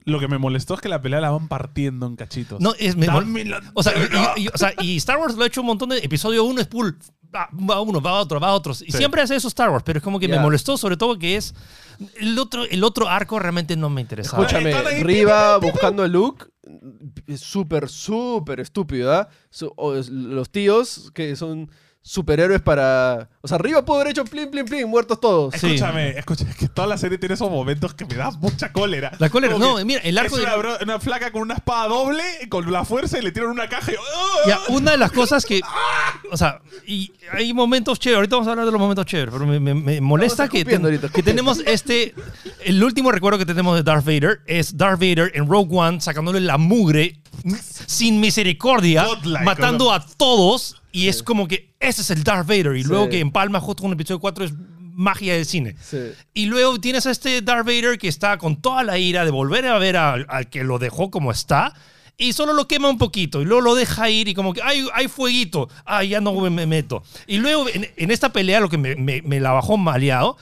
[SPEAKER 2] lo que me molestó es que la pelea la van partiendo en cachitos.
[SPEAKER 4] No, es... me-
[SPEAKER 2] Dármela-
[SPEAKER 4] o, sea, y- y, o sea, y Star Wars lo ha hecho un montón de... Episodio 1 es pull. Va, va uno, va otro, va otro.
[SPEAKER 2] Sí.
[SPEAKER 4] Y siempre hace eso Star Wars, pero es como que
[SPEAKER 1] Ya.
[SPEAKER 4] me molestó sobre todo que es... El otro, el otro arco realmente no me interesaba.
[SPEAKER 1] Escúchame,
[SPEAKER 2] Están ahí,
[SPEAKER 1] Riva buscando a Luke, es súper, súper estúpido, ¿ah? Su- o es- los tíos que son superhéroes para. O sea, arriba pudo haber hecho plin, plin, plin, muertos todos.
[SPEAKER 4] Sí.
[SPEAKER 2] Escúchame, escúchame, es que toda la serie tiene esos momentos que me da mucha cólera.
[SPEAKER 4] La cólera,
[SPEAKER 2] Como
[SPEAKER 4] no,
[SPEAKER 2] que
[SPEAKER 4] mira, el arco
[SPEAKER 2] es
[SPEAKER 4] de-
[SPEAKER 2] una, bro- una flaca con una espada doble, con la fuerza y le tiran una caja y... ¡ah!
[SPEAKER 4] Ya, una de las cosas que. O sea, y hay momentos chéveres. Ahorita vamos a hablar de los momentos chéveres, pero me, me- me molesta
[SPEAKER 1] Estamos
[SPEAKER 4] que,
[SPEAKER 1] escupiendo
[SPEAKER 4] ten-
[SPEAKER 1] ahorita,
[SPEAKER 4] que tenemos este. El último recuerdo que tenemos de Darth Vader es Darth Vader en Rogue One sacándole la mugre sin misericordia,
[SPEAKER 2] Godlike,
[SPEAKER 4] matando
[SPEAKER 2] ¿no?
[SPEAKER 4] a todos. Y es como que ese es el Darth Vader. Y
[SPEAKER 1] Sí.
[SPEAKER 4] luego que empalma justo con el episodio 4 es magia de cine.
[SPEAKER 1] Sí.
[SPEAKER 4] Y luego tienes a este Darth Vader que está con toda la ira de volver a ver al, al que lo dejó como está. Y solo lo quema un poquito. Y luego lo deja ir y como que hay, hay fueguito. Ah, ya no me- me meto. Y luego en, en esta pelea lo que me, me- me la bajó maleado.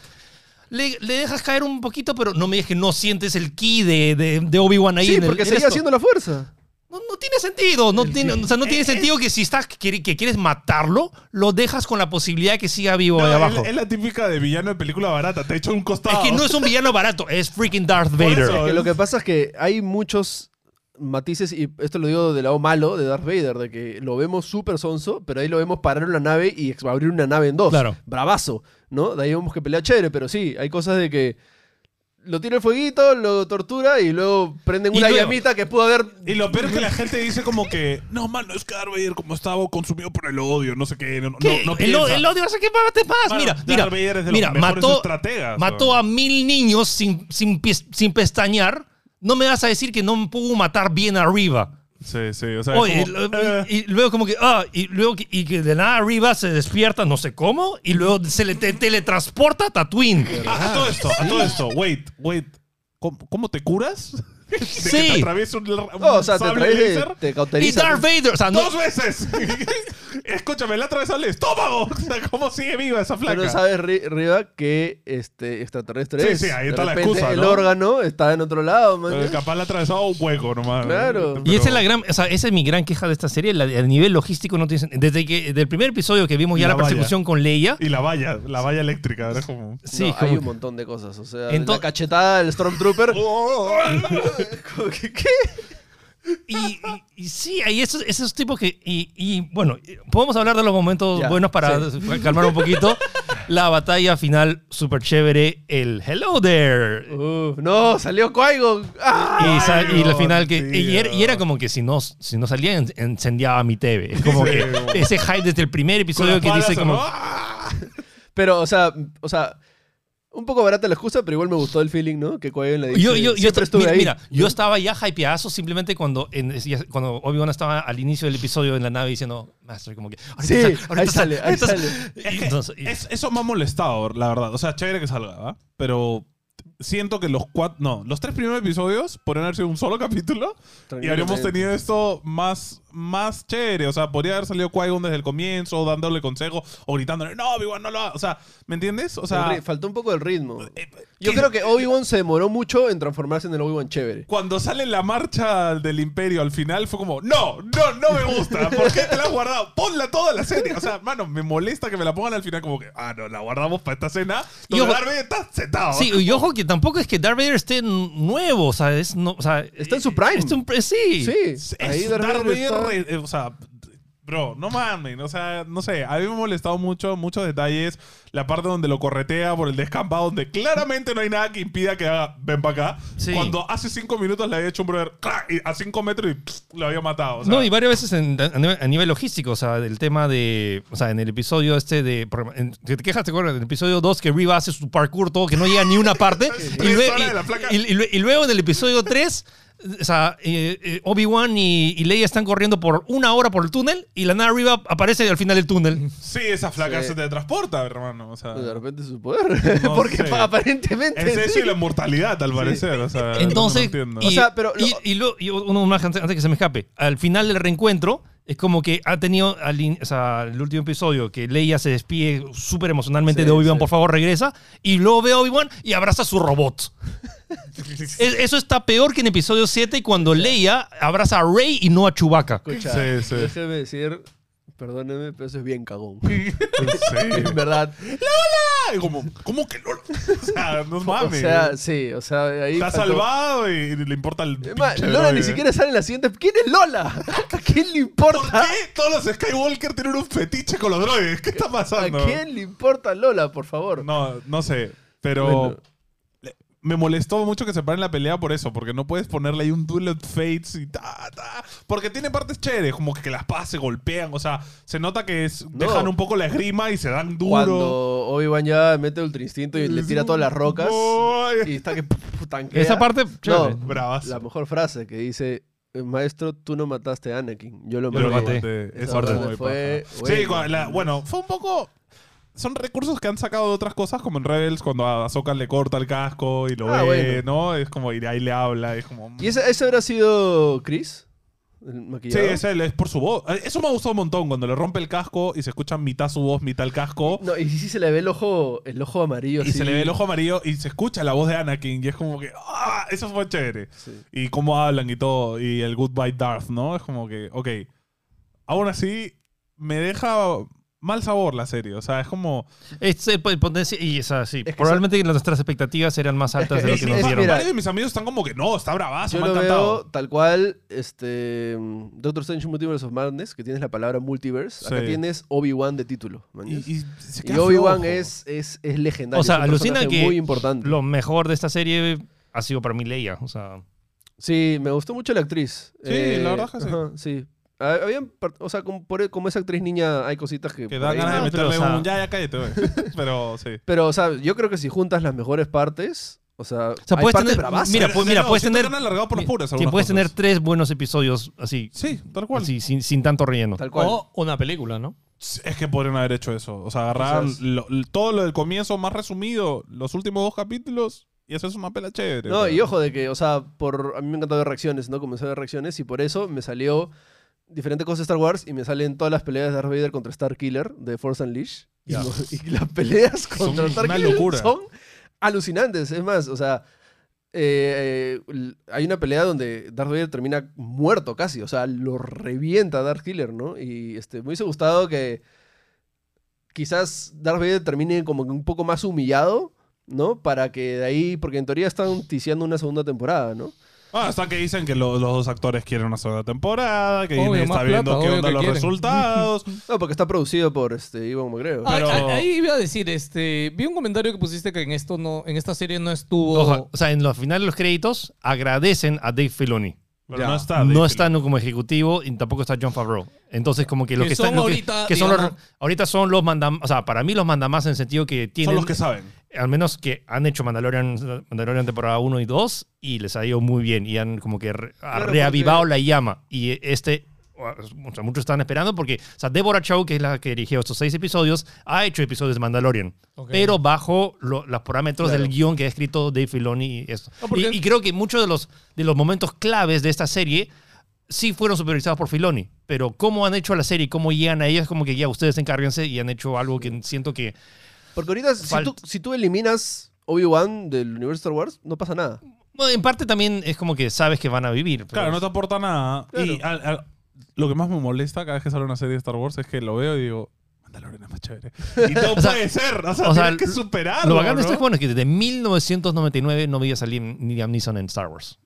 [SPEAKER 4] Le, le dejas caer un poquito, pero no me digas que no sientes el ki de, de- de Obi-Wan ahí.
[SPEAKER 1] Sí,
[SPEAKER 4] en el-
[SPEAKER 1] porque
[SPEAKER 4] en
[SPEAKER 1] seguía
[SPEAKER 4] esto.
[SPEAKER 1] haciendo la fuerza.
[SPEAKER 4] No, no tiene sentido. No tiene, o sea, no
[SPEAKER 2] Eh,
[SPEAKER 4] tiene sentido que si estás que, que quieres matarlo, lo dejas con la posibilidad de que siga vivo
[SPEAKER 2] No,
[SPEAKER 4] ahí
[SPEAKER 2] es-
[SPEAKER 4] abajo.
[SPEAKER 2] Es, la típica de villano de película barata, te echa un
[SPEAKER 4] Es
[SPEAKER 2] costado.
[SPEAKER 4] que no es un villano barato, es freaking Darth
[SPEAKER 2] Por
[SPEAKER 4] Vader.
[SPEAKER 2] eso.
[SPEAKER 1] Que lo que pasa es que hay muchos matices, y esto lo digo del lado malo de Darth Vader, de que lo vemos súper sonso, pero ahí lo vemos parar una nave y ex- abrir una nave en dos.
[SPEAKER 4] Claro.
[SPEAKER 1] Bravazo, ¿no? De ahí vemos que pelea chévere, pero sí, hay cosas de que lo tira el fueguito, lo tortura y luego prenden
[SPEAKER 4] Y
[SPEAKER 1] una
[SPEAKER 4] luego-
[SPEAKER 1] llamita que pudo haber...
[SPEAKER 2] Y lo peor es que la gente dice como que, no, mano, es que Darth Vader como estaba consumido por el odio, no sé qué, no, no,
[SPEAKER 4] ¿Qué?
[SPEAKER 2] no
[SPEAKER 4] el, o-
[SPEAKER 2] piensa.
[SPEAKER 4] el odio hace que mates más.
[SPEAKER 2] Mano,
[SPEAKER 4] mira,
[SPEAKER 2] Darth
[SPEAKER 4] mira,
[SPEAKER 2] Vader es de los
[SPEAKER 4] mira
[SPEAKER 2] mejores
[SPEAKER 4] mató,
[SPEAKER 2] estrategas,
[SPEAKER 4] mató
[SPEAKER 2] weón.
[SPEAKER 4] a mil niños sin, sin, pis- sin pestañear. No me vas a decir que no pudo matar bien arriba.
[SPEAKER 2] Sí, sí, o sea, es
[SPEAKER 4] Oye,
[SPEAKER 2] como,
[SPEAKER 4] y
[SPEAKER 2] eh.
[SPEAKER 4] lo- y, y luego como que, ah, y luego que, y que de nada arriba se despierta, no sé cómo, y luego se le te- teletransporta a Tatooine.
[SPEAKER 2] Ah, a todo esto, a todo esto. Wait, wait. ¿Cómo, cómo te curas? ¿De que
[SPEAKER 4] Sí.
[SPEAKER 2] te atraviesa un, un
[SPEAKER 1] No, oh, o sea, te,
[SPEAKER 2] sable
[SPEAKER 1] trae-
[SPEAKER 2] láser?
[SPEAKER 1] te
[SPEAKER 4] Y
[SPEAKER 1] cauteriza.
[SPEAKER 4] Darth Vader, o sea, no,
[SPEAKER 2] ¡Dos veces! Escúchame, le atraviesa el estómago. O sea, ¿Cómo sigue viva esa flaca?
[SPEAKER 1] Pero sabes, Ri- Riva, que este extraterrestre
[SPEAKER 2] Sí,
[SPEAKER 1] es.
[SPEAKER 2] sí, ahí
[SPEAKER 1] De
[SPEAKER 2] está la
[SPEAKER 1] repente
[SPEAKER 2] excusa,
[SPEAKER 1] El
[SPEAKER 2] ¿no?
[SPEAKER 1] órgano está en otro lado, man.
[SPEAKER 2] Eh, capaz le ha atravesado un hueco nomás.
[SPEAKER 1] Claro.
[SPEAKER 4] Y esa es
[SPEAKER 2] Pero-
[SPEAKER 4] la gran, o sea, esa es mi gran queja de esta serie, la, a nivel logístico no tiene sen- desde que desde el primer episodio que vimos
[SPEAKER 2] Y
[SPEAKER 4] ya
[SPEAKER 2] la
[SPEAKER 4] la persecución con Leia,
[SPEAKER 2] Y la valla, la valla eléctrica. Era como...
[SPEAKER 4] sí,
[SPEAKER 1] No,
[SPEAKER 4] es
[SPEAKER 1] hay
[SPEAKER 4] como
[SPEAKER 1] un montón de cosas. O sea,
[SPEAKER 4] Ento-
[SPEAKER 1] la cachetada del Stormtrooper. Como que, ¿Qué?
[SPEAKER 4] y, y- y sí, hay esos, esos tipos que y, y, bueno, y- podemos hablar de los momentos
[SPEAKER 1] Ya,
[SPEAKER 4] buenos para
[SPEAKER 1] sí.
[SPEAKER 4] calmar un poquito. la batalla final súper chévere, el hello there.
[SPEAKER 1] Uf, no, salió ¡Ah! Quaigo.
[SPEAKER 4] Y, sa- y la
[SPEAKER 2] Dios
[SPEAKER 4] final que y era,
[SPEAKER 2] mío.
[SPEAKER 4] y era como que si no si no salía en- incendiaba mi TV. Es como
[SPEAKER 2] Sí.
[SPEAKER 4] que ese hype desde el primer
[SPEAKER 2] Con la
[SPEAKER 4] episodio que
[SPEAKER 2] pala
[SPEAKER 4] dice
[SPEAKER 2] se-
[SPEAKER 4] como
[SPEAKER 2] ¡Ah!
[SPEAKER 1] Pero, o sea, o sea, un poco barata la excusa, pero igual me gustó el feeling, ¿no? Que Quaigo le dice.
[SPEAKER 4] Yo, yo, yo,
[SPEAKER 1] "Siempre
[SPEAKER 4] esta-
[SPEAKER 1] estuve
[SPEAKER 4] mira,
[SPEAKER 1] ahí".
[SPEAKER 4] mira, yo estaba ya hypeazo simplemente cuando, en- ya- cuando Obi-Wan estaba al inicio del episodio en la nave diciendo, Master, como que. ahorita
[SPEAKER 1] Sí,
[SPEAKER 4] sale, ahorita
[SPEAKER 1] ahí sale, ahí
[SPEAKER 4] ahorita
[SPEAKER 1] sale.
[SPEAKER 2] Es que
[SPEAKER 4] Entonces, y-
[SPEAKER 2] es- eso me ha molestado, la verdad. O sea, chévere que salga, ¿va? Pero siento que los cuatro. No, los tres primeros episodios podrían haber sido un solo capítulo y habríamos
[SPEAKER 1] Tranquilamente.
[SPEAKER 2] tenido esto más, más chévere. O sea, podría haber salido Qui-Gon desde el comienzo, dándole consejo o gritándole, no, Obi-Wan, no lo hagas. O sea, ¿me entiendes? O
[SPEAKER 1] El
[SPEAKER 2] sea.
[SPEAKER 1] ri- Faltó un poco del ritmo.
[SPEAKER 2] eh,
[SPEAKER 1] Yo
[SPEAKER 2] ¿qué-
[SPEAKER 1] creo que Obi-Wan se demoró mucho en transformarse en el Obi-Wan chévere.
[SPEAKER 2] Cuando sale la marcha del Imperio al final fue como, no, no, no me gusta. ¿Por qué te la has guardado? Ponla toda la serie. O sea, mano, me molesta que me la pongan al final como que, ah, no, la guardamos para esta cena.
[SPEAKER 4] Y
[SPEAKER 2] Donde
[SPEAKER 4] ojo-
[SPEAKER 2] Darby está sentado.
[SPEAKER 4] Sí, y ojo que tampoco es que Darth Vader esté nuevo, o sea, es, no, o sea,
[SPEAKER 1] Está en su prime.
[SPEAKER 4] está en pre- sí.
[SPEAKER 1] Sí,
[SPEAKER 2] Es
[SPEAKER 1] ahí
[SPEAKER 2] Darth
[SPEAKER 1] Darth Vader
[SPEAKER 2] Vader,
[SPEAKER 1] está-
[SPEAKER 2] eh, o sea, bro, no mames, o sea, no sé, a mí me ha molestado mucho, muchos detalles, la parte donde lo corretea por el descampado, donde claramente no hay nada que impida que haga, ven para acá,
[SPEAKER 4] Sí.
[SPEAKER 2] cuando hace cinco minutos le había hecho un brother ¡crack! y a cinco metros y pss, lo había matado, o sea,
[SPEAKER 4] no, y varias veces en- a, nivel, a nivel logístico, o sea, del tema de, o sea, en el episodio este de, por- en- que te quejas, te acuerdas, en el episodio 2 que Riva hace su parkour todo, que no llega ni una parte, y,
[SPEAKER 2] Tres
[SPEAKER 4] lue-
[SPEAKER 2] horas de la flaca.
[SPEAKER 4] y- y lue- y luego en el episodio 3, o sea, eh, eh, Obi-Wan y, y Leia están corriendo por una hora por el túnel, y la nada Riva aparece al final del túnel.
[SPEAKER 2] sí, esa flaca
[SPEAKER 1] Sí. Pues
[SPEAKER 2] se te transporta, hermano, o sea,
[SPEAKER 1] De repente su poder.
[SPEAKER 2] No
[SPEAKER 1] Porque
[SPEAKER 2] sé.
[SPEAKER 1] pa- aparentemente.
[SPEAKER 2] es eso
[SPEAKER 1] sí.
[SPEAKER 2] y la inmortalidad, al parecer, o sea,
[SPEAKER 4] Entonces,
[SPEAKER 2] Ah, no entiendo.
[SPEAKER 4] y,
[SPEAKER 1] O sea, pero lo-
[SPEAKER 4] y, y lo- y un- un- antes antes que se me escape, al final del reencuentro es como que ha tenido, al in- o sea, el último episodio, que Leia se despide súper emocionalmente
[SPEAKER 1] Sí,
[SPEAKER 4] de Obi-Wan,
[SPEAKER 1] sí.
[SPEAKER 4] por favor regresa, y luego ve a Obi-Wan y abraza a su robot. Es- eso está peor que en episodio 7 cuando Leia abraza a Rey y no a Chewbacca.
[SPEAKER 1] Escucha,
[SPEAKER 2] Sí, sí.
[SPEAKER 1] déjeme decir Perdóneme, pero eso es bien cagón.
[SPEAKER 2] Sí.
[SPEAKER 1] En verdad.
[SPEAKER 2] Y como, ¿cómo que Lola? O sea, no
[SPEAKER 1] O
[SPEAKER 2] mames.
[SPEAKER 1] sea, sí, o sea, ahí.
[SPEAKER 2] Está
[SPEAKER 1] faltó-
[SPEAKER 2] salvado y, y le importa el.
[SPEAKER 1] Es más,
[SPEAKER 2] pinche ¿eh?
[SPEAKER 1] Lola
[SPEAKER 2] droide.
[SPEAKER 1] ni siquiera sale en la siguiente. ¿Quién es Lola? ¿A quién le
[SPEAKER 2] ¿Por
[SPEAKER 1] importa?
[SPEAKER 2] qué todos los Skywalker tienen un fetiche con los droides? ¿Qué está
[SPEAKER 1] ¿A
[SPEAKER 2] pasando?
[SPEAKER 1] quién le importa Lola, por favor?
[SPEAKER 2] No, no sé. Pero
[SPEAKER 1] Bueno.
[SPEAKER 2] le- me molestó mucho que se paren la pelea por eso, porque no puedes ponerle ahí un duel of fates y ta, ta. Porque tiene partes chéveres, como que las pases, golpean, o sea, se nota que es- dejan un poco la esgrima y se dan duro.
[SPEAKER 1] Cuando Obi-Wan ya mete Ultra Instinto y le tira todas las rocas.
[SPEAKER 2] Ay,
[SPEAKER 1] Y está que puf, tanquea.
[SPEAKER 4] Esa parte, chévere.
[SPEAKER 1] No,
[SPEAKER 2] Bravas.
[SPEAKER 1] la mejor frase que dice: Maestro, tú no mataste a Anakin. Yo lo
[SPEAKER 2] Yo
[SPEAKER 1] maté.
[SPEAKER 2] lo
[SPEAKER 4] maté.
[SPEAKER 2] maté.
[SPEAKER 1] Esa
[SPEAKER 2] Eso
[SPEAKER 1] parte
[SPEAKER 2] fue muy
[SPEAKER 1] fue
[SPEAKER 2] paja.
[SPEAKER 1] buena.
[SPEAKER 2] Sí, cua- la- bueno, fue un poco. Son recursos que han sacado de otras cosas, como en Rebels, cuando a Ahsoka le corta el casco y lo
[SPEAKER 1] Ah,
[SPEAKER 2] ve, ¿no? Es como, y de ahí le habla, es como.
[SPEAKER 1] ¿Y ese, ese habrá sido Chris? El
[SPEAKER 2] Sí,
[SPEAKER 1] maquillador.
[SPEAKER 2] es él, es por su voz. Eh, Eso me ha gustado un montón, cuando le rompe el casco y se escucha mitad su voz, mitad el casco.
[SPEAKER 1] No, y sí se le ve el ojo, el ojo amarillo.
[SPEAKER 2] Y
[SPEAKER 1] así.
[SPEAKER 2] se le ve el ojo amarillo y se escucha la voz de Anakin y es como que... ¡Ah! Eso fue chévere.
[SPEAKER 1] Sí.
[SPEAKER 2] Y cómo hablan y todo. Y el goodbye Darth, ¿no? Es como que... Ok. Aún así, me deja mal sabor la serie. O sea, es como...
[SPEAKER 4] Es el po- el potencia- y es así.
[SPEAKER 1] que
[SPEAKER 4] Probablemente nuestras expectativas eran más altas de lo
[SPEAKER 1] es-
[SPEAKER 4] que
[SPEAKER 2] mis-
[SPEAKER 4] nos
[SPEAKER 1] es-
[SPEAKER 4] dieron.
[SPEAKER 1] mira,
[SPEAKER 2] varios de mis amigos están como que no, está bravazo,
[SPEAKER 1] Yo
[SPEAKER 2] Ah, me ha
[SPEAKER 1] lo veo
[SPEAKER 2] encantado.
[SPEAKER 1] tal cual, este, mm, Doctor Strange Multiverse of Madness, que tienes la palabra multiverse. Acá
[SPEAKER 2] Sí.
[SPEAKER 1] tienes Obi-Wan de título. ¿me entiendes?
[SPEAKER 2] Y, y se
[SPEAKER 1] Y,
[SPEAKER 2] queda
[SPEAKER 1] Obi-Wan
[SPEAKER 2] flojo.
[SPEAKER 1] es, es, es legendario.
[SPEAKER 4] O sea,
[SPEAKER 1] es un personaje
[SPEAKER 4] alucina que
[SPEAKER 1] Muy importante.
[SPEAKER 4] lo mejor de esta serie ha sido para mí Leia. O sea,
[SPEAKER 1] Sí, me gustó mucho la actriz. Eh,
[SPEAKER 2] Sí, la verdad que sí.
[SPEAKER 1] ajá, sí. Ah, habían par- o sea, como, por- e, como esa actriz niña, hay cositas que.
[SPEAKER 2] Que
[SPEAKER 1] por
[SPEAKER 2] da
[SPEAKER 1] ahí
[SPEAKER 2] ganas de
[SPEAKER 1] no-
[SPEAKER 4] no, pero,
[SPEAKER 2] meterle
[SPEAKER 4] o sea-
[SPEAKER 2] un... Ya, ya, cállate, güey. Pero sí.
[SPEAKER 1] Pero, o sea, yo creo que si juntas las mejores partes, o sea,
[SPEAKER 4] sea,
[SPEAKER 1] hay
[SPEAKER 4] puedes
[SPEAKER 1] partes
[SPEAKER 4] tener-
[SPEAKER 1] bravas.
[SPEAKER 4] mira,
[SPEAKER 2] eh,
[SPEAKER 4] pues, mira, puedes tener-
[SPEAKER 2] alargado por las puras
[SPEAKER 4] que
[SPEAKER 2] algunas
[SPEAKER 4] puedes tener
[SPEAKER 2] cosas.
[SPEAKER 4] tres buenos episodios así,
[SPEAKER 2] Sí, tal cual.
[SPEAKER 4] así, sin, sin tanto relleno.
[SPEAKER 1] Tal cual.
[SPEAKER 3] O una película, ¿no?
[SPEAKER 2] Es que podrían haber hecho eso. O sea, agarrar
[SPEAKER 1] O sea, es-
[SPEAKER 2] lo- l- todo lo del comienzo más resumido, los últimos dos capítulos, y eso es una pela chévere.
[SPEAKER 1] No,
[SPEAKER 2] pero-
[SPEAKER 1] y ojo de que, o sea, por a mí me encantó ver reacciones, ¿no? Comencé a ver reacciones y por eso me salió diferentes cosas de Star Wars y me salen todas las peleas de Darth Vader contra Star Killer de Force Unleashed. Y,
[SPEAKER 2] Ya.
[SPEAKER 1] no- y las peleas contra
[SPEAKER 2] una
[SPEAKER 1] Star Killer
[SPEAKER 2] locura.
[SPEAKER 1] son alucinantes. Es más, o sea, eh, eh, l- hay una pelea donde Darth Vader termina muerto casi. O sea, lo revienta Darth Killer, ¿no? Y este, me hubiese gustado que quizás Darth Vader termine como que un poco más humillado, ¿no? Para que de ahí, porque en teoría están ticiando una segunda temporada, ¿no?
[SPEAKER 2] Ah, hasta que dicen que lo- los dos actores quieren una segunda temporada, que
[SPEAKER 3] Obvio,
[SPEAKER 2] Disney
[SPEAKER 3] más
[SPEAKER 2] está viendo
[SPEAKER 3] plata,
[SPEAKER 2] qué
[SPEAKER 3] obvio
[SPEAKER 2] onda
[SPEAKER 3] que
[SPEAKER 2] los
[SPEAKER 3] quieren.
[SPEAKER 2] resultados.
[SPEAKER 1] No, porque está producido por este Ivan McGregor.
[SPEAKER 2] Ah, Pero-
[SPEAKER 3] Ahí, ahí iba a decir, este, vi un comentario que pusiste que en esto no, en esta serie no estuvo.
[SPEAKER 4] Ojo, o sea, en los finales de los créditos agradecen a Dave Filoni.
[SPEAKER 2] Pero
[SPEAKER 1] Ya.
[SPEAKER 2] no está. Dave
[SPEAKER 4] No
[SPEAKER 2] Filoni.
[SPEAKER 4] está como ejecutivo y tampoco está John Favreau. Entonces, como que lo
[SPEAKER 3] Que
[SPEAKER 4] que, está-
[SPEAKER 3] son
[SPEAKER 4] lo que-
[SPEAKER 3] ahorita,
[SPEAKER 4] que son los-
[SPEAKER 3] digamos-
[SPEAKER 4] ahorita son los mandam, o sea, para mí los mandamás en el sentido que
[SPEAKER 2] Son
[SPEAKER 4] tienen
[SPEAKER 2] los que saben.
[SPEAKER 4] al menos que han hecho Mandalorian, Mandalorian temporada 1 y 2 y les ha ido muy bien y han como que re- ha
[SPEAKER 1] Claro,
[SPEAKER 4] reavivado
[SPEAKER 1] porque-
[SPEAKER 4] la llama. Y este, o sea, muchos están esperando porque, o sea, Deborah Chow, que es la que dirigió estos seis episodios, ha hecho episodios de Mandalorian,
[SPEAKER 3] Ok.
[SPEAKER 4] pero bajo lo- los parámetros
[SPEAKER 1] Claro.
[SPEAKER 4] del guión que ha escrito Dave Filoni y esto.
[SPEAKER 3] No, porque-
[SPEAKER 4] y, y creo que muchos de los, de los momentos claves de esta serie sí fueron supervisados por Filoni, pero cómo han hecho la serie y cómo llegan a ella es como que ya ustedes encárguense y han hecho algo que siento que
[SPEAKER 1] Porque ahorita, si
[SPEAKER 4] Fal-
[SPEAKER 1] tú, si tú eliminas Obi-Wan del universo Star Wars, no pasa nada.
[SPEAKER 4] Bueno, en parte también es como que sabes que van a vivir. pero-
[SPEAKER 2] Claro, no te aporta nada.
[SPEAKER 1] Claro.
[SPEAKER 2] Y al- al- lo que más me molesta cada vez que sale una serie de Star Wars es que lo veo y digo, Mandalorian es más chévere. Y todo
[SPEAKER 4] sea,
[SPEAKER 2] puede ser. O sea,
[SPEAKER 4] o sea,
[SPEAKER 2] tienes que superarlo.
[SPEAKER 4] Lo bacán de esto
[SPEAKER 2] ¿no?
[SPEAKER 4] es bueno es que desde 1999 no veía salir Liam Neeson en Star Wars.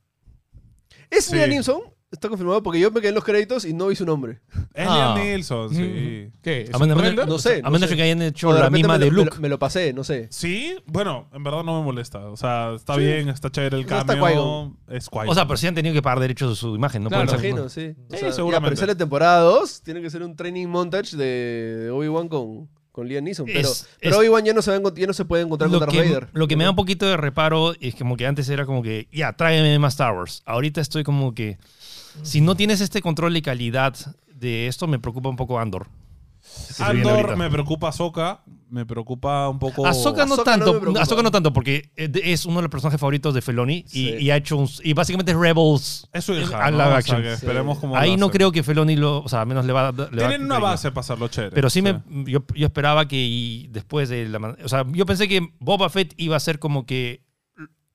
[SPEAKER 1] ¿Es
[SPEAKER 2] Sí.
[SPEAKER 1] Liam Neeson? Está confirmado porque yo me quedé en los créditos y no vi su nombre.
[SPEAKER 2] Es Liam
[SPEAKER 4] Ah.
[SPEAKER 2] Neeson, sí.
[SPEAKER 3] ¿Qué? ¿Es
[SPEAKER 4] A menos-
[SPEAKER 3] un render?
[SPEAKER 1] No sé.
[SPEAKER 4] A
[SPEAKER 1] no
[SPEAKER 4] menos
[SPEAKER 1] sé.
[SPEAKER 4] que hayan hecho
[SPEAKER 1] O de
[SPEAKER 4] la
[SPEAKER 1] repente
[SPEAKER 4] misma
[SPEAKER 1] me lo-
[SPEAKER 4] de
[SPEAKER 1] me
[SPEAKER 4] Luke.
[SPEAKER 1] lo- Me lo pasé, no sé.
[SPEAKER 2] Sí, bueno, en verdad no me molesta. O sea, está bien, está chévere el
[SPEAKER 1] No está
[SPEAKER 2] cambio.
[SPEAKER 1] Qui-Gon.
[SPEAKER 2] es Qui-Gon.
[SPEAKER 4] O sea, pero sí han tenido que pagar derechos de su imagen. No
[SPEAKER 1] Me
[SPEAKER 4] pueden
[SPEAKER 2] Claro.
[SPEAKER 4] ser-
[SPEAKER 1] imagino, sí. O
[SPEAKER 2] Sí,
[SPEAKER 1] sea, Ya,
[SPEAKER 2] seguramente.
[SPEAKER 1] pero sale temporada 2, tiene que ser un training montage de, de Obi-Wan con, con Liam Neeson. Pero,
[SPEAKER 4] Es-
[SPEAKER 1] pero
[SPEAKER 4] es-
[SPEAKER 1] Obi-Wan ya, no se va a encont- ya no se puede encontrar con
[SPEAKER 4] Lo
[SPEAKER 1] Darth
[SPEAKER 4] que,
[SPEAKER 1] Vader.
[SPEAKER 4] lo que me da un poquito de reparo es como que antes era como que, ya, tráeme más Star Wars. Ahorita estoy como que, si no tienes este control de calidad de esto, me preocupa un poco Andor.
[SPEAKER 2] Andor me preocupa Soca, me preocupa un poco.
[SPEAKER 4] Ahsoka no
[SPEAKER 1] Ahsoka no me
[SPEAKER 4] tanto,
[SPEAKER 1] preocupa.
[SPEAKER 4] Ahsoka no tanto, porque eh, de- es uno de los personajes favoritos de Felony y,
[SPEAKER 1] Sí.
[SPEAKER 4] y ha hecho un- y básicamente es Rebels.
[SPEAKER 2] Es su hija.
[SPEAKER 4] a
[SPEAKER 2] ¿no? O
[SPEAKER 4] live
[SPEAKER 2] sea,
[SPEAKER 4] action.
[SPEAKER 2] que esperemos cómo
[SPEAKER 4] Ahí
[SPEAKER 2] lo
[SPEAKER 4] no
[SPEAKER 2] hacen.
[SPEAKER 4] creo que Felony lo, o sea, al menos le va a le va a-
[SPEAKER 2] Tienen una base para hacerlo chévere.
[SPEAKER 4] Pero sí,
[SPEAKER 2] O sea,
[SPEAKER 4] me, yo, yo esperaba que y después de la man- o sea, yo pensé que Boba Fett iba a ser como que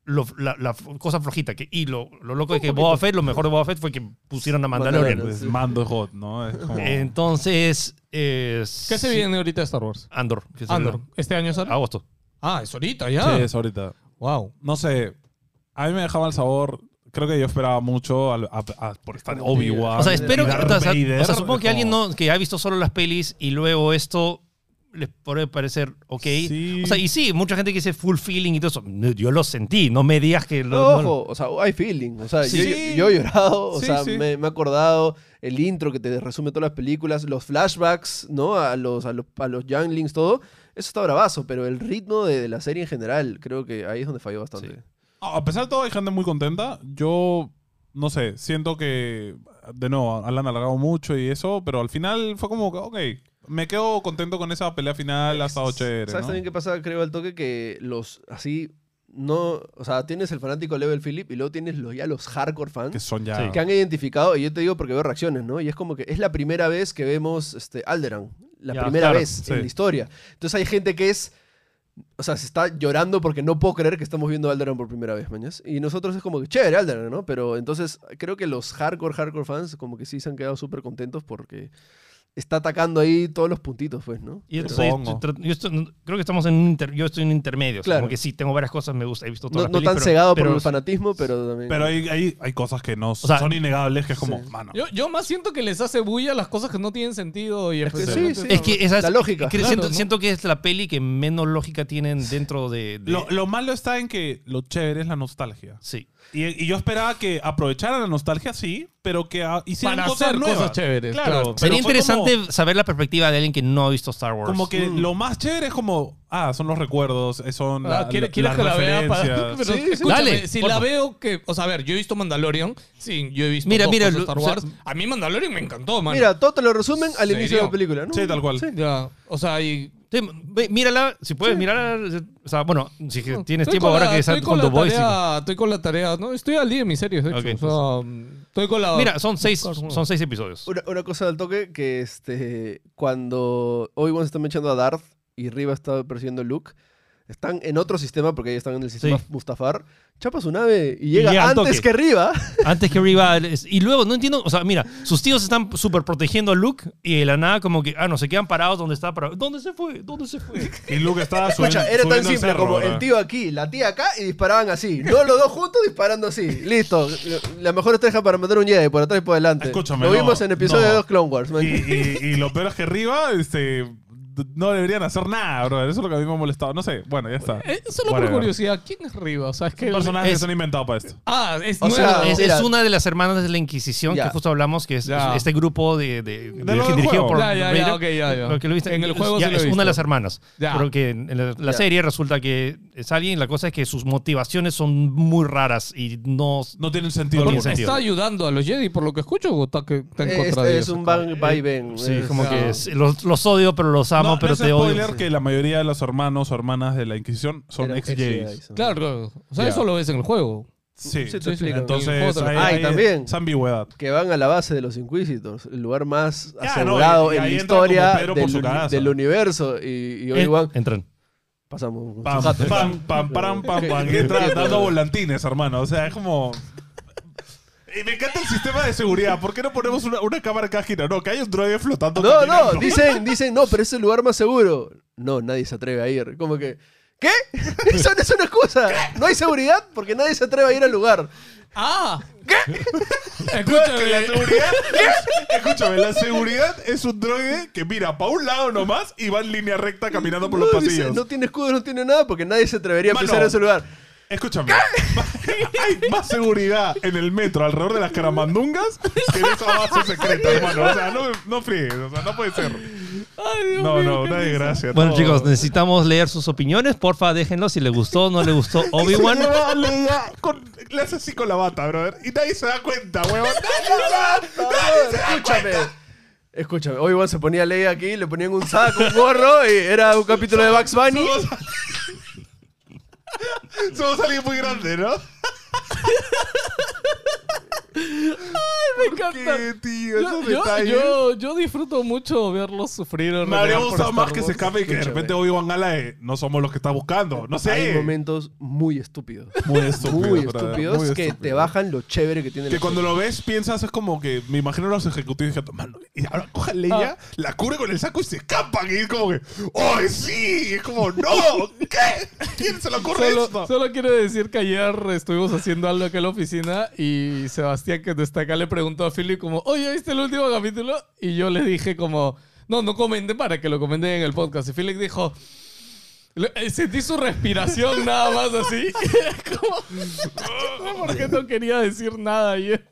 [SPEAKER 4] lo- la, la f- cosa flojita. Que, y lo, lo loco es que Boba Fett, lo mejor de Boba Fett fue que pusieron a Mandalorian.
[SPEAKER 1] Mandalorian.
[SPEAKER 2] Es mando hot, ¿no? Es como...
[SPEAKER 4] Entonces, es-
[SPEAKER 3] ¿Qué se viene ahorita de Star Wars?
[SPEAKER 4] Andor. que se-
[SPEAKER 3] Andor. ¿Este año sale?
[SPEAKER 4] Agosto.
[SPEAKER 3] Ah, es ahorita
[SPEAKER 2] Sí,
[SPEAKER 3] ya.
[SPEAKER 2] es ahorita.
[SPEAKER 3] Wow.
[SPEAKER 2] No sé, a mí me dejaba el sabor. Creo que yo esperaba mucho al- a- a- por estar en Obi-Wan.
[SPEAKER 4] O sea, espero
[SPEAKER 2] y
[SPEAKER 4] que.
[SPEAKER 2] Darth
[SPEAKER 4] O sea,
[SPEAKER 2] Vader.
[SPEAKER 4] o sea, supongo que
[SPEAKER 2] Es
[SPEAKER 4] alguien
[SPEAKER 2] como-
[SPEAKER 4] no, que ha visto solo las pelis y luego esto les puede parecer ok.
[SPEAKER 2] Sí.
[SPEAKER 4] O sea, y sí, mucha gente que dice full feeling y todo eso. No, Yo lo sentí, no me digas que lo. no lo-
[SPEAKER 1] Ojo, o sea, hay feeling. O sea,
[SPEAKER 2] Sí.
[SPEAKER 1] yo, yo- yo he llorado, o
[SPEAKER 2] Sí,
[SPEAKER 1] sea,
[SPEAKER 2] sí.
[SPEAKER 1] Me, me he acordado el intro que te resume todas las películas, los flashbacks, ¿no? A los, a los, a los younglings, todo. Eso está bravazo, pero el ritmo de, de la serie en general, creo que ahí es donde falló bastante.
[SPEAKER 4] Sí.
[SPEAKER 2] A a pesar de todo, hay gente muy contenta. Yo, no sé, siento que, de nuevo, la han alargado mucho y eso, pero al final fue como, que, ok, me quedo contento con esa pelea final hasta 8 chévere,
[SPEAKER 1] ¿Sabes
[SPEAKER 2] ¿no?
[SPEAKER 1] también qué pasa, creo, al toque? Que los así, no. O sea, tienes el fanático level Philip y luego tienes los, ya los hardcore fans.
[SPEAKER 2] Que ah. son ya...
[SPEAKER 4] Sí,
[SPEAKER 1] que han identificado, y yo te digo porque veo reacciones, ¿no? Y es como que es la primera vez que vemos este, Alderan, la
[SPEAKER 4] Ya,
[SPEAKER 1] primera
[SPEAKER 4] claro,
[SPEAKER 1] vez
[SPEAKER 2] sí.
[SPEAKER 1] en la historia. Entonces hay gente que es, o sea, se está llorando porque no puedo creer que estamos viendo a Alderan por primera vez, mañas. Y nosotros es como que, chévere, Alderan, ¿no? Pero entonces creo que los hardcore, hardcore fans como que sí se han quedado súper contentos porque está atacando ahí todos los puntitos, pues, ¿no?
[SPEAKER 4] Y entonces,
[SPEAKER 2] Supongo.
[SPEAKER 4] yo estoy- yo estoy- creo que estamos en un inter- yo estoy en un intermedio. o sea,
[SPEAKER 1] Claro.
[SPEAKER 4] Como que sí, tengo varias cosas, me gusta, he visto
[SPEAKER 1] No,
[SPEAKER 4] todas
[SPEAKER 1] no
[SPEAKER 4] las pelis,
[SPEAKER 1] tan
[SPEAKER 4] pero-
[SPEAKER 1] cegado
[SPEAKER 4] pero-
[SPEAKER 1] por el fanatismo, pero también...
[SPEAKER 2] Pero hay, hay, hay cosas que no
[SPEAKER 4] sea,
[SPEAKER 2] son innegables, que es como,
[SPEAKER 1] sí.
[SPEAKER 2] mano.
[SPEAKER 3] Yo, yo más siento que les hace bulla las cosas que no tienen sentido y
[SPEAKER 1] Es que sí,
[SPEAKER 3] efectivamente
[SPEAKER 1] sí.
[SPEAKER 3] está-
[SPEAKER 4] Es que esa es-
[SPEAKER 1] La lógica.
[SPEAKER 4] que
[SPEAKER 3] Claro,
[SPEAKER 4] siento,
[SPEAKER 3] ¿no?
[SPEAKER 4] siento que es la peli que menos lógica tienen dentro de. de-
[SPEAKER 2] Lo, lo malo está en que lo chévere es la nostalgia.
[SPEAKER 4] sí.
[SPEAKER 2] Y, y yo esperaba que aprovecharan la nostalgia, sí, pero que ah, hicieran
[SPEAKER 3] Para
[SPEAKER 2] cosas
[SPEAKER 3] hacer
[SPEAKER 2] nuevas.
[SPEAKER 3] cosas chéveres, claro.
[SPEAKER 2] pero fue
[SPEAKER 4] Sería interesante saber la perspectiva de alguien que no ha visto Star Wars.
[SPEAKER 2] Como, como que lo más chévere es como, ah, son los recuerdos, eh, son
[SPEAKER 3] Mm. Ah,
[SPEAKER 2] la-
[SPEAKER 3] ¿quiere-
[SPEAKER 2] la-
[SPEAKER 3] ¿Quieres
[SPEAKER 2] las
[SPEAKER 3] que la vea? Para...
[SPEAKER 2] referencias.
[SPEAKER 3] Pero
[SPEAKER 1] Sí, sí.
[SPEAKER 3] escúchame,
[SPEAKER 4] Dale,
[SPEAKER 3] si
[SPEAKER 4] por
[SPEAKER 3] la
[SPEAKER 4] favor.
[SPEAKER 3] veo que... O sea, a ver, yo he visto Mandalorian. Sí, yo he visto
[SPEAKER 4] Mira,
[SPEAKER 3] dos
[SPEAKER 4] mira,
[SPEAKER 3] cosas de
[SPEAKER 4] lo-
[SPEAKER 3] Star
[SPEAKER 4] o sea-
[SPEAKER 3] Wars. a mí Mandalorian me encantó, man.
[SPEAKER 1] Mira, todo te lo resumen al
[SPEAKER 3] ¿Serio?
[SPEAKER 1] inicio de la película, ¿no?
[SPEAKER 2] Sí, tal cual.
[SPEAKER 3] Ya, o sea, y...
[SPEAKER 4] Sí, ve- mírala, si puedes, mírala. O sea, bueno, si es que tienes
[SPEAKER 3] Estoy
[SPEAKER 4] tiempo
[SPEAKER 3] con
[SPEAKER 4] ahora
[SPEAKER 3] la-
[SPEAKER 4] que
[SPEAKER 3] estoy
[SPEAKER 4] estás con
[SPEAKER 3] la
[SPEAKER 4] The Voice. y-
[SPEAKER 3] tarea- Estoy con la tarea, ¿no? Estoy al día de mis series, de hecho.
[SPEAKER 4] Ok,
[SPEAKER 3] o sea, mm, estoy con la...
[SPEAKER 4] Mira, son seis,
[SPEAKER 3] Buscar, ¿no?
[SPEAKER 4] son seis episodios.
[SPEAKER 1] Una, una cosa al toque, que este, cuando Obi-Wan se está mechando a Darth y Riva está persiguiendo a Luke, están en otro sistema, porque ellos están en el sistema
[SPEAKER 4] Sí.
[SPEAKER 1] Mustafar, chapa su nave y llega
[SPEAKER 4] llega al
[SPEAKER 1] antes
[SPEAKER 4] toque.
[SPEAKER 1] que Riva.
[SPEAKER 4] Antes que rivales. Y luego, no entiendo. O sea, mira, sus tíos están súper protegiendo a Luke y de la nada, como que, ah, no, se quedan parados donde está parado. ¿Dónde se fue? ¿Dónde se fue?
[SPEAKER 2] Y Luke estaba subiendo,
[SPEAKER 1] Escucha, era tan
[SPEAKER 2] subiendo el
[SPEAKER 1] simple
[SPEAKER 2] cerro,
[SPEAKER 1] como
[SPEAKER 2] ¿verdad?
[SPEAKER 1] el tío aquí, la tía acá y disparaban así. No los dos juntos disparando así. Listo. La mejor estrategia para matar un Jedi, por atrás y por adelante.
[SPEAKER 2] Escúchame,
[SPEAKER 1] Lo
[SPEAKER 2] no,
[SPEAKER 1] vimos en episodio
[SPEAKER 2] no.
[SPEAKER 1] de los Clone Wars. man.
[SPEAKER 2] Y, y- y lo peor es que arriba, este, d- no deberían hacer nada, bro. Eso es lo que a mí me ha molestado. No sé, bueno, ya está.
[SPEAKER 3] Eh, solo por
[SPEAKER 2] Whatever.
[SPEAKER 3] curiosidad, ¿quién es Riva? O sea, es que...
[SPEAKER 2] Son personajes que
[SPEAKER 4] Es-
[SPEAKER 2] se han inventado para esto.
[SPEAKER 3] Ah, es
[SPEAKER 1] O
[SPEAKER 3] nuevo.
[SPEAKER 1] sea,
[SPEAKER 4] es,
[SPEAKER 1] mira.
[SPEAKER 4] es una de las hermanas de la Inquisición
[SPEAKER 1] Ya.
[SPEAKER 4] que justo hablamos, que es
[SPEAKER 3] Ya.
[SPEAKER 4] este grupo de, de-
[SPEAKER 2] De
[SPEAKER 4] de-
[SPEAKER 2] lo del
[SPEAKER 4] dirigido
[SPEAKER 2] juego.
[SPEAKER 4] por
[SPEAKER 3] Ya, ya, ya,
[SPEAKER 4] Vader,
[SPEAKER 3] ok, ya, ya.
[SPEAKER 4] lo que lo viste.
[SPEAKER 3] En el juego
[SPEAKER 4] Ya,
[SPEAKER 3] sí lo he
[SPEAKER 4] es una de
[SPEAKER 3] visto.
[SPEAKER 4] las hermanas.
[SPEAKER 3] Ya.
[SPEAKER 4] Pero que en la, la
[SPEAKER 1] Ya.
[SPEAKER 4] serie resulta que es alguien, la cosa es que sus motivaciones son muy raras y no...
[SPEAKER 2] No tienen sentido.
[SPEAKER 4] No
[SPEAKER 2] alguno.
[SPEAKER 4] tiene sentido.
[SPEAKER 3] ¿Está ayudando a los Jedi por lo que escucho o está, que, está en
[SPEAKER 1] Es-
[SPEAKER 3] contra de
[SPEAKER 1] Eh, Este es,
[SPEAKER 3] ellos?
[SPEAKER 1] un
[SPEAKER 2] Ah,
[SPEAKER 1] van va y ven.
[SPEAKER 4] Sí,
[SPEAKER 1] Es-
[SPEAKER 4] como
[SPEAKER 3] ya.
[SPEAKER 4] que es- los, los odio, pero los amo,
[SPEAKER 2] No, no
[SPEAKER 4] pero
[SPEAKER 2] es
[SPEAKER 4] te
[SPEAKER 2] spoiler
[SPEAKER 4] odio.
[SPEAKER 2] que la mayoría de los hermanos o hermanas de la Inquisición son
[SPEAKER 1] eran
[SPEAKER 2] ex Jedi.
[SPEAKER 1] ex-Jedis.
[SPEAKER 3] Claro, claro. O sea,
[SPEAKER 2] Ya.
[SPEAKER 3] eso lo ves en el juego.
[SPEAKER 2] Sí.
[SPEAKER 1] Sí, te
[SPEAKER 3] Sí, sí,
[SPEAKER 1] explico.
[SPEAKER 2] Entonces,
[SPEAKER 3] Ah,
[SPEAKER 1] y
[SPEAKER 2] hay, hay
[SPEAKER 1] también.
[SPEAKER 2] esa ambigüedad.
[SPEAKER 1] que van a la base de los Inquisitors, el lugar más
[SPEAKER 2] Ya,
[SPEAKER 1] asegurado
[SPEAKER 2] Ah, no, y- y
[SPEAKER 1] en la
[SPEAKER 2] ahí entra como
[SPEAKER 1] historia
[SPEAKER 2] Pedro por
[SPEAKER 1] del,
[SPEAKER 2] su
[SPEAKER 1] uni-
[SPEAKER 2] casa.
[SPEAKER 1] del universo. Y, y
[SPEAKER 4] Eh,
[SPEAKER 1] Obi-Wan,
[SPEAKER 4] entran.
[SPEAKER 1] pasamos. con
[SPEAKER 2] Pam,
[SPEAKER 1] su jato.
[SPEAKER 2] pam, pam, pam, pam, pam. Y entra dando volantines, hermano. O sea, es como. Y me encanta el sistema de seguridad. ¿Por qué no ponemos una, una cámara en cada esquina? No, que hay un droide flotando.
[SPEAKER 1] No, no,
[SPEAKER 2] caminando.
[SPEAKER 1] dicen, dicen, no, pero es el lugar más seguro. No, nadie se atreve a ir. Como que, ¿qué? Eso no es una excusa. No hay seguridad porque nadie se atreve a ir al lugar.
[SPEAKER 3] ¡Ah! ¿Qué?
[SPEAKER 2] Que la
[SPEAKER 3] Escúchame.
[SPEAKER 2] seguridad. escúchame, la seguridad es un droide que mira para un lado nomás y va en línea recta caminando por los
[SPEAKER 1] No, dice,
[SPEAKER 2] pasillos.
[SPEAKER 1] no tiene escudo, no tiene nada porque nadie se atrevería a
[SPEAKER 2] Mano.
[SPEAKER 1] pisar ese lugar.
[SPEAKER 2] Escúchame, hay más seguridad en el metro alrededor de las caramandungas que en esa base secreta, hermano. O sea, no, no friegues, o sea, no puede ser.
[SPEAKER 3] Ay, Dios
[SPEAKER 2] No,
[SPEAKER 3] mío,
[SPEAKER 2] no,
[SPEAKER 3] qué
[SPEAKER 2] una
[SPEAKER 3] risa.
[SPEAKER 2] desgracia.
[SPEAKER 4] Bueno,
[SPEAKER 2] todo.
[SPEAKER 4] chicos, necesitamos leer sus opiniones. Porfa, déjenlo si les gustó o no le gustó Obi-Wan.
[SPEAKER 2] Le da- le da con- le hace así con la bata, brother. Y nadie se da cuenta, huevón. Nadie se da-
[SPEAKER 1] Ahora, escúchame. Escúchame, Obi-Wan se ponía ley aquí, le ponían un saco, un gorro y era un capítulo de Bugs Bunny.
[SPEAKER 2] Somos alguien muy grande, ¿no?
[SPEAKER 3] Me encanta.
[SPEAKER 2] ¿Qué, tío?
[SPEAKER 3] Yo,
[SPEAKER 2] Esos
[SPEAKER 3] yo-
[SPEAKER 2] detalles.
[SPEAKER 3] yo- yo disfruto mucho verlos sufrir. o
[SPEAKER 2] Me habría
[SPEAKER 3] renegar por
[SPEAKER 2] gustado
[SPEAKER 3] Star
[SPEAKER 2] más que
[SPEAKER 3] Wars.
[SPEAKER 2] se escape y que de
[SPEAKER 1] Escúchame.
[SPEAKER 2] repente Obi-Wan Ala eh, no somos los que está buscando. No sé.
[SPEAKER 1] Hay momentos muy estúpidos.
[SPEAKER 2] muy estúpidos.
[SPEAKER 1] muy
[SPEAKER 2] brother,
[SPEAKER 1] estúpidos
[SPEAKER 2] muy
[SPEAKER 1] que te
[SPEAKER 2] estúpidos.
[SPEAKER 1] bajan lo chévere que tiene
[SPEAKER 2] Que
[SPEAKER 1] la
[SPEAKER 2] cuando
[SPEAKER 1] serie.
[SPEAKER 2] lo ves, piensas, es como que me imagino a los ejecutivos diciendo, mano, y ahora coja Leia, la cubre con el saco y se escapan. Y es como que, ¡oh, sí! Y es como, ¡no! ¿Qué? ¿Quién se le ocurre
[SPEAKER 3] Solo,
[SPEAKER 2] esto?
[SPEAKER 3] solo quiero decir que ayer estuvimos haciendo algo acá en la oficina y Sebastián, que está acá, le preguntó a Philip como, oye, ¿viste el último capítulo? Y yo le dije como, no, no comente para que lo comenten en el podcast. Y Philip dijo... le- eh, Sentí su respiración nada más así. como, ¿Por qué no quería decir nada ayer?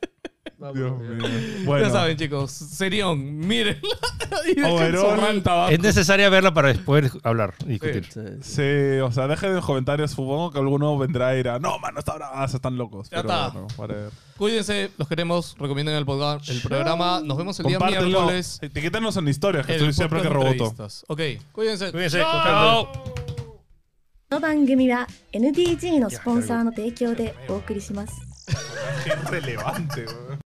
[SPEAKER 2] Dios mío. Bueno,
[SPEAKER 3] Ya saben, chicos. Serión, miren. y dejen su
[SPEAKER 2] Overall,
[SPEAKER 3] rant abajo.
[SPEAKER 4] Es necesaria verla para después hablar y discutir.
[SPEAKER 1] Sí, sí.
[SPEAKER 2] Sí, o sea, dejen en los comentarios, supongo que alguno vendrá y dirá, no, mano, está bravazo, están locos.
[SPEAKER 3] Ya
[SPEAKER 2] Pero
[SPEAKER 3] está.
[SPEAKER 2] bueno, whatever.
[SPEAKER 3] Cuídense, los queremos. Recomienden el, podcast, el programa. Nos vemos el día
[SPEAKER 2] Compártelo.
[SPEAKER 3] miércoles.
[SPEAKER 2] Etiquétanos en historias, que
[SPEAKER 3] El
[SPEAKER 2] estoy siempre que
[SPEAKER 3] podcast
[SPEAKER 2] reboto.
[SPEAKER 3] entrevistas. Ok, cuídense.
[SPEAKER 4] Cuídense,
[SPEAKER 3] Chao.
[SPEAKER 4] contando.
[SPEAKER 5] この番組は NDG のスポンサーの提供でお送りします。
[SPEAKER 2] Qué relevante, weón.